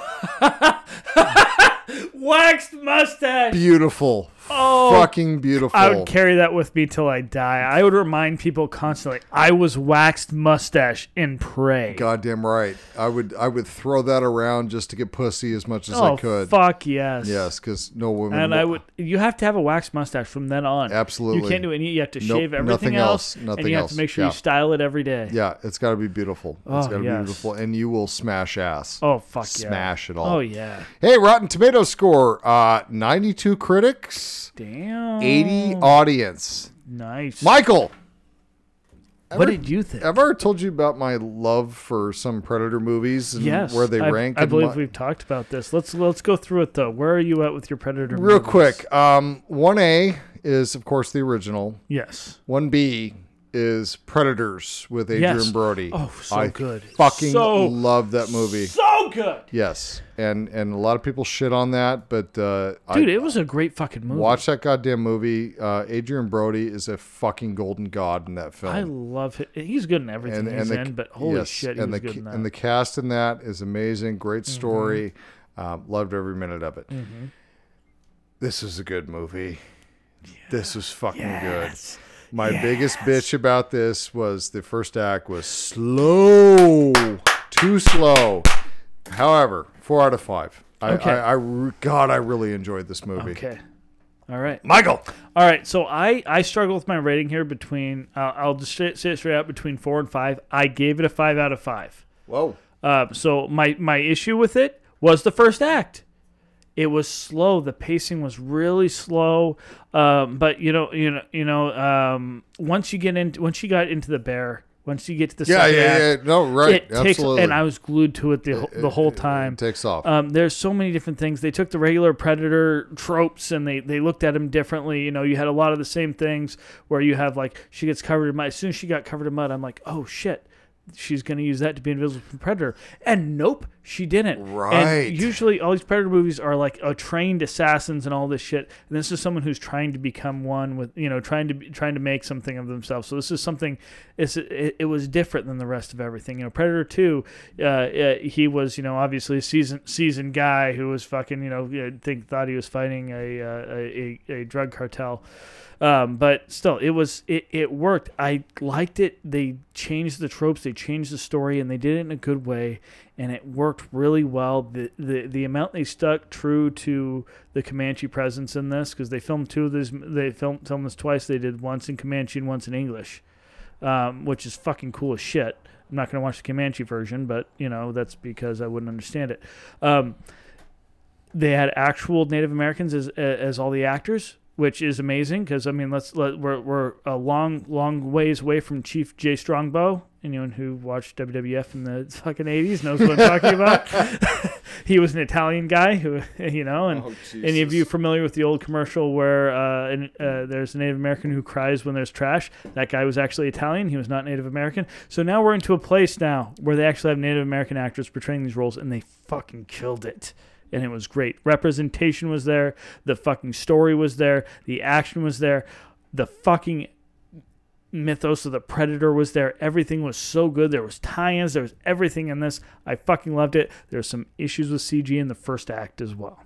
S4: Waxed mustache.
S1: Beautiful.
S4: [laughs] Oh,
S1: Fucking beautiful.
S4: I would carry that with me till I die. I would remind people constantly, I was waxed mustache in Prey.
S1: Goddamn right. I would I would throw that around just to get pussy as much as
S4: oh,
S1: I could.
S4: fuck yes.
S1: Yes, because no woman.
S4: And I would. You have to have a waxed mustache from then on. You
S1: Absolutely.
S4: can't do any. You have to
S1: Nope,
S4: shave everything
S1: nothing
S4: else,
S1: else, nothing
S4: and you have
S1: else.
S4: to make sure
S1: Yeah.
S4: you style it every day.
S1: Yeah, it's got to be beautiful. It's
S4: Oh,
S1: got to
S4: yes.
S1: be beautiful, and you will smash ass.
S4: Oh fuck yeah.
S1: Smash it all.
S4: Oh yeah.
S1: Hey, Rotten Tomato score: uh, ninety-two critics,
S4: Damn.
S1: eighty
S4: Mm.
S1: audience.
S4: Nice.
S1: Michael,
S4: what did you think?
S1: have I ever told you about my love for some Predator movies and
S4: yes.
S1: where they
S4: I,
S1: rank?
S4: I
S1: and
S4: believe
S1: my-
S4: we've talked about this. Let's let's go through it though. Where are you at with your predator?
S1: Real
S4: movies?
S1: quick, um, 1A is, of course, the original.
S4: Yes.
S1: 1B is Predators with Adrian
S4: Yes.
S1: Brody.
S4: Oh, so
S1: I
S4: good.
S1: fucking
S4: So-
S1: love that movie.
S4: So good,
S1: yes. And and a lot of people shit on that, but uh,
S4: dude.
S1: I
S4: it was a great fucking movie.
S1: watch that goddamn movie. Uh, Adrian Brody is a fucking golden god in that film.
S4: I love it. He's good in everything he's in, but holy
S1: yes,
S4: shit, he
S1: and
S4: was
S1: the
S4: good in that. Mm-hmm.
S1: and the cast in that is amazing. Great story, um, loved every minute of it. This was a good movie. This was fucking good. My biggest bitch about this was the first act was slow, too slow. However, four out of five. I,
S4: Okay.
S1: I, I re- God, I really enjoyed this movie.
S4: okay. All right.
S1: Michael,
S4: All right. So I I struggle with my rating here between uh, I'll just say it say it straight out between four and five. I gave it a five out of five.
S1: whoa,
S4: Uh, so my my issue with it was the first act. It was slow. The pacing was really slow. Um, but you know, you know, you know. Um, once you get into once you got into the bear, once you get to the
S1: yeah,
S4: second
S1: yeah,
S4: act,
S1: yeah, no, right,
S4: it takes
S1: absolutely,
S4: and I was glued to it the whole the whole time.
S1: takes off.
S4: Um, there's so many different things. They took the regular predator tropes and they, they looked at them differently. You know, you had a lot of the same things where you have like she gets covered in mud. As soon as she got covered in mud, I'm like, oh shit, she's gonna use that to be invisible from predator. And nope, she didn't. And
S1: Right.
S4: usually, all these predator movies are like a trained assassins and all this shit. And this is someone who's trying to become one with you know trying to be- trying to make something of themselves. So this is something. It's, it, it was different than the rest of everything. You know, Predator Two, uh, uh, he was you know obviously a seasoned seasoned guy who was fucking you know you know, think thought he was fighting a uh, a, a, a drug cartel. Um, but still, it was it, it worked. I liked it. They changed the tropes, they changed the story, and they did it in a good way, and it worked really well. The the, the amount they stuck true to the Comanche presence in this because they filmed two of these. They filmed filmed this twice. They did once in Comanche and once in English, um, which is fucking cool as shit. I'm not gonna watch the Comanche version, but you know that's because I wouldn't understand it. Um, they had actual Native Americans as as all the actors, which is amazing because I mean, let's let we're we're a long long ways away from Chief Jay Strongbow. Anyone who watched WWF in the [laughs] fucking eighties knows what I'm talking about. [laughs] he was an Italian guy who [laughs] you know, and
S1: Oh,
S4: any of
S1: Jesus.
S4: you familiar with the old commercial where uh, an, uh, there's a Native American who cries when there's trash? That guy was actually Italian. He was not Native American. So now we're into a place now where they actually have Native American actors portraying these roles, and they fucking killed it and it was great. Representation was there, the fucking story was there, the action was there, the fucking mythos of the predator was there. Everything was so good. There was tie-ins, there was everything in this. I fucking loved it. There's some issues with CG in the first act as well.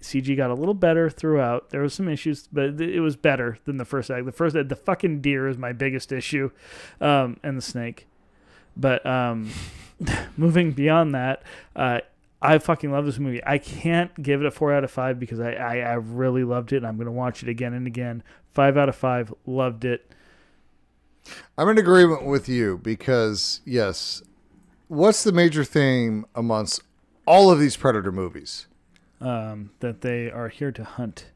S4: CG got a little better throughout. There was some issues, but it was better than the first act. The first the fucking deer is my biggest issue, um, and the snake. But um, [laughs] moving beyond that, uh, I fucking love this movie. I can't give it a four out of five because I, I, I really loved it and I'm going to watch it again and again. Five out of five, loved it.
S1: I'm in agreement with you because yes, what's the major theme amongst all of these Predator movies?
S4: Um, that they are here to hunt.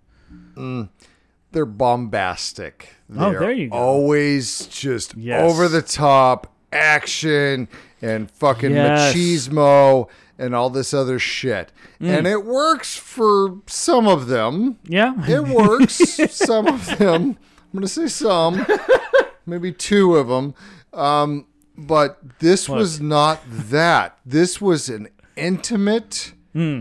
S1: They're bombastic. They
S4: Oh,
S1: are
S4: there you go.
S1: Always just
S4: Yes.
S1: over the top action and fucking
S4: Yes.
S1: machismo and all this other shit.
S4: Mm.
S1: And it works for some of them.
S4: [laughs] Yeah.
S1: It works. some of them. I'm going to say some,
S4: [laughs]
S1: maybe two of them. Um, but this was not that. This was an intimate.
S4: Hmm.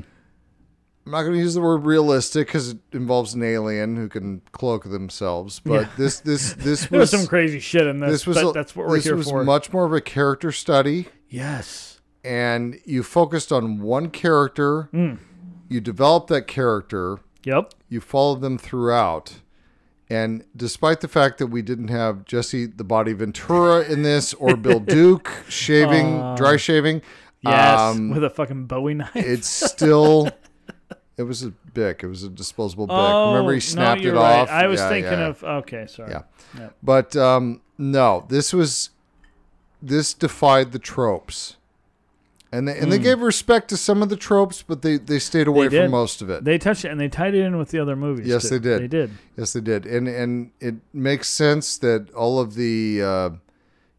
S1: I'm not going to use the word realistic because it involves an alien who can cloak themselves. But this,
S4: [laughs]
S1: this, this
S4: There was
S1: was
S4: some crazy shit in this,
S1: This was
S4: but
S1: a-
S4: that's what we're
S1: this
S4: here
S1: was
S4: for.
S1: much more of a character study
S4: yes.
S1: and you focused on one character.
S4: Hmm.
S1: You developed that character.
S4: Yep.
S1: You followed them throughout. And despite the fact that we didn't have Jesse the Body Ventura in this or
S4: [laughs]
S1: Bill Duke shaving, dry shaving,
S4: Yes.
S1: um,
S4: With [laughs] a fucking Bowie knife.
S1: it's still. It was a bick. It was a disposable bick. Remember, he snapped
S4: Oh, no,
S1: it
S4: you're right.
S1: off.
S4: I was
S1: Yeah,
S4: thinking
S1: yeah.
S4: of, okay, sorry.
S1: Yeah. But um, no, this was this defied the tropes, and they, and they gave respect to some of the tropes, but they they stayed away
S4: Hmm. did.
S1: from most of it.
S4: They touched it and they tied it in with the other movies.
S1: Yes,
S4: too.
S1: they did.
S4: They did.
S1: yes, they did, and and it makes sense that all of the uh,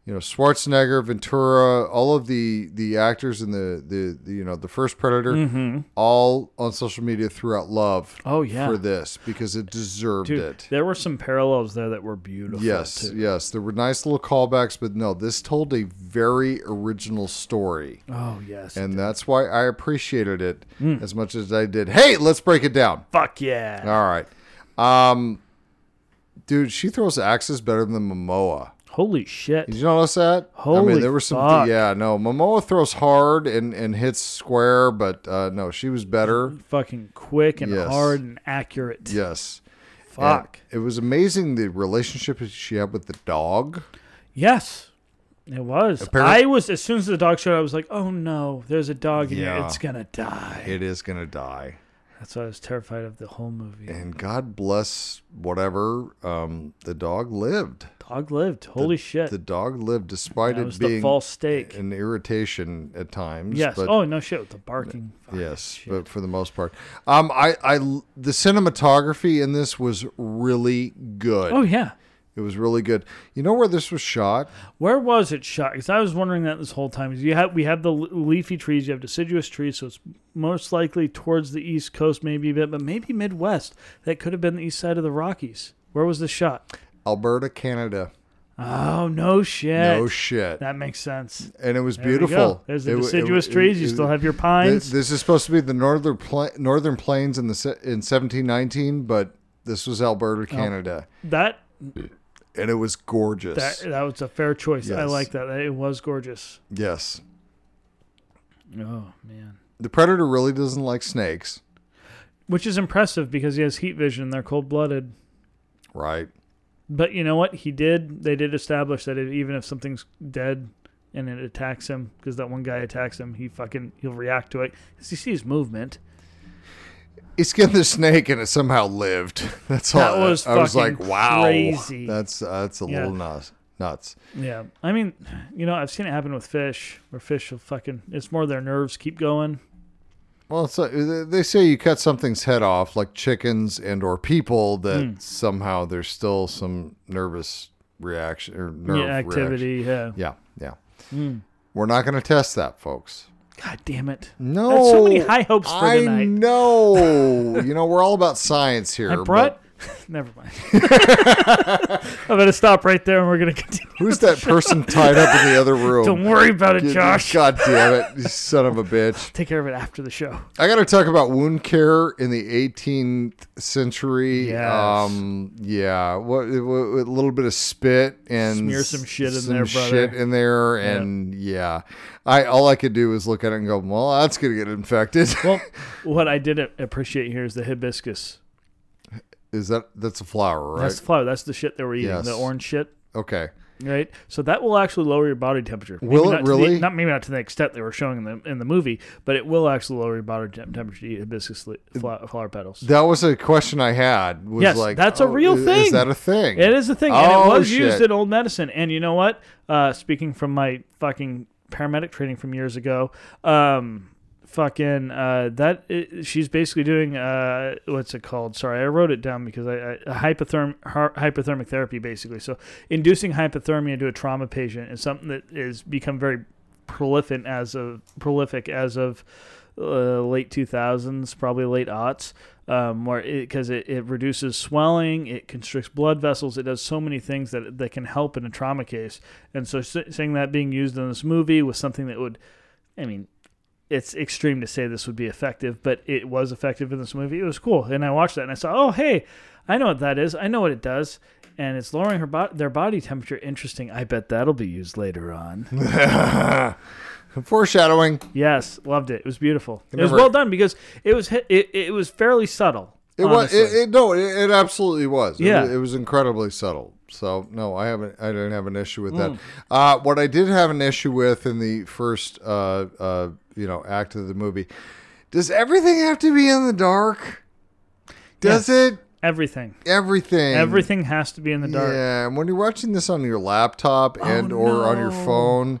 S1: you know Schwarzenegger, Ventura, all of the the actors in the the, the you know the first Predator, all on social media threw out love.
S4: Mm-hmm. Oh, yeah.
S1: for this because it deserved
S4: Dude,
S1: it.
S4: there were some parallels there that were beautiful.
S1: Yes,
S4: too.
S1: yes. There were nice little callbacks, but no, this told a very original story.
S4: Oh, Mm. yes.
S1: And that's why I appreciated it as much as I did. Hey, let's break it down.
S4: Fuck yeah.
S1: All right. Um dude, she throws axes better than Momoa.
S4: Holy shit.
S1: Did you notice that? I
S4: Holy
S1: mean, there were some
S4: fuck.
S1: yeah, no. Momoa throws hard and and hits square, but uh no, she was better.
S4: fucking quick and
S1: Yes.
S4: hard and accurate.
S1: Yes. And
S4: Fuck.
S1: It was amazing the relationship she had with the dog.
S4: Yes. It was.
S1: Apparent-
S4: I was as soon as the dog showed, I was like, "Oh no, there's a dog in here.
S1: Yeah.
S4: It's gonna die."
S1: It is gonna die.
S4: That's why I was terrified of the whole movie.
S1: and God bless whatever um, the dog lived.
S4: dog lived. Holy shit.
S1: The dog lived despite
S4: that
S1: it
S4: was the
S1: being
S4: false stake.
S1: an irritation at times.
S4: yes.
S1: but-
S4: oh no shit. with The barking. Fuck,
S1: yes,
S4: shit.
S1: but for the most part, um, I, I, the cinematography in this was really good.
S4: oh yeah.
S1: It was really good. You know where this was shot?
S4: Where was it shot? Because I was wondering that this whole time. You have we have the le- leafy trees. You have deciduous trees, so it's most likely towards the east coast, maybe a bit, but maybe Midwest. That could have been the east side of the Rockies. Where was the shot?
S1: Alberta, Canada.
S4: Oh no shit.
S1: No shit.
S4: That makes sense.
S1: and it was
S4: There we go.
S1: beautiful.
S4: There's the
S1: It wa- it wa-
S4: deciduous
S1: it-
S4: trees. You
S1: it-
S4: still have your pines.
S1: Th- This is supposed to be the northern pla- northern plains in the se- in 1719, but this was
S4: Oh.
S1: Alberta, Canada,
S4: that
S1: and it was gorgeous.
S4: that that was a fair choice. I
S1: Yes.
S4: like that. It was gorgeous.
S1: yes,
S4: Oh man.
S1: the predator really doesn't like snakes,
S4: Which is impressive because he has heat vision. They're cold blooded.
S1: right?
S4: But you know what? He did. They did establish that it, even if something's dead and it attacks him, because that one guy attacks him, he fucking he'll react to it because he sees movement.
S1: He skinned the snake, and it somehow lived. [laughs] That's all.
S4: That was
S1: I was like,
S4: fucking
S1: wow,
S4: crazy.
S1: that's that's a
S4: Yeah.
S1: little nuts. Nuts.
S4: Yeah, I mean, you know, I've seen it happen with fish, where fish will fucking. It's more their nerves keep going.
S1: Well, it's like, they say you cut something's head off, like chickens and or people, that
S4: Hmm.
S1: somehow there's still some nervous reaction or nerve
S4: Yeah, activity. Hmm. Yeah.
S1: reaction. Yeah, yeah. We're not going to test that, folks.
S4: God damn it.
S1: No,
S4: That's so many high hopes for
S1: I
S4: tonight.
S1: know. you know, we're all about science
S4: [laughs]
S1: here.
S4: I brought. [laughs] Never mind. I'm gonna stop right there, and we're gonna continue.
S1: but who's that person tied up in the
S4: [laughs]
S1: other room?
S4: Don't worry about it,
S1: Get-
S4: Josh.
S1: God damn it, you son of a bitch.
S4: Take care of it after the show.
S1: I got to talk about wound care in the 18th century.
S4: Yes.
S1: Um, yeah, what, what, a little bit of spit and
S4: Smear some shit in
S1: some
S4: there, brother.
S1: shit in there, and yeah, I all I could do was look at it and go, "Well, that's gonna get infected."
S4: [laughs] Well, what I did appreciate here is the hibiscus.
S1: Is that that's a flower, right?
S4: That's the flower. That's the shit they were eating.
S1: Yes.
S4: The orange shit.
S1: okay,
S4: Right, so that will actually lower your body temperature. Maybe
S1: Will it
S4: not to the-
S1: really?
S4: not maybe not to the extent they were showing in the in the movie, but it will actually lower your body temp- temperature. to eat Hibiscus li- fla- flower petals.
S1: that was a question I had. Was
S4: Yes,
S1: like,
S4: that's a
S1: oh,
S4: real
S1: is, Is
S4: thing.
S1: that a thing?
S4: It is a thing, and it
S1: Oh,
S4: was used
S1: shit.
S4: in old medicine. And you know what? Uh, speaking from my fucking paramedic training from years ago, um, fucking uh, that i she's basically doing uh, what's it called? Sorry, I wrote it down because I, I hypotherm har- hypothermic therapy basically. So inducing hypothermia to a trauma patient is something that has become very prolific as of prolific as of uh, late 2000s, probably late aughts, um, where because it, it, reduces swelling, it constricts blood vessels, it does so many things that that can help in a trauma case. And so s- seeing that being used in this movie was something that would, I mean. It's extreme to say this would be effective, but it was effective in this movie. It was cool, and I watched that and I saw, oh hey, I know what that is. I know what it does, and it's lowering her bo- their body temperature. Interesting. I bet that'll be used later on.
S1: Foreshadowing.
S4: Yes, loved it. It was beautiful. It was
S1: Remember-
S4: well done because it was hi- it, it was fairly subtle.
S1: It was
S4: honestly.
S1: it, it no, it, it absolutely was. It
S4: Yeah.
S1: was- it was incredibly subtle. So no, I haven't. I didn't have an issue with
S4: Mm.
S1: that. Uh, what I did have an issue with in the first, uh, uh, you know, act of the movie, does everything have to be in the dark? Does it?
S4: everything
S1: Everything.
S4: everything has to be in the dark. Oh,
S1: Yeah, and when you're watching this on your laptop and or on your phone,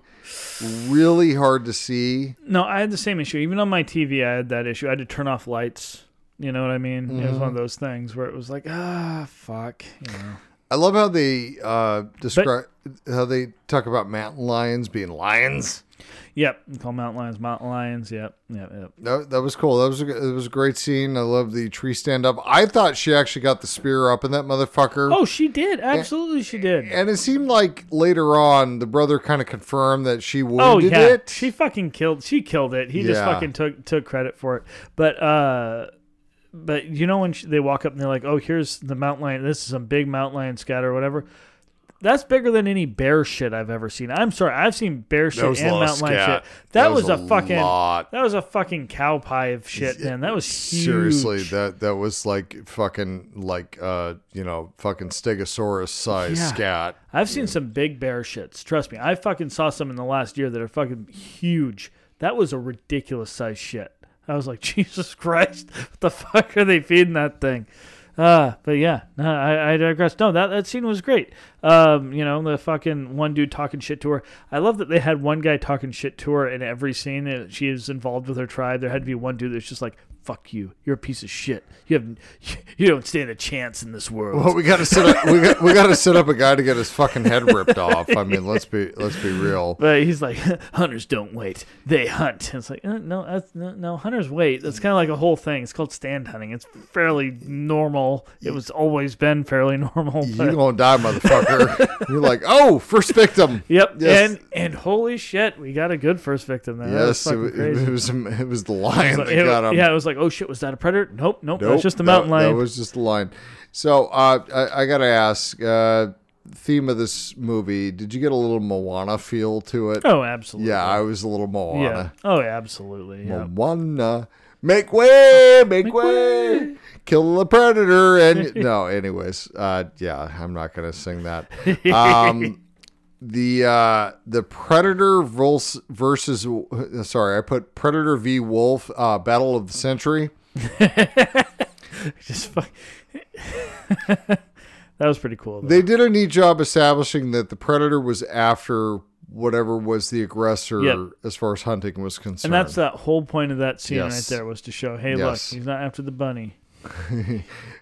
S1: really hard to see.
S4: No, I had the same issue. Even on my TV, I had that issue. I had to turn off lights. You know what I mean? It was one of
S1: Mm-hmm.
S4: those things where it was like, ah, fuck. You know.
S1: I love how they uh, describe how they talk about mountain lions being lions.
S4: Yep. you Call mountain lions, mountain lions. Yep. Yep. Yep.
S1: That, that was cool. That was a, it was a great scene. I love the tree stand up. I thought she actually got the spear up in that motherfucker.
S4: Oh, she did. Absolutely, she did.
S1: And it seemed like later on the brother kind of confirmed that she wounded
S4: Oh yeah,
S1: it.
S4: she fucking killed. She killed it. He just
S1: Yeah.
S4: fucking took took credit for it. But uh, but you know when she, they walk up and they're like, "Oh, here's the mountain lion. This is some big mountain lion scatter or whatever." That's bigger than any bear shit I've ever seen. I'm sorry, I've seen bear shit
S1: was a
S4: and
S1: lot of
S4: mountain lion
S1: scat.
S4: shit. That,
S1: That
S4: was,
S1: was
S4: a,
S1: a
S4: fucking
S1: lot.
S4: that was a fucking cow pie of shit, man. That was huge.
S1: Seriously, that that was like fucking like uh you know fucking stegosaurus size
S4: Yeah.
S1: scat.
S4: I've seen some big bear shits. Trust me, I fucking saw some in the last year that are fucking huge. That was a ridiculous size shit. I was like, [laughs] Jesus Christ, what the fuck are they feeding that thing? Uh, but yeah, no, I, I digress. No, that, that scene was great. Um, you know, the fucking one dude talking shit to her. I love that they had one guy talking shit to her in every scene that she is involved with her tribe. There had to be one dude that's just like, fuck you. You're a piece of shit. You have, [laughs] you don't stand a chance in this world.
S1: Well, we got to set up. We got we got to set up a guy to get his fucking head ripped off. I mean, let's be let's be
S4: [laughs]
S1: real.
S4: But he's like, hunters don't wait; they hunt. And it's like, uh, no, that's, no, no, hunters wait. That's kind of like a whole thing. It's called stand hunting. It's fairly normal. It was always been fairly [laughs] normal.
S1: You
S4: but-
S1: gonna die, motherfucker. You're like, oh, first victim.
S4: yep.
S1: Yes.
S4: And and holy shit, we got a good first victim. There.
S1: Yes,
S4: that
S1: it,
S4: was fucking
S1: wa-
S4: crazy.
S1: it was it was the lion that
S4: It-
S1: got him.
S4: yeah, it was like, oh shit, was that a predator? Nope, nope,
S1: Nope,
S4: that's just the mountain
S1: that-
S4: lion.
S1: That was just the lion. So uh, I, I gotta ask. Uh, theme of this movie? Did you get a little Moana feel to it?
S4: oh, absolutely.
S1: yeah, I was a little
S4: yeah.
S1: Moana.
S4: Oh, absolutely. Yeah.
S1: Moana, uh, make way, make, way. kill the predator.
S4: [laughs]
S1: And no, anyways, uh, yeah, I'm not gonna sing that. Um, the uh, the predator versus, versus uh, sorry, I put predator v wolf uh, battle of the century.
S4: [laughs] Just fuck. [laughs] that was pretty cool. though.
S1: They did a neat job establishing that the predator was after whatever was the aggressor
S4: Yep.
S1: as far as hunting was concerned.
S4: And that's that whole point of that scene
S1: Yes.
S4: right there was to show, hey,
S1: Yes.
S4: look, he's not after
S1: [laughs]
S4: the bunny.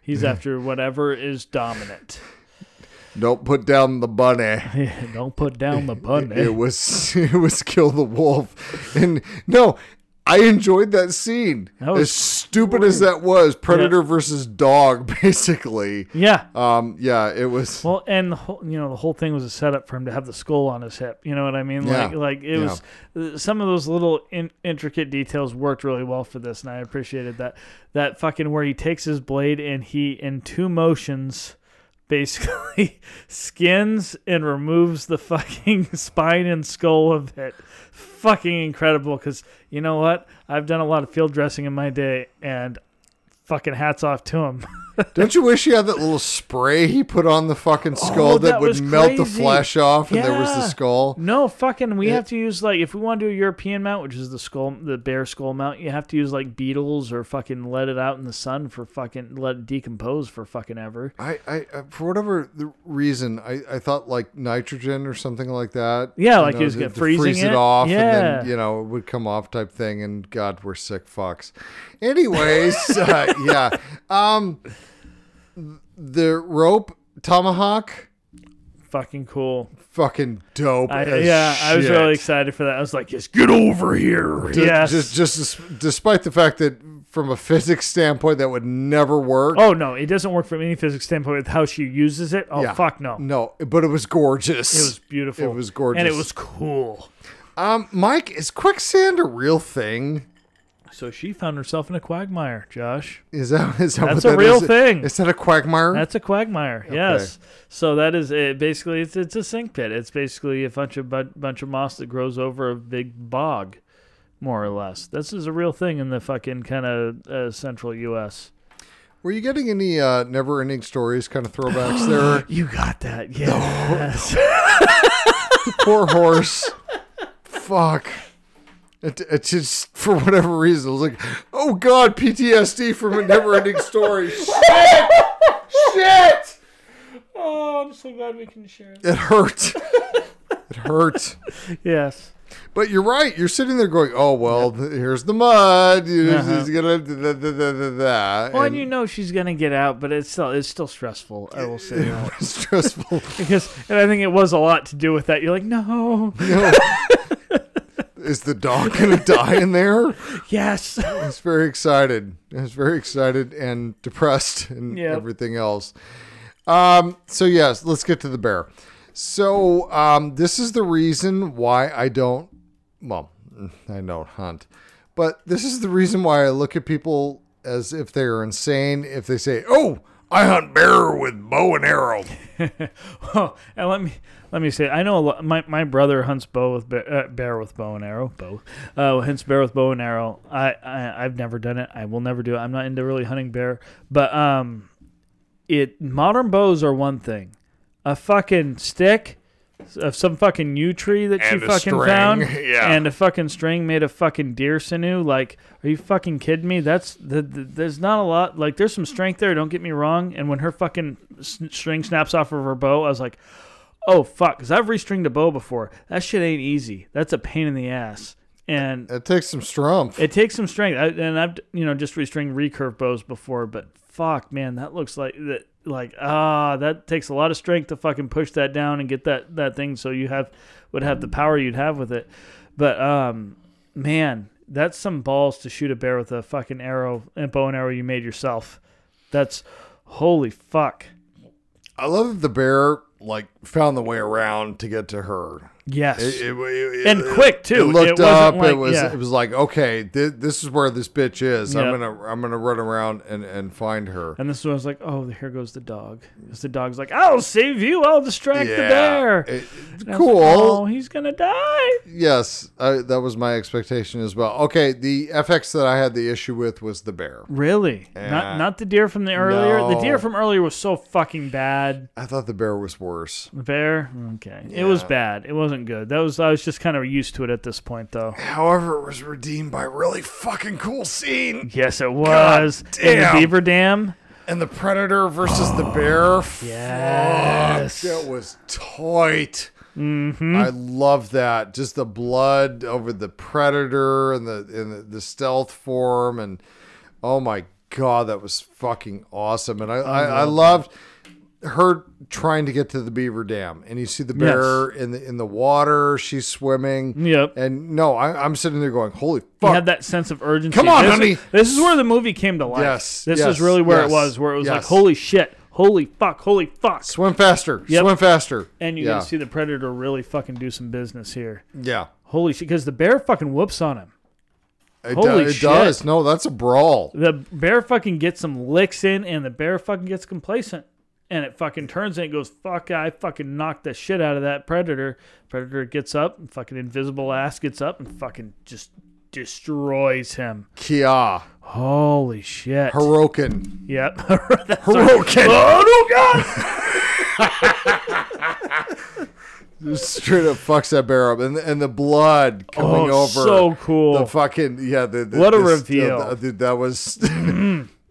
S4: he's after whatever is dominant.
S1: Don't put down the bunny.
S4: [laughs] Don't put down the bunny.
S1: It was [laughs] it was kill the wolf, and no, I enjoyed that scene.
S4: That was
S1: as stupid as that was, predator versus dog, [laughs] basically.
S4: yeah.
S1: Um, yeah, it was.
S4: Well, and the whole, you know the whole thing was a setup for him to have the skull on his hip. You know what I mean?
S1: Yeah.
S4: Like like it
S1: Yeah.
S4: was uh, some of those little in, intricate details worked really well for this, and I appreciated that. That fucking where he takes his blade and he in two motions [laughs] basically skins and removes the fucking [laughs] spine and skull of it. Fucking incredible cuz you know what? I've done a lot of field dressing in my day and fucking hats off to him. [laughs]
S1: Don't you wish you had that little spray he put on the fucking skull
S4: Oh,
S1: that,
S4: that
S1: would
S4: was
S1: melt the
S4: crazy.
S1: flesh off, and there was the
S4: Yeah.
S1: skull?
S4: No, fucking, we
S1: It-
S4: have to use like if we want to do a European mount, which is the skull, the bear skull mount. You have to use like beetles or fucking let it out in the sun for fucking let it decompose for fucking ever.
S1: I, I, I- for whatever the reason, I, I thought like nitrogen or something like that.
S4: Yeah,
S1: you
S4: like he was
S1: to-
S4: gonna-
S1: to
S4: freezing
S1: freeze it,
S4: it.
S1: off, and then
S4: Yeah.
S1: you know it would come off type thing. And God, we're sick fucks. Anyways, [laughs] uh, yeah. Um, th- the rope tomahawk,
S4: Fucking cool.
S1: fucking dope.
S4: I,
S1: as
S4: yeah, I was
S1: shit.
S4: really excited for that. I was like, just get over here.
S1: Ju-
S4: yes.
S1: Just, just, as- despite the fact that from a physics standpoint that would never work.
S4: oh no, it doesn't work from any physics standpoint with how she uses it. Oh
S1: Yeah.
S4: fuck no.
S1: No, but it was gorgeous.
S4: It was beautiful.
S1: It was gorgeous.
S4: And it was cool.
S1: Um, Mike, is quicksand a real thing?
S4: So she found herself in a quagmire, Josh.
S1: Is that is that
S4: That's
S1: what that
S4: a real
S1: is?
S4: thing.
S1: Is that a quagmire?
S4: That's a quagmire. Yes. So that is it. Basically, it's it's a sink pit. It's basically a bunch of bu- bunch of moss that grows over a big bog, more or less. This is a real thing in the fucking kind of uh, central U.S.
S1: Were you getting any uh, never-ending stories kind of throwbacks there?
S4: You got [laughs] that? Yes.
S1: Poor horse. Fuck. It, it just for whatever reason, I was like, oh god, PTSD from a never-ending
S4: [laughs]
S1: story. Shit, shit.
S4: oh, I'm so glad we can share.
S1: It hurt. It hurt.
S4: Yes.
S1: But you're right. You're sitting there going, "Oh well, th- here's the mud. You
S4: Uh-huh.
S1: just gonna da, da, da, da, da, da."
S4: Well, and you know she's gonna get out, but it's still it's still stressful. I will say
S1: [laughs]
S4: that
S1: stressful.
S4: [laughs] because and I think it was a lot to do with that. You're like, no,
S1: No. Is the dog gonna die in there?
S4: [laughs] yes.
S1: I was very excited. I was very excited and depressed and
S4: Yep.
S1: everything else. Um, so yes, let's get to the bear. So um, this is the reason why I don't. Well, I don't hunt, but this is the reason why I look at people as if they are insane if they say, "Oh, I hunt bear with bow and arrow."
S4: [laughs] Oh, and let me let me say, I know a lot, my my brother hunts bow with bear, uh, bear with bow and arrow. Bow, uh, hunts bear with bow and arrow. I, I I've never done it. I will never do it. I'm not into really hunting bear, but um, it modern bows are one thing. A fucking stick of some fucking yew tree that
S1: And
S4: she
S1: a
S4: fucking
S1: string, [laughs]
S4: found,
S1: yeah.
S4: and a fucking string made of fucking deer sinew. Like, are you fucking kidding me? That's the, the, there's not a lot. Like, there's some strength there. Don't get me wrong. And when her fucking s- string snaps off of her bow, I was like, oh fuck, because I've restringed a bow before. That shit ain't easy. That's a pain in the ass. And
S1: That takes some strength.
S4: it takes some strength. I, and I've you know just restring recurve bows before, but fuck, man, that looks like that. Like ah, that takes a lot of strength to fucking push that down and get that that thing. So you have would have
S1: Mm.
S4: the power you'd have with it, but um, man, that's some balls to shoot a bear with a fucking arrow and bow and arrow you made yourself. That's holy fuck.
S1: I love that the bear like found the way around to get to her.
S4: Yes,
S1: It- it-
S4: and
S1: it-
S4: quick too.
S1: It looked
S4: wasn't
S1: up.
S4: like-
S1: it was.
S4: yeah.
S1: It was like, okay, thi- this is where this bitch is. I'm
S4: Yep.
S1: gonna. I'm gonna run around and and find her.
S4: And this one was like, oh, here goes the dog. Because the dog's like, I'll save you. I'll distract the
S1: Yeah.
S4: bear.
S1: It-
S4: And I was
S1: cool.
S4: like, oh, he's going to die.
S1: Yes, I, that was my expectation as well. Okay, the FX that I had the issue with was the bear.
S4: Really?
S1: Yeah.
S4: Not not the deer from the earlier. The
S1: No.
S4: deer from earlier was so fucking bad.
S1: I thought the bear was worse.
S4: The bear? Okay. It was bad. It wasn't good. That was I was just kind of used to it at this point though.
S1: However, it was redeemed by a really fucking cool scene.
S4: [laughs] Yes, it was. And the
S1: damn.
S4: beaver dam.
S1: And the predator versus the bear. Fuck,
S4: Yes. Mm-hmm.
S1: that was tight. I love that. Just the blood over the predator and the and the, the stealth form and oh my god, that was fucking awesome. And I I, I loved her trying to get to the beaver dam and you see the bear in the in the water she's swimming
S4: Yep.
S1: and no I, i'm sitting there going holy
S4: He
S1: fuck
S4: had that sense of urgency.
S1: Come on,
S4: this,
S1: honey.
S4: This is where the movie came to life.
S1: Yes,
S4: This
S1: yes,
S4: is really where
S1: yes,
S4: it was, where it was like,
S1: yes.
S4: holy shit, holy fuck, holy fuck.
S1: swim faster
S4: Yep.
S1: swim faster
S4: And you
S1: yeah.
S4: get to see the Predator really fucking do some business here.
S1: yeah
S4: Holy shit, because the bear fucking whoops on him.
S1: it,
S4: Holy
S1: do- it
S4: shit.
S1: does no that's a brawl
S4: The bear fucking gets some licks in, and the bear fucking gets complacent. And it fucking turns and it goes, fuck, I fucking knocked the shit out of that Predator. Predator gets up, and fucking invisible ass gets up and fucking just destroys him.
S1: kia
S4: Holy shit.
S1: Hirokin.
S4: Yep. [laughs] That's
S1: Hirokin.
S4: [laughs] Oh no, God!
S1: straight up fucks that bear up and and the blood coming
S4: Oh,
S1: over
S4: so cool.
S1: the fucking yeah the, the-
S4: What a
S1: the-
S4: reveal.
S1: the- dude, that was [laughs]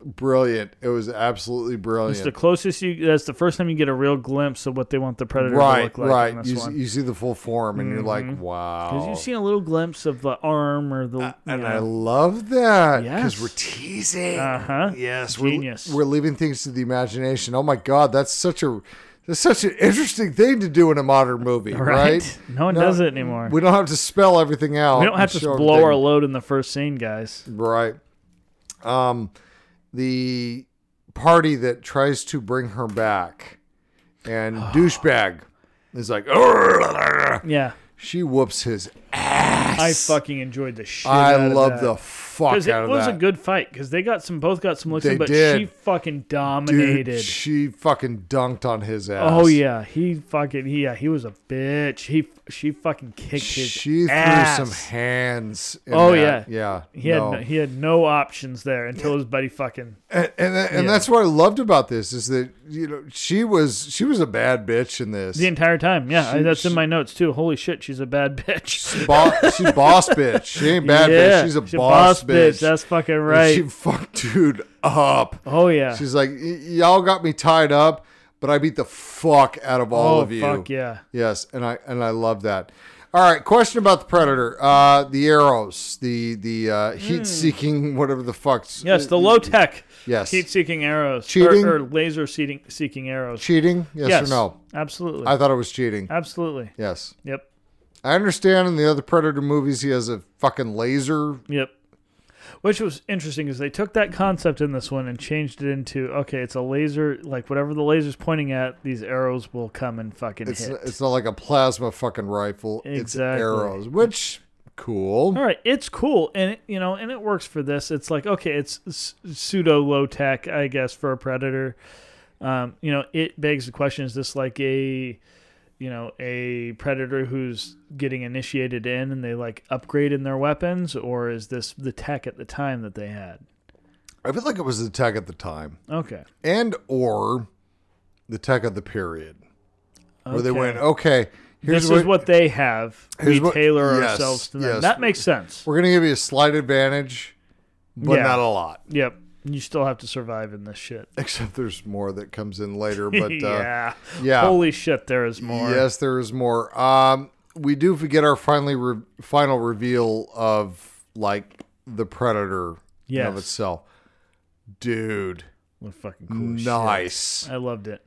S1: brilliant it was absolutely
S4: It's the
S1: brilliant
S4: closest you. That's the first time you get a real glimpse of what they want the predator to
S1: right
S4: look like in
S1: right
S4: this
S1: you, see-
S4: one. Mm-hmm.
S1: you see the full form and you're like wow
S4: Because you've seen a little glimpse of the arm or the.
S1: Uh, and I love that because
S4: Yes.
S1: we're teasing.
S4: Uh huh.
S1: Yes,
S4: Genius.
S1: We're, we're leaving things to the imagination. Oh my God, that's such a that's such an interesting thing to do in a modern movie,
S4: [laughs]
S1: right?
S4: No one does it anymore.
S1: We don't have to spell everything out.
S4: We don't have
S1: and
S4: to
S1: show
S4: blow our
S1: everything.
S4: load in the first scene, guys.
S1: right. Um, the party that tries to bring her back,
S4: [sighs]
S1: and douchebag is like, "Urgh."
S4: Yeah.
S1: she whoops his.
S4: I fucking enjoyed the shit.
S1: I
S4: out of
S1: love
S4: that.
S1: the fuck out of
S4: Because
S1: that.
S4: it was a good fight. Because they got some, both got some looks,
S1: They
S4: in, but
S1: did.
S4: she fucking
S1: Dude,
S4: dominated.
S1: she fucking dunked on his ass.
S4: oh yeah, he fucking he, yeah, he was a bitch. He she fucking kicked his.
S1: She
S4: ass.
S1: threw some hands. in
S4: Oh,
S1: that. yeah, yeah.
S4: He had
S1: no.
S4: no, he had no options there until his buddy fucking
S1: and and, that- and
S4: Yeah.
S1: that's what I loved about this is that you know she was she was a bad bitch in this.
S4: the entire time. Yeah,
S1: She-
S4: that's in
S1: she-
S4: my notes too. Holy shit, she's a bad bitch.
S1: Bo- she's
S4: [laughs]
S1: boss bitch. She ain't bad
S4: yeah,
S1: bitch. She's a boss, bitch.
S4: That's fucking
S1: And
S4: right.
S1: She fucked dude up.
S4: oh yeah.
S1: She's like, "Y- y'all got me tied up, but I beat the fuck out of all
S4: oh
S1: of you.
S4: fuck yeah.
S1: Yes, and I and I love that. All right, question about the predator, uh, the arrows, the the uh,
S4: Hmm.
S1: heat-seeking, whatever the fuck.
S4: Yes, the low tech.
S1: Yes.
S4: Heat seeking arrows. or-
S1: Cheating?
S4: Or, laser seeking seeking arrows.
S1: cheating? Yes, or no?
S4: Absolutely.
S1: I thought it was cheating.
S4: absolutely.
S1: Yes,
S4: Yep.
S1: I understand. In the other predator movies, he has a fucking laser.
S4: Yep. Which was interesting is they took that concept in this one and changed it into okay, it's a laser like whatever the laser's pointing at, these arrows will come and fucking
S1: It's
S4: hit.
S1: it's not like a plasma fucking rifle. It's
S4: Exactly.
S1: arrows, which cool.
S4: All right, it's cool, and it, you know, and it works for this. It's like okay, it's s- pseudo low tech, I guess, for a predator. Um, you know, it begs the question: Is this like a, you know, a predator who's getting initiated in, and they like upgrade in their weapons, or is this the tech at the time that they had?
S1: I feel like it was the tech at the time,
S4: Okay,
S1: and or the tech of the period, where they
S4: Okay.
S1: went, okay, here's
S4: this is what they have.
S1: here's
S4: We
S1: what-
S4: tailor
S1: yes,
S4: ourselves to them.
S1: yes.
S4: That makes sense.
S1: we're gonna give you a slight advantage, but
S4: Yeah.
S1: not a lot. [laughs]
S4: Yep, you still have to survive in this shit.
S1: Except there's more that comes in later, but uh,
S4: [laughs] yeah,
S1: yeah.
S4: Holy shit, there is more.
S1: Yes, there is more. Um, we do forget our finally re- final reveal of like the predator in of
S4: Yes.
S1: itself, dude.
S4: What fucking cool as
S1: nice.
S4: shit. I loved it.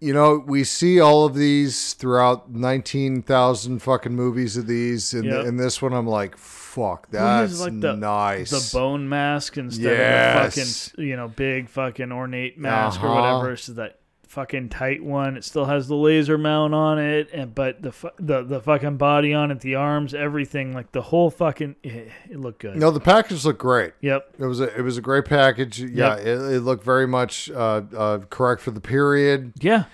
S1: You know, we see all of these throughout nineteen thousand fucking movies of these, and
S4: Yep.
S1: in this one, I'm like, fuck,
S4: Well,
S1: that's
S4: he's like the,
S1: nice.
S4: The bone mask instead
S1: Yes.
S4: of the fucking, you know, big fucking ornate mask or
S1: Uh-huh.
S4: whatever. It's just that fucking tight one. It still has the laser mount on it, and but the fu- the the fucking body on it, the arms, everything, like the whole fucking, it, it looked good.
S1: no, the package looked great.
S4: Yep.
S1: It was a it was a great package. Yeah,
S4: Yep.
S1: it, it looked very much uh, uh, correct for the period.
S4: Yeah.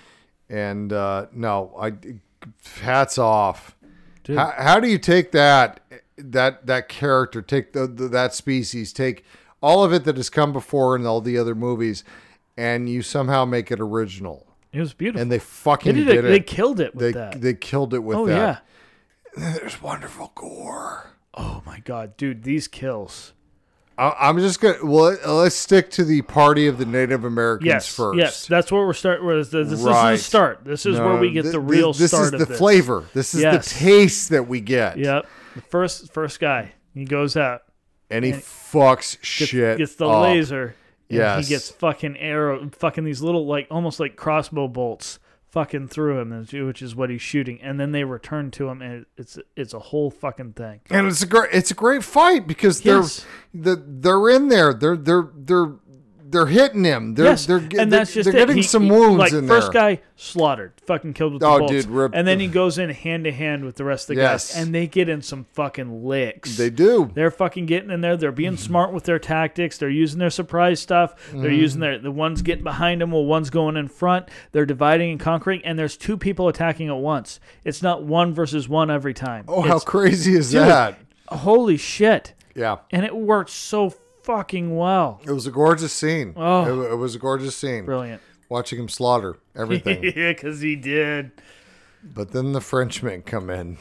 S1: And uh, no, I hats off.
S4: Dude.
S1: How, how do you take that that that character, take the, the that species, take all of it that has come before in all the other movies, and you somehow make it original?
S4: It was beautiful.
S1: And they
S4: they
S1: fucking
S4: did,
S1: did,
S4: it.
S1: it.
S4: They killed it with
S1: They,
S4: that.
S1: they killed it with
S4: oh yeah.
S1: that. There's wonderful gore.
S4: Oh my god, dude, these kills.
S1: I, I'm just gonna. Well, let's stick to the party of the Native Americans
S4: Yes,
S1: first.
S4: yes, that's where we're start. where This, this,
S1: Right.
S4: is the start. This is where we get
S1: Th-
S4: the
S1: th-
S4: real
S1: This
S4: start
S1: is
S4: of
S1: the
S4: this.
S1: flavor. This is
S4: Yes.
S1: the taste that we get.
S4: Yep, the first first guy he goes out,
S1: and he fucks
S4: gets,
S1: shit.
S4: gets the
S1: up.
S4: laser. and
S1: Yes.
S4: he gets fucking arrow, fucking these little like almost like crossbow bolts fucking through him, that's- which is what he's shooting. And then they return to him, and it's it's a whole fucking thing.
S1: and it's a great it's a great fight because they're
S4: Yes.
S1: the, they're in there they're they're they're they're hitting him they're
S4: Yes,
S1: they're,
S4: and
S1: they're,
S4: that's just
S1: they're
S4: it.
S1: getting
S4: He-
S1: some
S4: he-
S1: wounds
S4: like,
S1: in
S4: first
S1: there
S4: guy slaughtered, fucking killed with the
S1: Oh,
S4: bolts,
S1: dude, rip-
S4: and then he goes in hand to hand with the rest of the
S1: Yes.
S4: guys, and they get in some fucking licks.
S1: they do
S4: They're fucking getting in there. They're being smart with their tactics. They're using their surprise stuff.
S1: Mm-hmm.
S4: They're using their the ones getting behind them while one's going in front. They're dividing and conquering, and there's two people attacking at once. It's not one versus one every time.
S1: oh how
S4: It's-
S1: crazy is
S4: Dude.
S1: that
S4: Holy shit!
S1: yeah
S4: And it worked so fucking well.
S1: it was a gorgeous scene
S4: Oh.
S1: it, wa- it was a gorgeous scene [laughs]
S4: Brilliant.
S1: watching him slaughter
S4: [laughs]
S1: everything
S4: yeah, because he did.
S1: but then the frenchmen come in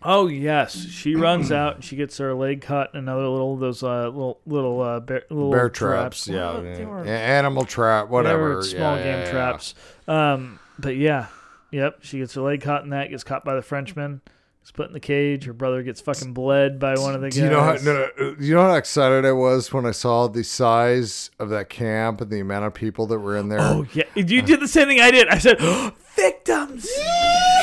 S4: Oh yes,
S1: [clears throat]
S4: she runs out and she gets her leg cut. and Another little of those uh, little little uh, bear, little
S1: bear traps, yeah,
S4: Well,
S1: yeah.
S4: they were-
S1: Yeah, animal trap whatever
S4: Whatever, it's small
S1: Yeah,
S4: game
S1: yeah, yeah.
S4: traps. Um, but yeah, yep. She gets her leg caught in that. Gets caught by the Frenchman. Gets put in the cage. Her brother gets fucking bled by one of the guys.
S1: Do you know how, no, no, you know how excited I was when I saw the size of that camp and the amount of people that were in there?
S4: Oh yeah, you did the same thing I did. I said, "Oh, "Victims,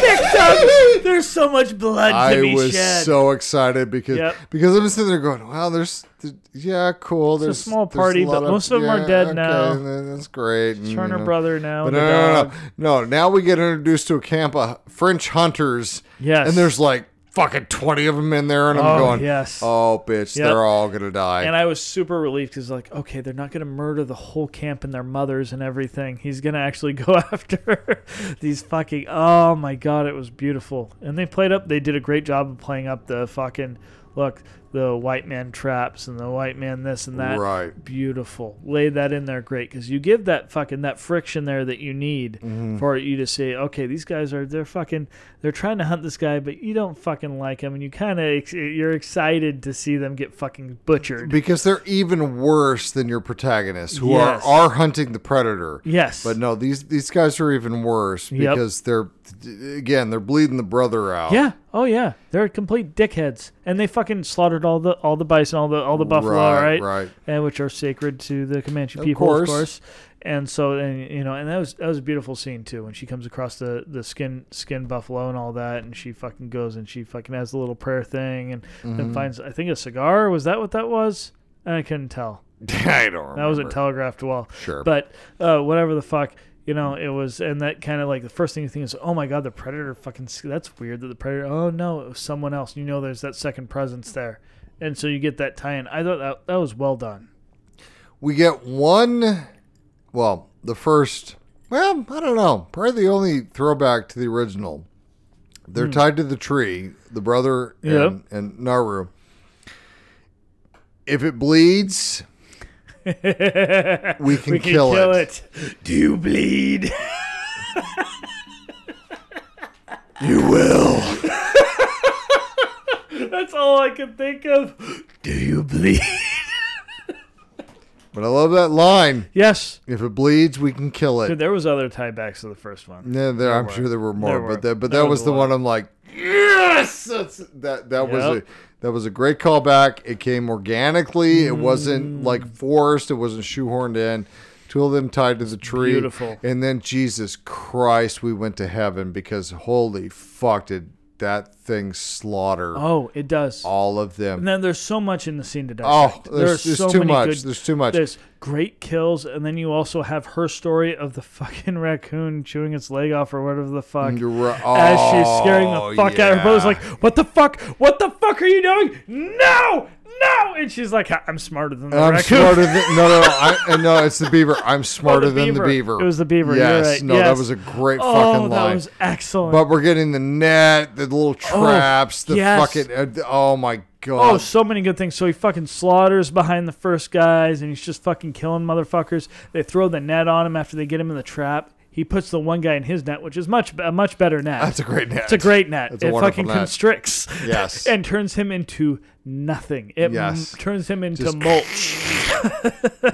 S4: victims." There's so much blood to [laughs]
S1: I
S4: be
S1: was
S4: shed.
S1: so excited because
S4: Yep.
S1: because I'm sitting there going, wow, there's th- yeah, cool.
S4: a
S1: There's
S4: small
S1: there's
S4: party,
S1: lot
S4: but most of them are dead now.
S1: and then That's great. and,
S4: Turner
S1: you know.
S4: brother now.
S1: But
S4: the
S1: no, no, no,
S4: dog.
S1: no, no. Now we get introduced to a camp of French hunters.
S4: Yes.
S1: and there's like fucking twenty of them in there, and I'm
S4: Oh,
S1: going,
S4: yes.
S1: oh bitch,
S4: Yep.
S1: they're all gonna die.
S4: And I was super relieved because, like, okay, they're not going to murder the whole camp and their mothers and everything. He's going to actually go [laughs] after these fucking. Oh my god, it was beautiful. And they played up. They did a great job of playing up the fucking look, the white man traps and the white man this and that.
S1: Right.
S4: Beautiful. Lay that in there, great, because you give that fucking that friction there that you need for you to say, okay, these guys are they're fucking they're trying to hunt this guy, but you don't fucking like him, and you kind of ex- you're excited to see them get fucking butchered.
S1: because they're even worse than your protagonists who
S4: Yes.
S1: are, are hunting the predator.
S4: Yes.
S1: But no, these these guys are even worse
S4: Yep.
S1: because they're again, they're bleeding the brother out.
S4: Yeah. Oh yeah. They're complete dickheads, and they fucking slaughtered all the all the bison, all the all the buffalo,
S1: Right,
S4: right?
S1: right.
S4: And which are sacred to the Comanche people,
S1: course.
S4: of course. And so, and you know, and that was that was a beautiful scene too when she comes across the the skin skin buffalo and all that, and she fucking goes and she fucking has the little prayer thing, and
S1: Mm-hmm.
S4: then finds I think a cigar. Was that what that was? I couldn't tell.
S1: [laughs] I don't remember.
S4: That wasn't telegraphed well.
S1: Sure.
S4: But uh, whatever the fuck, you know, it was, and that kind of like the first thing you think is, oh my god, the predator fucking. s- That's weird that the predator. Oh no, it was someone else. You know, there's that second presence there, and so you get that tie-in. I thought that that was well done. [laughs]
S1: we get one well, the first well, I don't know. Probably the only throwback to the original. They're tied to the tree, the brother and,
S4: Hmm. Yep.
S1: and Naru. If it bleeds,
S4: [laughs]
S1: we can, kill, it.
S4: Do you bleed? [laughs]
S1: You will.
S4: that's all I could think of. Do you bleed?
S1: But I love that line.
S4: yes.
S1: If it bleeds, we can kill it.
S4: Dude, there was other tiebacks to the first one.
S1: No, there, I'm
S4: were.
S1: sure there were more,
S4: There were.
S1: but that but
S4: There
S1: that
S4: was
S1: was the
S4: a lot.
S1: one I'm like, yes, that's that that was a
S4: Yep.
S1: that was a great callback. It came organically. It wasn't
S4: Mm.
S1: like forced. It wasn't shoehorned in. Two of them tied to the tree.
S4: beautiful.
S1: And then Jesus Christ, we went to heaven because holy fuck did that thing slaughter
S4: Oh, it does.
S1: all of them.
S4: And then there's so much in the scene to
S1: Oh,
S4: dissect.
S1: there's-
S4: There are
S1: there's too
S4: many
S1: much. There's too much.
S4: There's great kills, and then you also have her story of the [laughs] fucking raccoon chewing its leg off or whatever the fuck.
S1: You're ri-
S4: As she's scaring
S1: Mm, Oh,
S4: the fuck out of her brother's
S1: yeah.
S4: like, What the fuck? What the fuck are you doing? No! No! And she's like, "I- I'm smarter than the
S1: I'm
S4: raccoon. [laughs]
S1: smarter than no no no, I, and no it's the beaver I'm smarter than the
S4: Oh, beaver.
S1: beaver
S4: It was the beaver, you're
S1: yes
S4: right.
S1: no that
S4: Yes.
S1: was a great
S4: oh,
S1: fucking line
S4: that was excellent.
S1: But we're getting the net, the little traps, the
S4: yes.
S1: fucking. Uh, the- oh my god!
S4: Oh, so many good things. So he fucking slaughters behind the first guys, and he's just fucking killing motherfuckers. They throw the net on him after they get him in the trap. He puts the one guy in his net, which is much a much better net.
S1: That's a great net.
S4: It's a great net.
S1: It's a
S4: it
S1: wonderful
S4: fucking
S1: net.
S4: constricts. [laughs]
S1: Yes.
S4: and turns him into nothing. It m-
S1: Yes.
S4: turns him
S1: [laughs]
S4: into
S1: Just-
S4: mulch.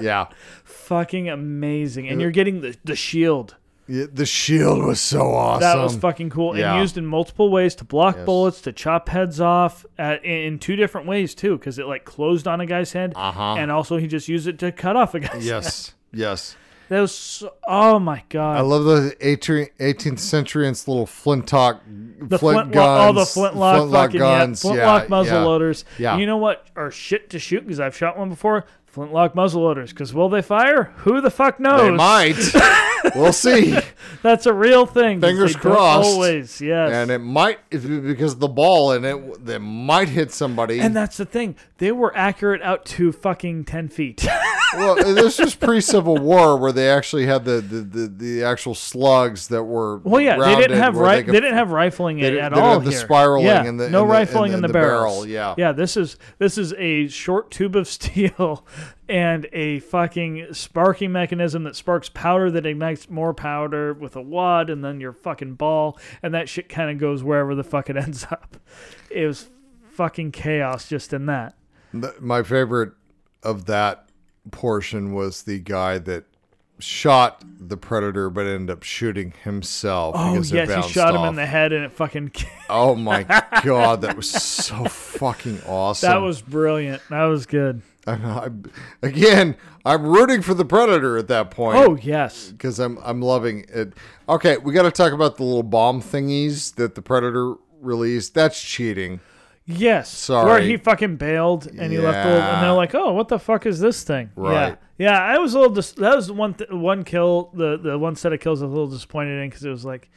S1: [laughs] yeah.
S4: fucking amazing. And you're getting the, the shield.
S1: Yeah, The shield was so awesome.
S4: That was fucking cool.
S1: Yeah.
S4: And used in multiple ways to block
S1: Yes.
S4: bullets, to chop heads off uh, in in two different ways too, because it like closed on a guy's head,
S1: Uh-huh.
S4: and also he just used it to cut off a guy's.
S1: Yes. Yes.
S4: [laughs] That was so, oh my
S1: I
S4: god.
S1: love the 18th 18th century and its little flintock,
S4: the
S1: flint
S4: flintlock,
S1: guns,
S4: all the flintlock, fucking,
S1: guns,
S4: yeah, flintlock
S1: yeah,
S4: muzzle
S1: yeah.
S4: loaders.
S1: Yeah.
S4: You know what are shit to shoot because I've shot one before. Flintlock muzzle loaders because will they fire? Who the fuck knows?
S1: They might. we'll
S4: [laughs]
S1: see.
S4: That's a real thing. 'cause
S1: Fingers
S4: they don't
S1: crossed.
S4: Always, yes.
S1: And it might if- because the ball in it, they might hit somebody.
S4: And that's the thing. They were accurate out to fucking 10 feet.
S1: well, this was pre-Civil War where they actually had the the, the, the actual slugs that were
S4: Well, yeah, they didn't
S1: rounded
S4: have
S1: where
S4: ri- they,
S1: could-
S4: didn't have rifling
S1: they
S4: at,
S1: didn't-
S4: at
S1: they didn't
S4: all
S1: have the
S4: here.
S1: spiraling
S4: yeah,
S1: and the-
S4: no
S1: and the-
S4: rifling
S1: and the-
S4: in the,
S1: and the barrel,
S4: barrels.
S1: yeah.
S4: yeah. This is this is a short tube of [laughs] steel and a fucking sparking mechanism that sparks powder that ignites more powder with a wad and then your fucking ball and that shit kind of goes wherever the fuck it [laughs] ends up. It was fucking chaos just in that.
S1: The- my favorite of that portion was the guy that shot the predator but ended up shooting himself
S4: Oh
S1: because it
S4: yes, he
S1: bounced
S4: shot him
S1: off.
S4: in the head and it fucking.
S1: [laughs]
S4: [laughs]
S1: Oh my god, that was so fucking awesome.
S4: That was brilliant. That was good.
S1: I'm, I'm- again. I'm rooting for the predator at that point.
S4: Oh yes.
S1: because I'm I'm loving it. Okay, we got to talk about the little bomb thingies that the predator released. That's cheating.
S4: Yes.
S1: Sorry.
S4: Where he fucking bailed and he left, the, and
S1: Yeah.
S4: they're like, "Oh, what the fuck is this thing?"
S1: Right.
S4: Yeah. Yeah. I was a little. Dis- that was one th- one kill. The the one set of kills I was a little disappointed in because it was like,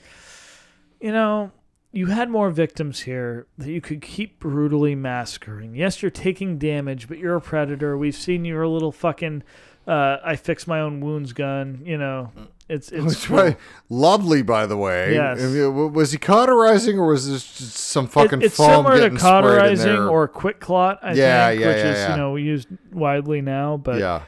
S4: you know, you had more victims here that you could keep brutally massacring. Yes, you're taking damage, but you're a predator. We've seen you're a little fucking. Uh, I fix my own wounds gun. You know, it's
S1: Which
S4: it's
S1: by, lovely, by the way.
S4: Yes.
S1: I mean, w- was he cauterizing or was this just some fucking
S4: It- it's
S1: foam
S4: similar
S1: getting
S4: to
S1: sprayed in
S4: cauterizing
S1: there?
S4: or quick clot, I
S1: Yeah,
S4: think,
S1: yeah,
S4: which
S1: yeah,
S4: is
S1: yeah.
S4: you know we used widely now, but
S1: yeah,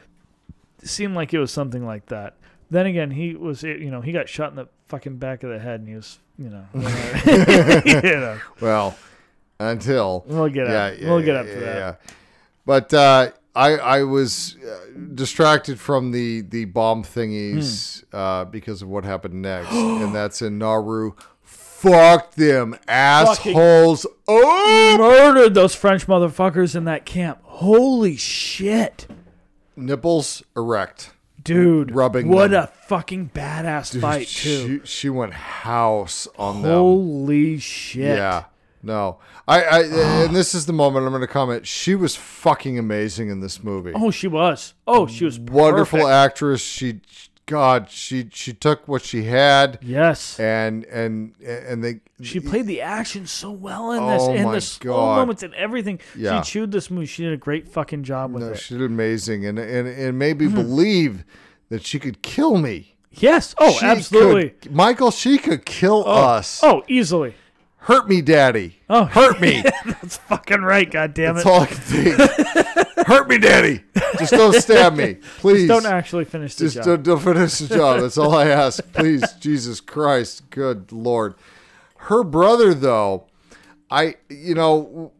S4: it seemed like it was something like that. Then again, he was you know he got shot in the fucking back of the head, and he was
S1: [laughs]
S4: you know, you know
S1: well, until
S4: we'll get
S1: yeah,
S4: up,
S1: yeah,
S4: we'll get
S1: yeah,
S4: up to
S1: yeah,
S4: that.
S1: yeah. But uh, I I was uh, distracted from the the bomb thingies
S4: Hmm.
S1: uh, because of what happened next, [gasps] and that's in Nauru. Fuck them assholes! Oh,
S4: Murdered those French motherfuckers in that camp. Holy shit,
S1: nipples erect.
S4: dude!
S1: Rubbing
S4: What
S1: them.
S4: a fucking badass fight too.
S1: She, she went house on them.
S4: Holy shit!
S1: Yeah. No, I, I, and this is the moment I'm going to comment. She was fucking amazing in this movie.
S4: Oh, she was. Oh, she was
S1: Wonderful
S4: perfect.
S1: actress. She, God, she, she took what she had.
S4: Yes.
S1: and and and they
S4: She played the action so well in
S1: Oh
S4: this, in
S1: my
S4: the slow
S1: God.
S4: moments and everything.
S1: Yeah.
S4: She chewed this movie. She did a great fucking job with
S1: no,
S4: it.
S1: she did amazing and and and made
S4: Mm-hmm.
S1: me believe that she could kill me.
S4: yes. Oh,
S1: She
S4: absolutely.
S1: could- Michael. She could kill us.
S4: Oh, easily.
S1: hurt me, Daddy. [laughs]
S4: Oh.
S1: hurt
S4: [laughs]
S1: me.
S4: That's fucking right. God damn
S1: That's
S4: it.
S1: all I can think.
S4: [laughs]
S1: hurt me, Daddy. Just don't stab me, please.
S4: Don't actually finish the
S1: Just
S4: job.
S1: don't, don't finish
S4: [laughs]
S1: the job. That's all I ask. Please, Jesus Christ, good Lord. Her brother, though, I, you know,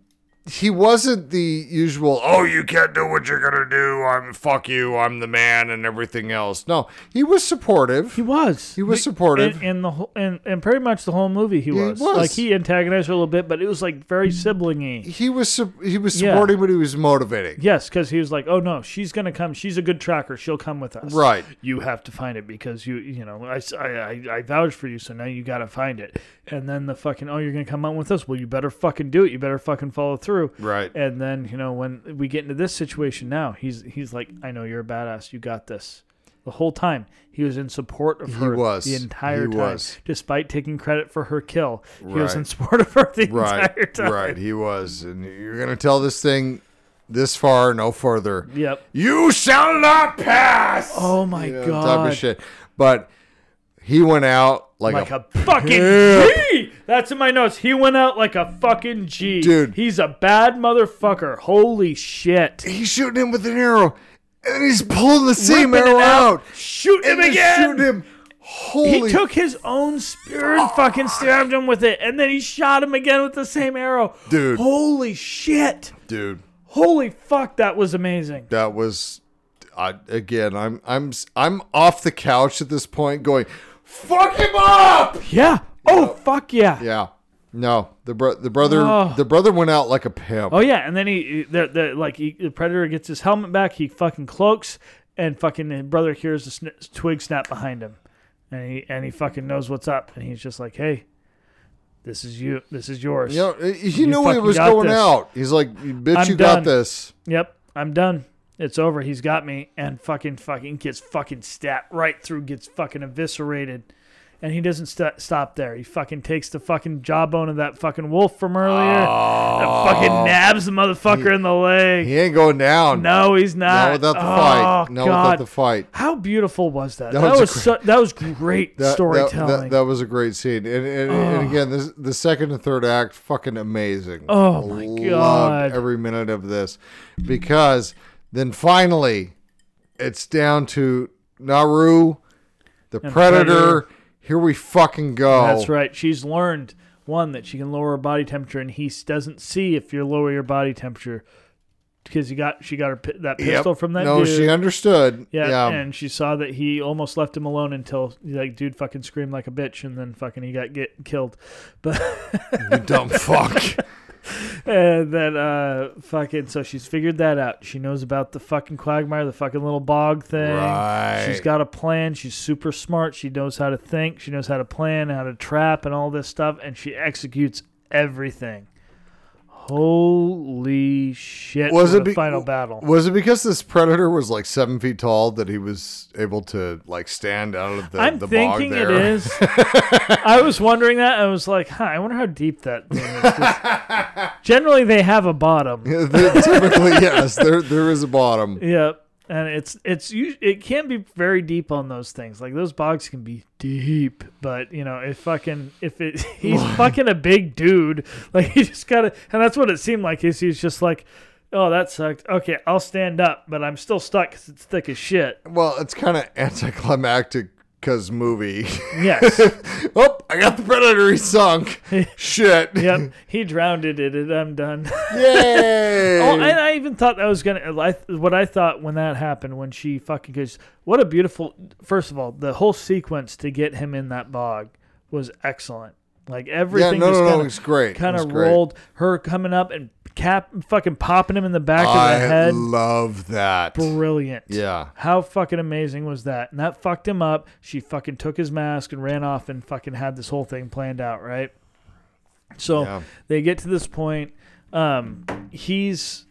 S1: he wasn't the usual, oh, you can't do what you're going to do. I'm, fuck you. I'm the man and everything else. No, he was supportive.
S4: he was.
S1: He was supportive.
S4: in, in the whole, in, in pretty much the whole movie. He
S1: he
S4: was.
S1: was.
S4: like he antagonized her a little bit, but it was like very siblingy.
S1: he was su- he was
S4: Yeah.
S1: supporting, but he was motivating.
S4: Yes, because he was like, "Oh no, she's gonna come. She's a good tracker. She'll come with us."
S1: Right.
S4: You have to find it because you, you know, I, s- I, I- I vouched for you, so now you gotta find it. And then the fucking, oh, you're gonna come on with us. Well, you better fucking do it. You better fucking follow through.
S1: Right.
S4: And then you know when we get into this situation now, he's he's like, "I know you're a badass. You got this." The whole time he was in support of her
S1: was.
S4: the
S1: He
S4: entire time,
S1: was.
S4: despite taking credit for her kill. He was
S1: Right.
S4: in support of her [laughs] the
S1: Right.
S4: entire time.
S1: Right. He was. And you're going to tell this thing this far, no further.
S4: Yep.
S1: You shall not pass.
S4: Oh my
S1: you know,
S4: god.
S1: type of shit. But he went out like,
S4: like
S1: a,
S4: a fucking
S1: pimp.
S4: G. That's in my notes. He went out like a fucking G.
S1: Dude.
S4: He's a bad motherfucker. Holy shit.
S1: he's shooting him with an arrow, and he's pulling the same
S4: Ripping
S1: arrow
S4: it
S1: out,
S4: Shoot him
S1: and then
S4: again.
S1: shoot him Holy
S4: he took his own spear and fucking stabbed him with it, and then he shot him again with the same arrow.
S1: Dude.
S4: Holy shit!
S1: dude,
S4: Holy fuck, that was amazing.
S1: that was I again, I'm I'm I'm off the couch at this point going, "Fuck him up!"
S4: Yeah. Oh fuck yeah.
S1: Yeah. No, the bro- the brother
S4: Oh.
S1: the brother went out like a pimp.
S4: Oh yeah, and then he, he- the, the like he, the predator gets his helmet back. He fucking cloaks, and fucking his brother hears a sn- twig snap behind him, and he and he fucking knows what's up, and he's just like, hey, this is you, this is yours.
S1: You know, he knew
S4: fucking
S1: it was
S4: got
S1: going
S4: this.
S1: out. He's like, "Bitch,
S4: I'm
S1: you got
S4: done.
S1: this."
S4: Yep, I'm done. It's over. He's got me, and fucking fucking gets fucking stabbed right through, gets fucking eviscerated. And he doesn't st- stop there. He fucking takes the fucking jawbone of that fucking wolf from earlier and fucking nabs the motherfucker in the leg.
S1: He ain't going down.
S4: No, he's not.
S1: Not without the
S4: oh,
S1: fight. Not
S4: God.
S1: without the fight.
S4: How beautiful was that?
S1: That
S4: That,
S1: was a
S4: was, so, that was great
S1: That- that- That,
S4: storytelling.
S1: that was a great scene. And, and, and again, this, the second and third act, fucking amazing.
S4: Oh, my God.
S1: Loved every minute of this. Because then finally, it's down to Naru, the predator.
S4: Predator.
S1: Here we fucking go.
S4: That's right. She's learned one that she can lower her body temperature, and he s- doesn't see if you lower your body temperature because you got she got her pi- that
S1: Yep.
S4: pistol from that
S1: no,
S4: dude.
S1: she understood.
S4: yeah,
S1: yeah.
S4: and she saw that he almost left him alone until like dude fucking screamed like a bitch, and then fucking he got get killed. But [laughs]
S1: You dumb fuck.
S4: And then uh fucking so she's figured that out. She knows about the fucking quagmire, the fucking little bog thing.
S1: Right.
S4: She's got a plan. She's super smart. She knows how to think. She knows how to plan, how to trap and all this stuff and she executes everything. Holy
S1: [laughs]
S4: shit.
S1: was
S4: for
S1: it
S4: the
S1: be-
S4: final battle?
S1: Was it because this predator was like seven feet tall that he was able to like stand out of the,
S4: I'm
S1: the bog
S4: thinking it
S1: there? [laughs]
S4: is. I was wondering that. I was like, huh, I wonder how deep that thing is.
S1: [laughs]
S4: 'Cause Generally, they have a bottom.
S1: Typically, yes. There, there is a
S4: [laughs]
S1: bottom.
S4: Yeah, and it's it's us- it can be very deep on those things. Like those bogs can be deep, but you know, if fucking if it [laughs] he's fucking a big dude, like he just gotta, and that's what it seemed like. Is he's just like, oh, that sucked. Okay, I'll stand up, but I'm still stuck 'cause it's thick as shit.
S1: Well, it's kind of anticlimactic because movie. [laughs]
S4: Yes.
S1: oh, I got the predator. He
S4: [laughs]
S1: sunk. Shit.
S4: yep. He drowned it. and I'm done.
S1: [laughs]
S4: [laughs]
S1: Yay.
S4: Oh, and I even thought that was gonna. I, what I thought when that happened, when she fucking, because what a beautiful. First of all, the whole sequence to get him in that bog was excellent. Like everything.
S1: no,
S4: just
S1: no, no,
S4: kinda,
S1: it was great. It
S4: Kind
S1: was
S4: of
S1: great.
S4: rolled her coming up and cap fucking popping him in the back of the
S1: I
S4: head.
S1: love that.
S4: Brilliant.
S1: Yeah.
S4: How fucking amazing was that? And that fucked him up. She fucking took his mask and ran off and fucking had this whole thing planned out, right? So
S1: Yeah.
S4: they get to this point. Um, he's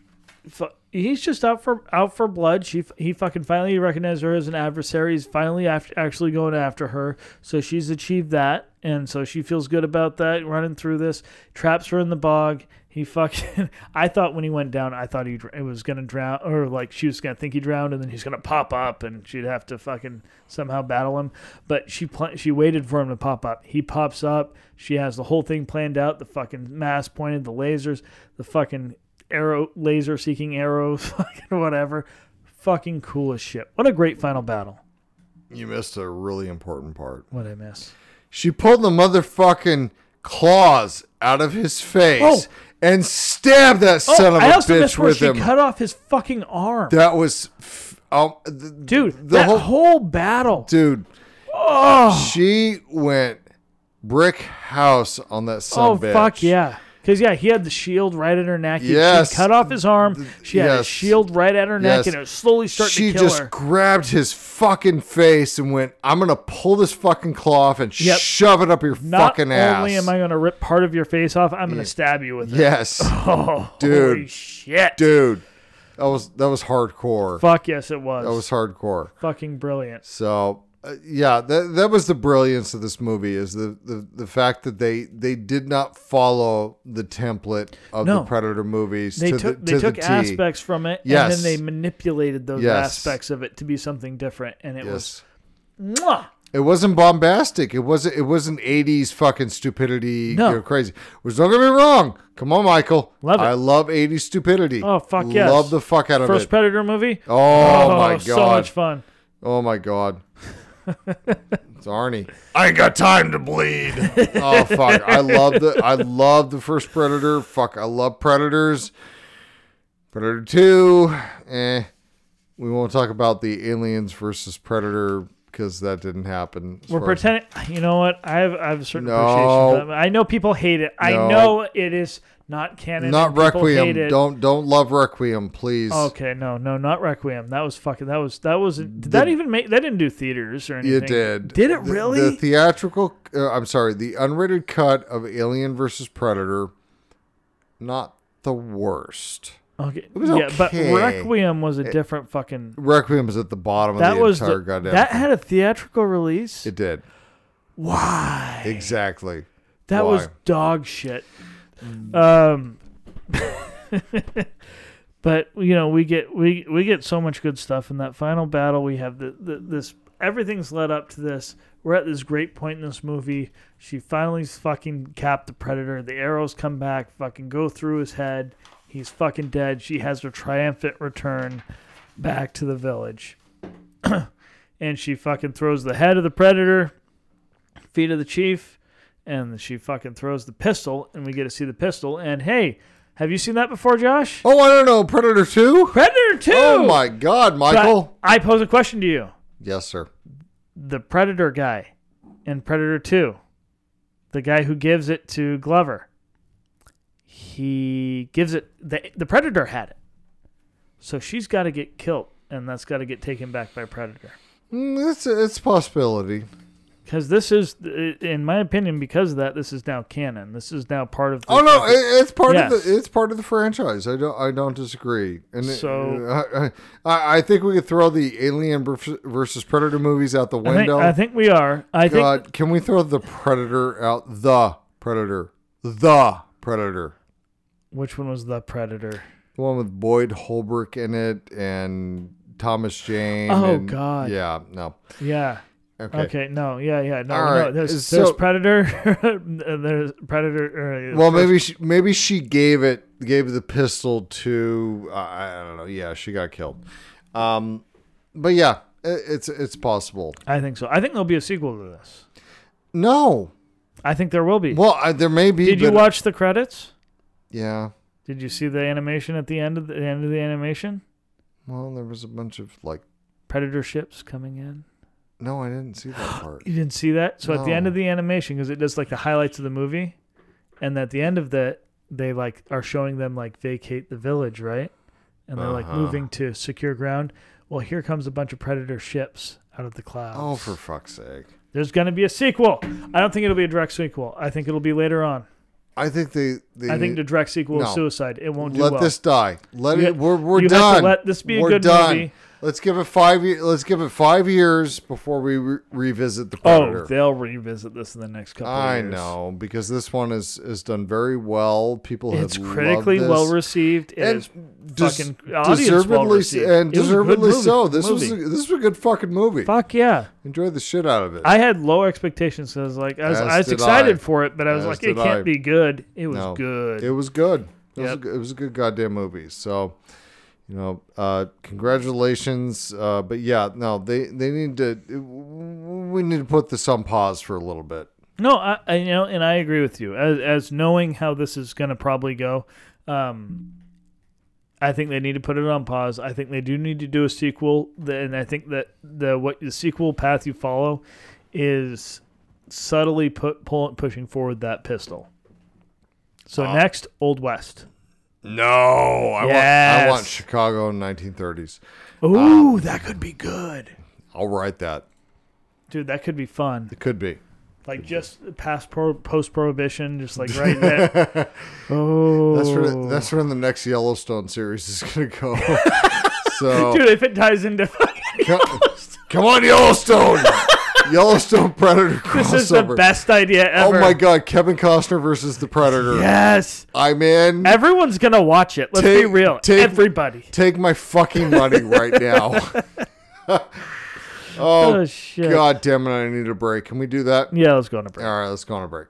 S4: fu- he's just out for out for blood. She f- he fucking finally recognizes her as an adversary. He's finally af- actually going after her. So she's achieved that, and so she feels good about that. Running through this, traps her in the bog. He fucking. [laughs] I thought when he went down, I thought he dr- it was gonna drown, or like she was gonna think he drowned, and then he's gonna pop up, and she'd have to fucking somehow battle him. But she pl- she waited for him to pop up. He pops up. She has the whole thing planned out. The fucking mask pointed, the lasers, the fucking arrow laser seeking arrows, [laughs] fucking whatever. Fucking cool as shit. What a great final battle.
S1: You missed a really important part.
S4: What I miss.
S1: She pulled the motherfucking claws out of his face
S4: Oh.
S1: and stabbed that
S4: Oh,
S1: son of
S4: I
S1: a
S4: also
S1: bitch
S4: missed where
S1: with
S4: she
S1: him.
S4: cut off his fucking arm.
S1: that was, f- oh, th-
S4: dude,
S1: the
S4: that
S1: whole-
S4: whole, battle.
S1: dude. She went brick house on that son.
S4: oh,
S1: bitch.
S4: fuck yeah. Because, yeah, he had the shield right at her neck. He-
S1: Yes.
S4: She cut off his arm. She had a
S1: Yes.
S4: shield right at her neck,
S1: Yes.
S4: and it was slowly starting
S1: She
S4: to kill
S1: just
S4: her.
S1: grabbed his fucking face and went, "I'm gonna pull this fucking claw off and
S4: Yep.
S1: shove it up your
S4: Not
S1: fucking ass."
S4: only am I going to rip part of your face off, I'm going to stab you with it.
S1: yes,
S4: [laughs] Oh, holy
S1: Dude.
S4: shit.
S1: dude, that was that was hardcore.
S4: Fuck yes, it was.
S1: That was hardcore.
S4: fucking brilliant.
S1: So uh, yeah, that that was the brilliance of this movie is the, the the fact that they they did not follow the template of the
S4: No.
S1: Predator movies.
S4: They
S1: to
S4: took
S1: the,
S4: they
S1: to
S4: took
S1: the T.
S4: aspects from it, and
S1: Yes.
S4: then they manipulated those
S1: Yes.
S4: aspects of it to be something different, and it
S1: Yes.
S4: was mwah.
S1: It wasn't bombastic. It wasn't. It wasn't eighties fucking stupidity.
S4: No.
S1: You're crazy. Which don't get me wrong. Come on, Michael.
S4: Love it.
S1: I love eighties stupidity.
S4: Oh, fuck
S1: Love
S4: yes.
S1: Love the fuck out of
S4: first Oh,
S1: it.
S4: Predator movie.
S1: oh, my god.
S4: [laughs] so much fun!
S1: Oh my god. It's Arnie.
S6: I ain't got time to bleed.
S1: [laughs] Oh fuck! I love the I love the first Predator. Fuck! I love Predators. Predator Two. Eh. We won't talk about the aliens versus Predator because that didn't happen. as
S4: We're
S1: far as-
S4: pretending. You know what? I have, I have a certain
S1: No.
S4: appreciation for that. I know people hate it.
S1: No.
S4: I know it is not canon.
S1: Not
S4: and people hate
S1: Requiem.
S4: it.
S1: Don't don't love Requiem, please.
S4: Okay, no, no, not Requiem. That was fucking. That was that was. Did that even make? That didn't do theaters or anything.
S1: You did.
S4: Did it
S1: The-
S4: really?
S1: The, theatrical, uh, I'm sorry, the unrated cut of Alien versus Predator, not the worst.
S4: okay.
S1: was
S4: Yeah, but
S1: okay.
S4: Requiem was a different fucking.
S1: Requiem is at the bottom
S4: That
S1: of the
S4: was
S1: entire
S4: the-
S1: goddamn.
S4: that
S1: thing.
S4: had a theatrical release.
S1: it did
S4: Why?
S1: exactly.
S4: That
S1: Why?
S4: was dog shit. Um, [laughs] but you know we get we we get so much good stuff in that final battle. We have the, the this everything's led up to this. We're at this great point in this movie. She finally fucking capped the predator. The arrows come back, fucking go through his head. He's fucking dead. She has her triumphant return back to the village. [clears throat] and she fucking throws the head of the predator, feet of the chief, and she fucking throws the pistol, and we get to see the pistol. And hey, have you seen that before, Josh?
S1: Oh, I don't know, Predator Two.
S4: Predator 2!
S1: Oh my God,
S4: But
S1: Michael.
S4: I pose a question to you.
S1: yes, sir.
S4: The Predator guy in Predator 2, the guy who gives it to Glover, he gives it, the, the Predator had it. So she's got to get killed, and that's got to get taken back by Predator.
S1: Mm, It's it's a possibility.
S4: Because this is, in my opinion, because of that, this is now canon. This is now part of the.
S1: Oh no, it, it's part of
S4: Yes.
S1: the it's part of the franchise. I don't I don't disagree. And it- uh,
S4: So-
S1: I, I I think we could throw the Alien versus- versus Predator movies out the
S4: I think,
S1: window.
S4: I think we are. I think
S1: God, can we throw the Predator out? The Predator, the Predator,
S4: Which one was the Predator?
S1: the one with Boyd Holbrook in it and Thomas Jane.
S4: Oh,
S1: and-
S4: God.
S1: Yeah. No.
S4: Yeah.
S1: Okay.
S4: Okay. No. Yeah. Yeah. No.
S1: All
S4: no.
S1: right,
S4: There's,
S1: so-
S4: there's Predator. [laughs] and there's Predator. uh,
S1: Well,
S4: first-
S1: maybe she, maybe she gave it gave the pistol to I I don't know. Yeah, she got killed. Um, but yeah, it, it's it's possible.
S4: I think so. I think there'll be a sequel to this.
S1: No.
S4: I think there will be.
S1: Well, I, there may be.
S4: Did you
S1: but-
S4: watch the credits?
S1: Yeah.
S4: Did you see the animation at the end of the, the end of the animation?
S1: Well, there was a bunch of like.
S4: Predator ships coming in.
S1: No, I didn't see that
S4: [gasps]
S1: part.
S4: You didn't see that? So at the end
S1: No.
S4: of the animation, because it does like the highlights of the movie, and at the end of that, they like are showing them like vacate the village, right? And they're
S1: Uh-huh.
S4: like moving to secure ground. Well, here comes a bunch of predator ships out of the clouds.
S1: Oh, for fuck's sake!
S4: There's gonna be a sequel. I don't think it'll be a direct sequel. I think it'll be later on.
S1: I think they. they
S4: I think the direct sequel is
S1: No.
S4: Suicide. It won't do
S1: let
S4: well.
S1: this die. Let
S4: You-
S1: it. We're we're
S4: you have to
S1: done.
S4: let this be a
S1: we're
S4: good
S1: done.
S4: movie.
S1: Let's give it five. ye- Let's give it five years before we re- revisit the predator.
S4: oh, they'll revisit this in the next couple. of
S1: I
S4: years.
S1: know because this one is is done very well. People have
S4: It's critically
S1: loved this.
S4: well received. It
S1: And
S4: is
S1: des-
S4: fucking audience well
S1: deservedly s-
S4: received.
S1: and
S4: It was a good
S1: deservedly
S4: movie-
S1: so. This was a,
S4: movie.
S1: this was a good fucking movie.
S4: fuck yeah.
S1: Enjoy the shit out of it.
S4: I had low expectations. 'cause I was like, I was,
S1: As
S4: I was
S1: did
S4: excited
S1: I.
S4: for it, but I was
S1: As
S4: like, it
S1: did
S4: can't
S1: I.
S4: be good. It was
S1: No,
S4: good.
S1: It was good. It, was a,
S4: Yep.
S1: good- it was a good goddamn movie. So, you know, uh, congratulations. Uh, but yeah, no, they they need to. We need to put this on pause for a little bit.
S4: no, I, I you know, and I agree with you. As as knowing how this is going to probably go, um, I think they need to put it on pause. I think they do need to do a sequel, th- and I think that the what the sequel path you follow is subtly put pull, pushing forward that pistol. So
S1: Ah.
S4: next, Old West.
S1: No, I want I want
S4: Yes.
S1: Chicago in 1930s.
S4: Ooh, that could be good,
S1: I'll write that.
S4: dude. That could be fun.
S1: It could be.
S4: like just past pro- post prohibition, just like right there.
S1: [laughs]
S4: oh,
S1: That's where that's where the next Yellowstone series is gonna go.
S4: [laughs]
S1: so
S4: dude. If it ties into fucking,
S1: come, come on, Yellowstone, Yellowstone Predator crossover.
S4: this is the best idea
S1: Oh
S4: ever.
S1: my God, Kevin Costner versus the Predator.
S4: Yes,
S1: I'm in.
S4: everyone's gonna watch it. Let's be
S1: Take-
S4: real.
S1: take-
S4: Everybody.
S1: Take my fucking money right
S4: [laughs]
S1: now.
S4: Oh,
S1: oh
S4: shit.
S1: God damn it! I need a break. Can we do that?
S4: Oh, Yeah, let's go on a break.
S1: All right, let's go on a break.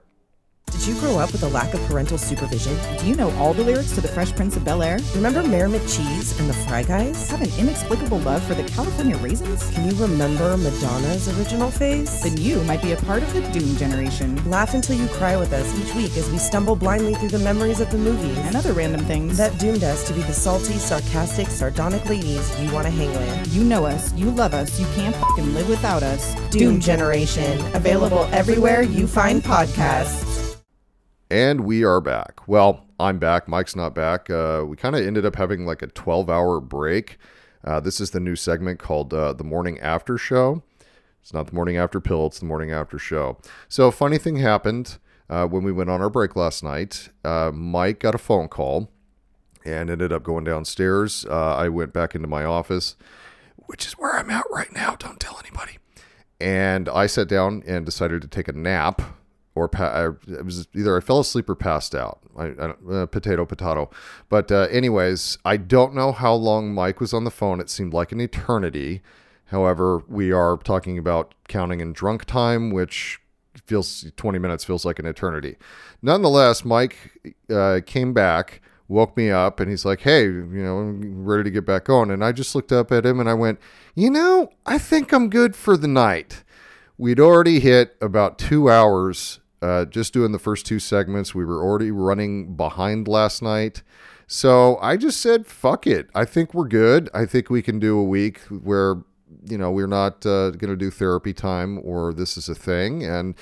S7: Did you grow up with a lack of parental supervision? Do you know all the lyrics to The Fresh Prince of Bel Air? Remember Mayor McCheese and the Fry Guys? Have an inexplicable love for the California Raisins? Can you remember Madonna's original phase? Then you might be a part of the Doom Generation.
S8: Laugh until you cry with us each week as we stumble blindly through the memories of the movies
S7: And other random things.
S8: that doomed us to be the salty, sarcastic, sardonic ladies you want to hang with.
S7: you know us, you love us, you can't fucking live without us.
S8: Doom Generation, available everywhere you find podcasts.
S1: And we are back. Well, I'm back. Mike's not back. Uh, we kind of ended up having like a 12 hour break. Uh, this is the new segment called uh, The Morning After Show. It's not the morning after pill, it's the morning after show. So, funny thing happened uh, when we went on our break last night. Uh, Mike got a phone call and ended up going downstairs. Uh, I went back into my office, which is where I'm at right now. Don't tell anybody and I sat down and decided to take a nap, or pa- I, it was either I fell asleep or passed out. I, I don't- uh, potato, potato. But uh, anyways, I don't know how long Mike was on the phone. It seemed like an eternity. However, we are talking about counting in drunk time, which feels 20 minutes feels like an eternity. Nonetheless, Mike uh, came back, woke me up, and he's like, "Hey, you know, I'm ready to get back on." And I just looked up at him and I went, "You know, I think I'm good for the night." We'd already hit about two hours uh, just doing the first two segments. We were already running behind last night. So I just said, fuck it. I think we're good. I think we can do a week where you know we're not uh, going to do therapy time or this is a thing and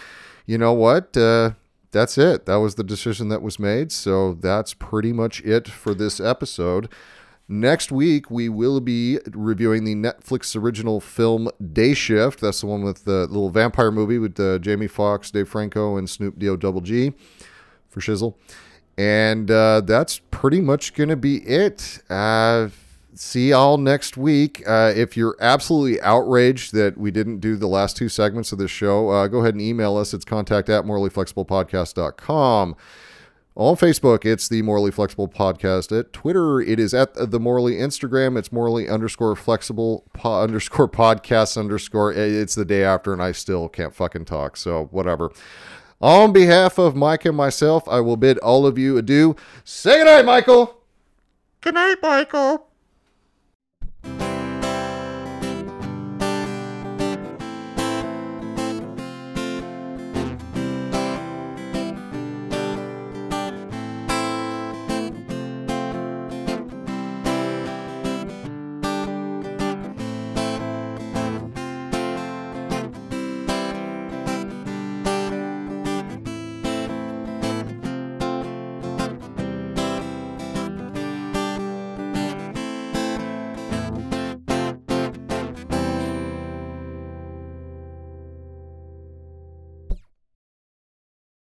S1: you know what uh, that's it that was the decision that was made so that's pretty much it for this episode next week we will be reviewing the netflix original film day shift that's the one with the little vampire movie with uh, jamie foxx dave franco and snoop do double g for shizzle and uh, that's pretty much going to be it. Uh, see y'all next week. Uh, if you're absolutely outraged that we didn't do the last two segments of this show, uh, go ahead and email us. It's contact at morallyflexiblepodcast.com. On Facebook, it's the Morally Flexible Podcast. At Twitter, it is at the Morally Instagram. It's Morally underscore flexible po- underscore podcast underscore. It's the day after, and I still can't fucking talk. So, whatever. On behalf of Mike and myself, I will bid all of you adieu. Say goodnight, Michael. Good night, Michael.